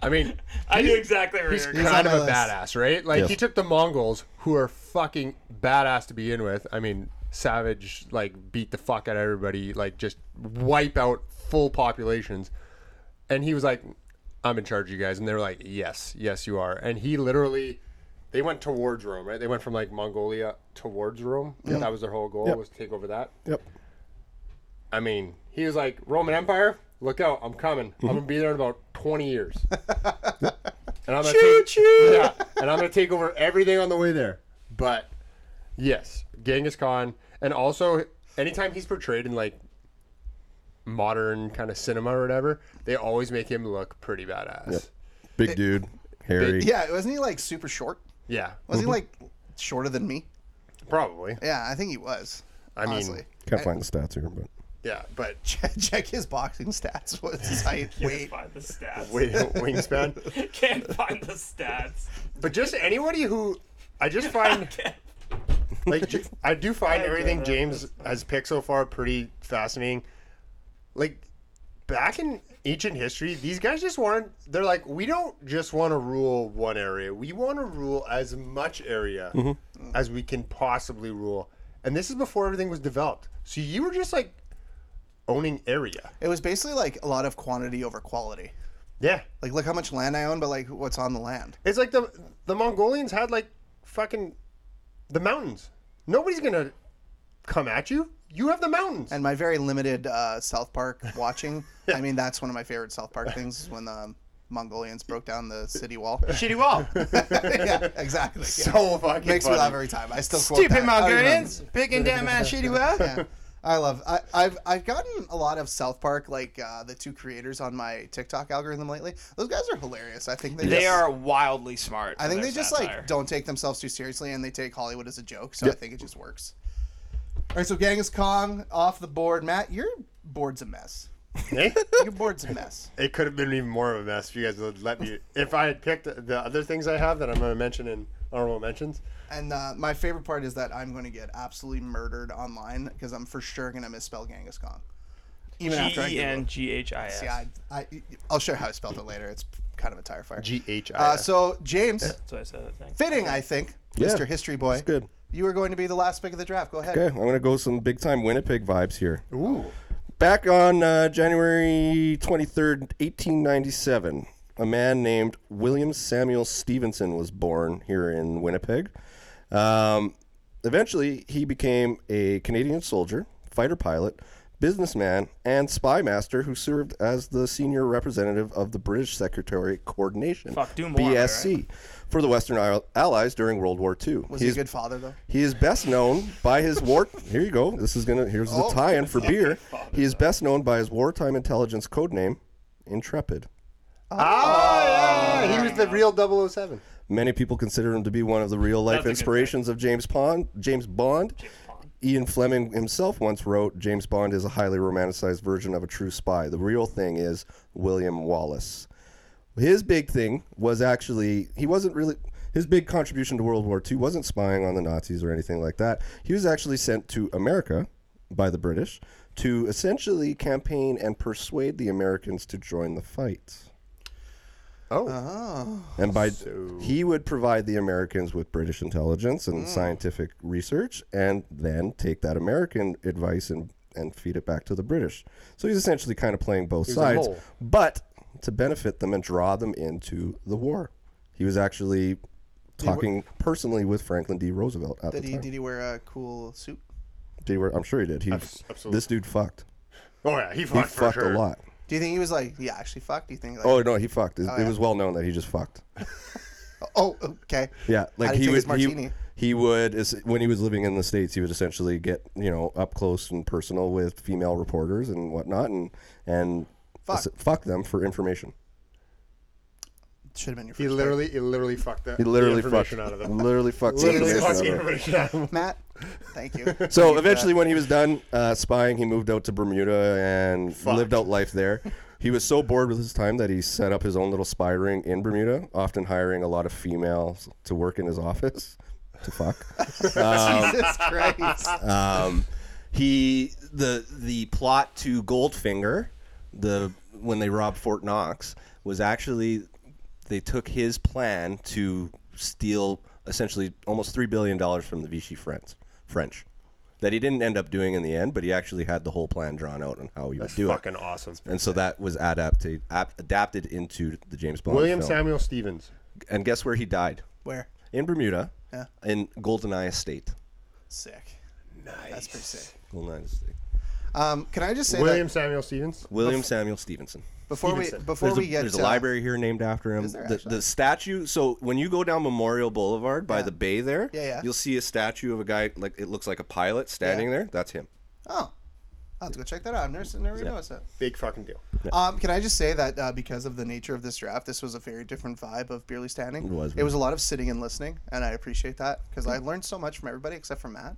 [SPEAKER 5] I mean,
[SPEAKER 1] I knew exactly where
[SPEAKER 5] he's
[SPEAKER 1] you were going.
[SPEAKER 2] on
[SPEAKER 5] kind of a
[SPEAKER 2] my list.
[SPEAKER 5] badass, right? Like
[SPEAKER 4] Yes.
[SPEAKER 5] he took the Mongols, who are fucking badass to begin with. I mean, savage, like beat the fuck out of everybody, like just wipe out full populations. And he was like, "I'm in charge, you guys." And they were like, "Yes, yes, you are." And he literally, they went towards Rome, right? They went from like Mongolia towards Rome. That was their whole goal was to take over that.
[SPEAKER 4] Yep.
[SPEAKER 5] I mean, he was like Roman Empire. Look out! I'm coming. I'm gonna be there in about 20 years. and I'm gonna take, Yeah, and I'm gonna take over everything on the way there. But yes, Genghis Khan, and also anytime he's portrayed in like modern kind of cinema or whatever, they always make him look pretty badass.
[SPEAKER 4] much. Big dude, hairy.
[SPEAKER 2] Yeah, wasn't he like super short?
[SPEAKER 5] Yeah,
[SPEAKER 2] Was he like shorter than me?
[SPEAKER 5] probably.
[SPEAKER 2] Yeah, I think he was.
[SPEAKER 5] I mean-
[SPEAKER 2] honestly.
[SPEAKER 4] Can't find the stats here, but
[SPEAKER 5] Yeah, but
[SPEAKER 2] check, check his boxing stats. What's his height,
[SPEAKER 1] Can't
[SPEAKER 2] weight?
[SPEAKER 1] find the stats.
[SPEAKER 5] wait, wingspan.
[SPEAKER 1] Can't find the stats.
[SPEAKER 5] But just anybody who I just find like ju- I do find everything James has picked so far pretty fascinating. Like back in ancient history, these guys just wanted they're like, we don't just want to rule one area. We want to rule as much area as we can possibly rule. And this is before everything was developed. So you were just like owning area.
[SPEAKER 2] It was basically like a lot of quantity over quality.
[SPEAKER 5] Yeah.
[SPEAKER 2] Like, look how much land I own, but like, what's on the land?
[SPEAKER 5] It's like the the Mongolians had like fucking the mountains. Nobody's gonna come at you. You have the mountains.
[SPEAKER 2] And my very limited uh, South Park watching, I mean, that's one of my favorite South Park things is when the Mongolians broke down the city wall.
[SPEAKER 1] Shitty wall.
[SPEAKER 2] yeah, exactly. Yeah.
[SPEAKER 5] so fucking
[SPEAKER 2] Makes me
[SPEAKER 5] funny.
[SPEAKER 2] laugh every time. I still quote that. I don't even-
[SPEAKER 1] picking down my shitty wall.
[SPEAKER 2] Yeah. I love. I, I've I've gotten a lot of South Park like uh, the two creators on my TikTok algorithm lately. Those guys are hilarious. I think they,
[SPEAKER 1] They
[SPEAKER 2] just-
[SPEAKER 1] are wildly smart.
[SPEAKER 2] I
[SPEAKER 1] for
[SPEAKER 2] think
[SPEAKER 1] their
[SPEAKER 2] they just
[SPEAKER 1] satire.
[SPEAKER 2] like don't take themselves too seriously and they take Hollywood as a joke. So I think it just works. All right, so Genghis Kong off the board. Matt, your board's a mess.
[SPEAKER 5] Eh?
[SPEAKER 2] Your board's a mess.
[SPEAKER 5] it could have been even more of a mess if you guys would let me. If I had picked the other things I have that I'm gonna mention in honorable mentions.
[SPEAKER 2] And uh, my favorite part is that I'm going to get absolutely murdered online because I'm for sure going to misspell Genghis Kong. even after I
[SPEAKER 1] G E
[SPEAKER 2] Googled.
[SPEAKER 1] N G H I
[SPEAKER 2] See, I,
[SPEAKER 1] S.
[SPEAKER 2] I, I'll show you how I spelled it later. It's kind of a tire fire.
[SPEAKER 5] G H I.
[SPEAKER 2] Uh, so James,
[SPEAKER 1] That's what I said. I think.
[SPEAKER 2] fitting, I think,
[SPEAKER 4] Yeah,
[SPEAKER 2] Mr. History Boy.
[SPEAKER 4] that's good.
[SPEAKER 2] You are going to be the last pick of the draft. Go ahead.
[SPEAKER 4] Okay, I'm gonna go some big time Winnipeg vibes here.
[SPEAKER 5] Ooh.
[SPEAKER 4] Back on uh, January 23rd, 1897, a man named William Samuel Stevenson was born here in Winnipeg. Um, eventually, he became a Canadian soldier, fighter pilot, businessman, and spy master who served as the senior representative of the British Secretary of Coordination,
[SPEAKER 1] Fuck, do more, am I
[SPEAKER 4] BSC, for the Western Al- Allies during World War II.
[SPEAKER 2] Was
[SPEAKER 4] He
[SPEAKER 2] he a
[SPEAKER 4] is-
[SPEAKER 2] good father though?
[SPEAKER 4] he is best known by his war. Here you go. This is gonna. Here's
[SPEAKER 1] Oh.
[SPEAKER 4] the tie-in for beer. He is best known by his wartime intelligence codename, Intrepid.
[SPEAKER 5] Ah, yeah. He was the real 007.
[SPEAKER 4] Many people consider him to be one of the real-life
[SPEAKER 1] That's a good
[SPEAKER 4] inspirations of James Bond. James Bond. Ian Fleming himself once wrote, "James Bond is a highly romanticized version of a true spy. The real thing is William Wallace." His big thing was actually he wasn't really his big contribution to World War II wasn't spying on the Nazis or anything like that. He was actually sent to America by the British to essentially campaign and persuade the Americans to join the fight.
[SPEAKER 3] Oh.
[SPEAKER 4] And by he would provide the Americans with British intelligence
[SPEAKER 3] Hmm.
[SPEAKER 4] and scientific research and then take that American advice and and feed it back to the British. So he's essentially kind of playing both
[SPEAKER 3] a
[SPEAKER 4] sides,
[SPEAKER 3] mole.
[SPEAKER 4] but to benefit them and draw them into the war. He was actually talking personally with Franklin D. Roosevelt at
[SPEAKER 2] Did
[SPEAKER 4] the
[SPEAKER 2] he
[SPEAKER 4] time.
[SPEAKER 2] did he wear a cool suit?
[SPEAKER 4] Did he wear- I'm sure he did. He,
[SPEAKER 5] Abs- absolutely.
[SPEAKER 4] this dude fucked.
[SPEAKER 5] Oh yeah, he
[SPEAKER 4] He
[SPEAKER 5] fucked, for
[SPEAKER 4] fucked
[SPEAKER 5] sure.
[SPEAKER 4] a lot.
[SPEAKER 2] Do you think he was like, yeah, actually fuck? Do you think like,
[SPEAKER 4] Oh no, he fucked. It, it
[SPEAKER 2] yeah.
[SPEAKER 4] was well known that he just fucked.
[SPEAKER 2] oh, okay,
[SPEAKER 4] Yeah, like
[SPEAKER 2] did
[SPEAKER 4] he
[SPEAKER 2] he
[SPEAKER 4] would
[SPEAKER 2] take his
[SPEAKER 4] he,
[SPEAKER 2] martini?
[SPEAKER 4] he would as- when he was living in the states, he would essentially get you know up close and personal with female reporters and whatnot, and and
[SPEAKER 2] Fuck.
[SPEAKER 4] s- fuck them for information.
[SPEAKER 2] should have been your first.
[SPEAKER 5] He literally, he literally fucked that.
[SPEAKER 4] He literally
[SPEAKER 5] the
[SPEAKER 4] fucked.
[SPEAKER 5] information out of them.
[SPEAKER 4] Literally fucked. the
[SPEAKER 5] Literally
[SPEAKER 4] information out of them.
[SPEAKER 5] fucked the information out of them.
[SPEAKER 2] pick. Matt. Thank you.
[SPEAKER 4] So eventually, when he was done uh, spying, he moved out to Bermuda and lived out life there. He was so bored with his time that he set up his own little spy ring in Bermuda, often hiring a lot of females to work in his office to fuck.
[SPEAKER 2] Jesus Christ.
[SPEAKER 4] Um, he the the plot to Goldfinger, the when they robbed Fort Knox was actually they took his plan to steal essentially almost three billion dollars from the Vichy French. French. That he didn't end up doing in the end, but he actually had the whole plan drawn out on how he would do
[SPEAKER 5] Fucking
[SPEAKER 4] it,
[SPEAKER 5] awesome.
[SPEAKER 4] and so that was adapted ap- adapted into the James Bond
[SPEAKER 5] William
[SPEAKER 4] film.
[SPEAKER 5] Samuel Stevens.
[SPEAKER 4] and guess where he died?
[SPEAKER 2] Where?
[SPEAKER 4] In Bermuda,
[SPEAKER 2] Yeah.
[SPEAKER 4] in Goldeneye Estate.
[SPEAKER 2] Sick. Nice. That's pretty sick.
[SPEAKER 4] Goldeneye Estate.
[SPEAKER 2] Um, can I just say
[SPEAKER 5] William Samuel Stevens.
[SPEAKER 4] William Samuel Stevenson.
[SPEAKER 2] that before we
[SPEAKER 5] Stevenson.
[SPEAKER 2] before
[SPEAKER 4] There's,
[SPEAKER 2] we
[SPEAKER 4] a,
[SPEAKER 2] get
[SPEAKER 4] there's a
[SPEAKER 2] uh,
[SPEAKER 4] library here named after him.
[SPEAKER 2] there
[SPEAKER 4] The,
[SPEAKER 2] actually?
[SPEAKER 4] the statue. So when you go down Memorial Boulevard by the bay there,
[SPEAKER 2] Yeah, yeah.
[SPEAKER 4] you'll see a statue of a guy like it looks like a pilot standing there. That's him.
[SPEAKER 2] Oh, I'll have to go check that out. I've never, seen- never even noticed that.
[SPEAKER 5] Big fucking deal.
[SPEAKER 2] Um, can I just say that uh, because of the nature of this draft, this was a very different vibe of Beerly Standing. It
[SPEAKER 4] was,
[SPEAKER 2] It was a lot of sitting and listening, and I appreciate that because I learned so much from everybody except for Matt.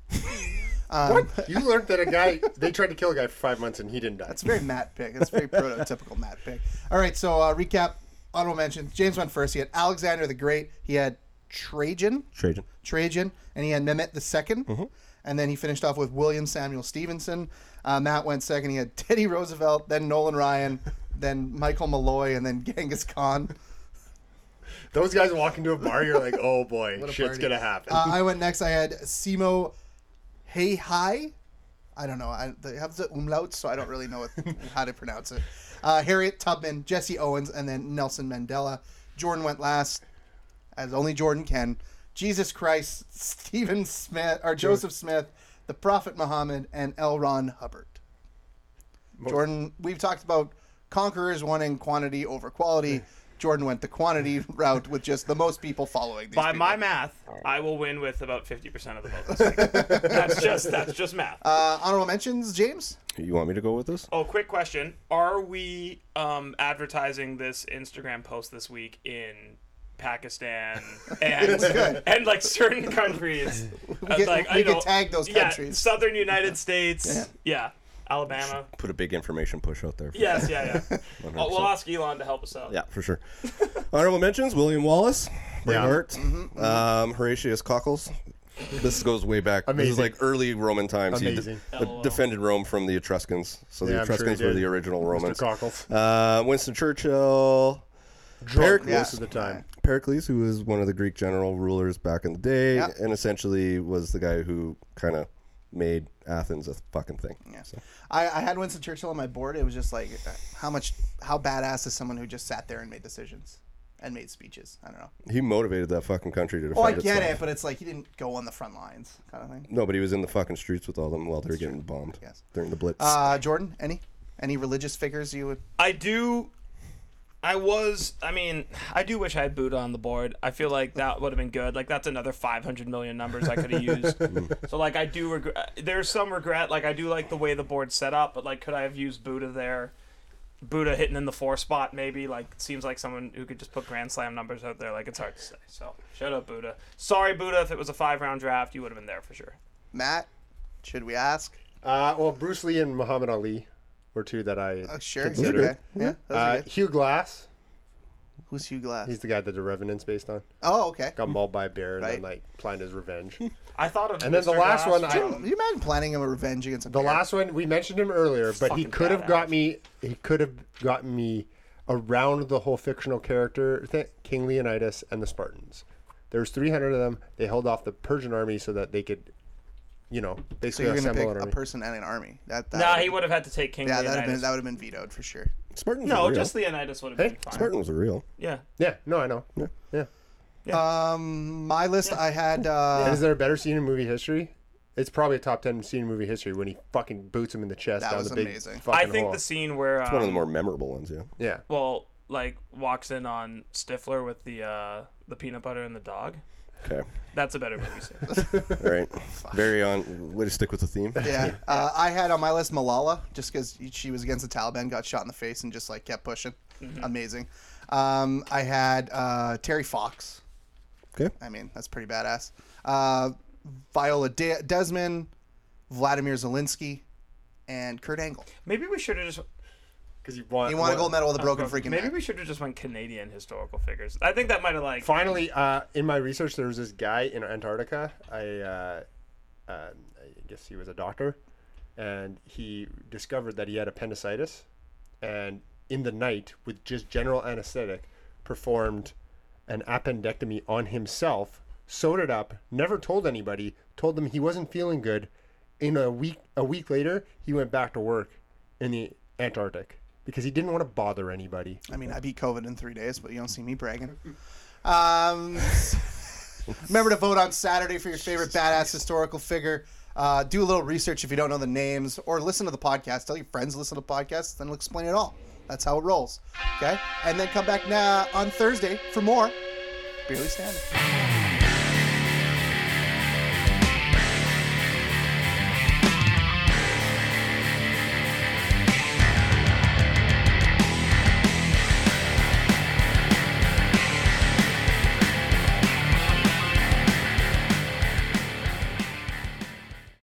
[SPEAKER 2] um,
[SPEAKER 5] You learned that a guy they tried to kill a guy for five months and he didn't die.
[SPEAKER 2] That's a very Matt pick. That's a very prototypical Matt pick. All right, so uh, recap. Honorable mentions. James went first. He had Alexander the Great. He had Trajan.
[SPEAKER 4] Trajan.
[SPEAKER 2] Trajan, and he had Mehmet the 2nd and then he finished off with William Samuel Stevenson. Uh, Matt went second. He had Teddy Roosevelt, then Nolan Ryan, then Michael Malloy, and then Genghis Khan.
[SPEAKER 5] Those guys walk into a bar, you're like, oh boy,
[SPEAKER 2] What a
[SPEAKER 5] shit's
[SPEAKER 2] party.
[SPEAKER 5] gonna happen.
[SPEAKER 2] Uh, I went next. I had Simo Hey Hi. I don't know. I, they have the umlauts, so I don't really know what, how to pronounce it. Uh, Harriet Tubman, Jesse Owens, and then Nelson Mandela. Jordan went last, as only Jordan can. Jesus Christ, Stephen Smith, or Joseph Smith, the Prophet Muhammad, and L. Ron Hubbard. Jordan, we've talked about conquerors wanting quantity over quality. Jordan went the quantity route with just the most people following these
[SPEAKER 1] By
[SPEAKER 2] people.
[SPEAKER 1] my math, I will win with about fifty percent of the vote. this week. that's just that's just math.
[SPEAKER 2] Uh, honorable mentions, James.
[SPEAKER 4] You want me to go with this?
[SPEAKER 1] oh, quick question: Are we um, advertising this Instagram post this week in Pakistan and and like certain countries? Uh,
[SPEAKER 2] get-
[SPEAKER 1] like,
[SPEAKER 2] we
[SPEAKER 1] you
[SPEAKER 2] can
[SPEAKER 1] know,
[SPEAKER 2] tag those
[SPEAKER 1] yeah,
[SPEAKER 2] countries.
[SPEAKER 1] Southern United States. Yeah. Alabama.
[SPEAKER 4] Put a big information push out there. for-
[SPEAKER 1] Yes, yeah, yeah. Oh, we'll ask Elon to help us out.
[SPEAKER 4] Yeah, for sure.
[SPEAKER 2] Mm-hmm,
[SPEAKER 4] Honorable mentions: William Wallace, Braveheart,
[SPEAKER 5] Yeah.
[SPEAKER 4] um, Horatius Cockles, This goes way back. This is
[SPEAKER 6] Amazing.
[SPEAKER 4] like early Roman times.
[SPEAKER 6] Amazing.
[SPEAKER 4] He de- defended Rome from the Etruscans. So the
[SPEAKER 6] Yeah, I'm sure he
[SPEAKER 4] Etruscans were
[SPEAKER 6] did.
[SPEAKER 4] the original Romans.
[SPEAKER 6] Cockles.
[SPEAKER 4] Uh, Winston Churchill,
[SPEAKER 6] Drunk
[SPEAKER 4] Yeah.
[SPEAKER 6] most of the time.
[SPEAKER 4] Pericles, who was one of the Greek general rulers back in the day,
[SPEAKER 7] Yeah.
[SPEAKER 4] and essentially was the guy who kind of made Athens a fucking thing.
[SPEAKER 2] Yeah. I, I had Winston Churchill on my board. It was just like, uh, how much, how badass is someone who just sat there and made decisions and made speeches? I don't know.
[SPEAKER 4] He motivated that fucking country to defend
[SPEAKER 2] Oh, I get
[SPEAKER 4] itself.
[SPEAKER 2] it, but it's like he didn't go on the front lines, kind of thing.
[SPEAKER 4] No, but he was in the fucking streets with all them while they were getting bombed
[SPEAKER 2] Yes.
[SPEAKER 4] during the Blitz.
[SPEAKER 2] Uh, Jordan, any any religious figures you would?
[SPEAKER 1] I do. I was. I mean, I do wish I had Buddha on the board. I feel like that would have been good. Like that's another 500 million numbers I could have used. so like I do regret. There's some regret. Like I do like the way the board's set up, but like could I have used Buddha there? Buddha hitting in the four spot maybe. Like seems like someone who could just put grand slam numbers out there. Like it's hard to say. So shut up, Buddha. Sorry, Buddha. If it was a five round draft, you would have been there for sure.
[SPEAKER 2] Matt, should we ask?
[SPEAKER 5] Uh, well, Bruce Lee and Muhammad Ali were two that I.
[SPEAKER 2] Oh, sure.
[SPEAKER 5] considered.
[SPEAKER 2] Okay. Yeah. those are
[SPEAKER 5] Uh,
[SPEAKER 2] good.
[SPEAKER 5] Hugh Glass.
[SPEAKER 2] Who's Hugh Glass?
[SPEAKER 5] He's the guy that the Revenant's based on.
[SPEAKER 2] Oh, okay.
[SPEAKER 5] Got mauled by a bear and
[SPEAKER 2] Right.
[SPEAKER 5] then like planned his revenge.
[SPEAKER 1] I thought of.
[SPEAKER 5] And then the
[SPEAKER 1] Mr.
[SPEAKER 5] last
[SPEAKER 1] Glass.
[SPEAKER 5] one, I,
[SPEAKER 2] Can you imagine planning a revenge against a
[SPEAKER 5] the
[SPEAKER 2] bear?
[SPEAKER 5] last one we mentioned him earlier, but he
[SPEAKER 1] Fucking
[SPEAKER 5] could have got
[SPEAKER 1] badass.
[SPEAKER 5] me. He could have gotten me around the whole fictional character thi- King Leonidas and the Spartans. There was 300 of them. They held off the Persian army so that they could, you know,
[SPEAKER 2] So
[SPEAKER 5] basically
[SPEAKER 2] you're gonna
[SPEAKER 5] assemble
[SPEAKER 2] pick a
[SPEAKER 5] an army.
[SPEAKER 2] person and an army. That, that
[SPEAKER 1] Nah,
[SPEAKER 2] would-
[SPEAKER 1] he would have had to take King.
[SPEAKER 2] Yeah, that would have been
[SPEAKER 1] Leonidas.
[SPEAKER 2] that would have been vetoed for sure.
[SPEAKER 4] Spartans
[SPEAKER 1] No,
[SPEAKER 4] are real.
[SPEAKER 1] just Leonidas would have been fine.
[SPEAKER 4] Spartans are real.
[SPEAKER 1] Yeah.
[SPEAKER 5] yeah, no, I know. Yeah.
[SPEAKER 2] Um, my list, I had.
[SPEAKER 5] And
[SPEAKER 2] Uh,
[SPEAKER 5] is there a better scene in movie history? It's probably a top 10 scene in movie history when he fucking boots him in the chest.
[SPEAKER 2] That
[SPEAKER 5] down
[SPEAKER 2] was
[SPEAKER 5] the big
[SPEAKER 2] amazing. I
[SPEAKER 1] I
[SPEAKER 5] fucking
[SPEAKER 1] think
[SPEAKER 5] hole.
[SPEAKER 1] the scene where um,
[SPEAKER 4] One of the more memorable ones, yeah.
[SPEAKER 5] Yeah.
[SPEAKER 1] well, like walks in on Stifler with the uh, the peanut butter and the dog.
[SPEAKER 4] Okay.
[SPEAKER 1] That's a better movie scene.
[SPEAKER 4] All right. Very on. Way to stick with the theme.
[SPEAKER 2] yeah, uh, I had on my list Malala, just because she was against the Taliban, got shot in the face, and just like kept pushing. Amazing. Um, I had uh, Terry Fox.
[SPEAKER 4] Okay.
[SPEAKER 2] I mean, that's pretty badass. Uh, Viola De- Desmond, Vladimir Zelensky, and Kurt Angle.
[SPEAKER 1] Maybe we should have just
[SPEAKER 5] Because you want,
[SPEAKER 2] You
[SPEAKER 1] Uh,
[SPEAKER 2] want a gold medal with a broken freaking
[SPEAKER 1] maybe
[SPEAKER 2] neck.
[SPEAKER 1] we should have just went Canadian historical figures. I think that might have like
[SPEAKER 5] finally, uh, in my research, there was this guy in Antarctica. I, uh, uh, I guess he was a doctor, and he discovered that he had appendicitis, and in the night, with just general anesthetic, performed an appendectomy on himself, sewed it up, never told anybody, told them he wasn't feeling good. In a week, a week later, he went back to work in the Antarctic because he didn't want to bother anybody.
[SPEAKER 2] I mean, I beat COVID in three days, but you don't see me bragging. Um, remember to vote on Saturday for your favorite badass historical figure. Uh, do a little research if you don't know the names, or listen to the podcast. Tell your friends to listen to the podcast, then we'll explain it all. That's how it rolls. Okay, and then come back now on Thursday for more. Barely standing.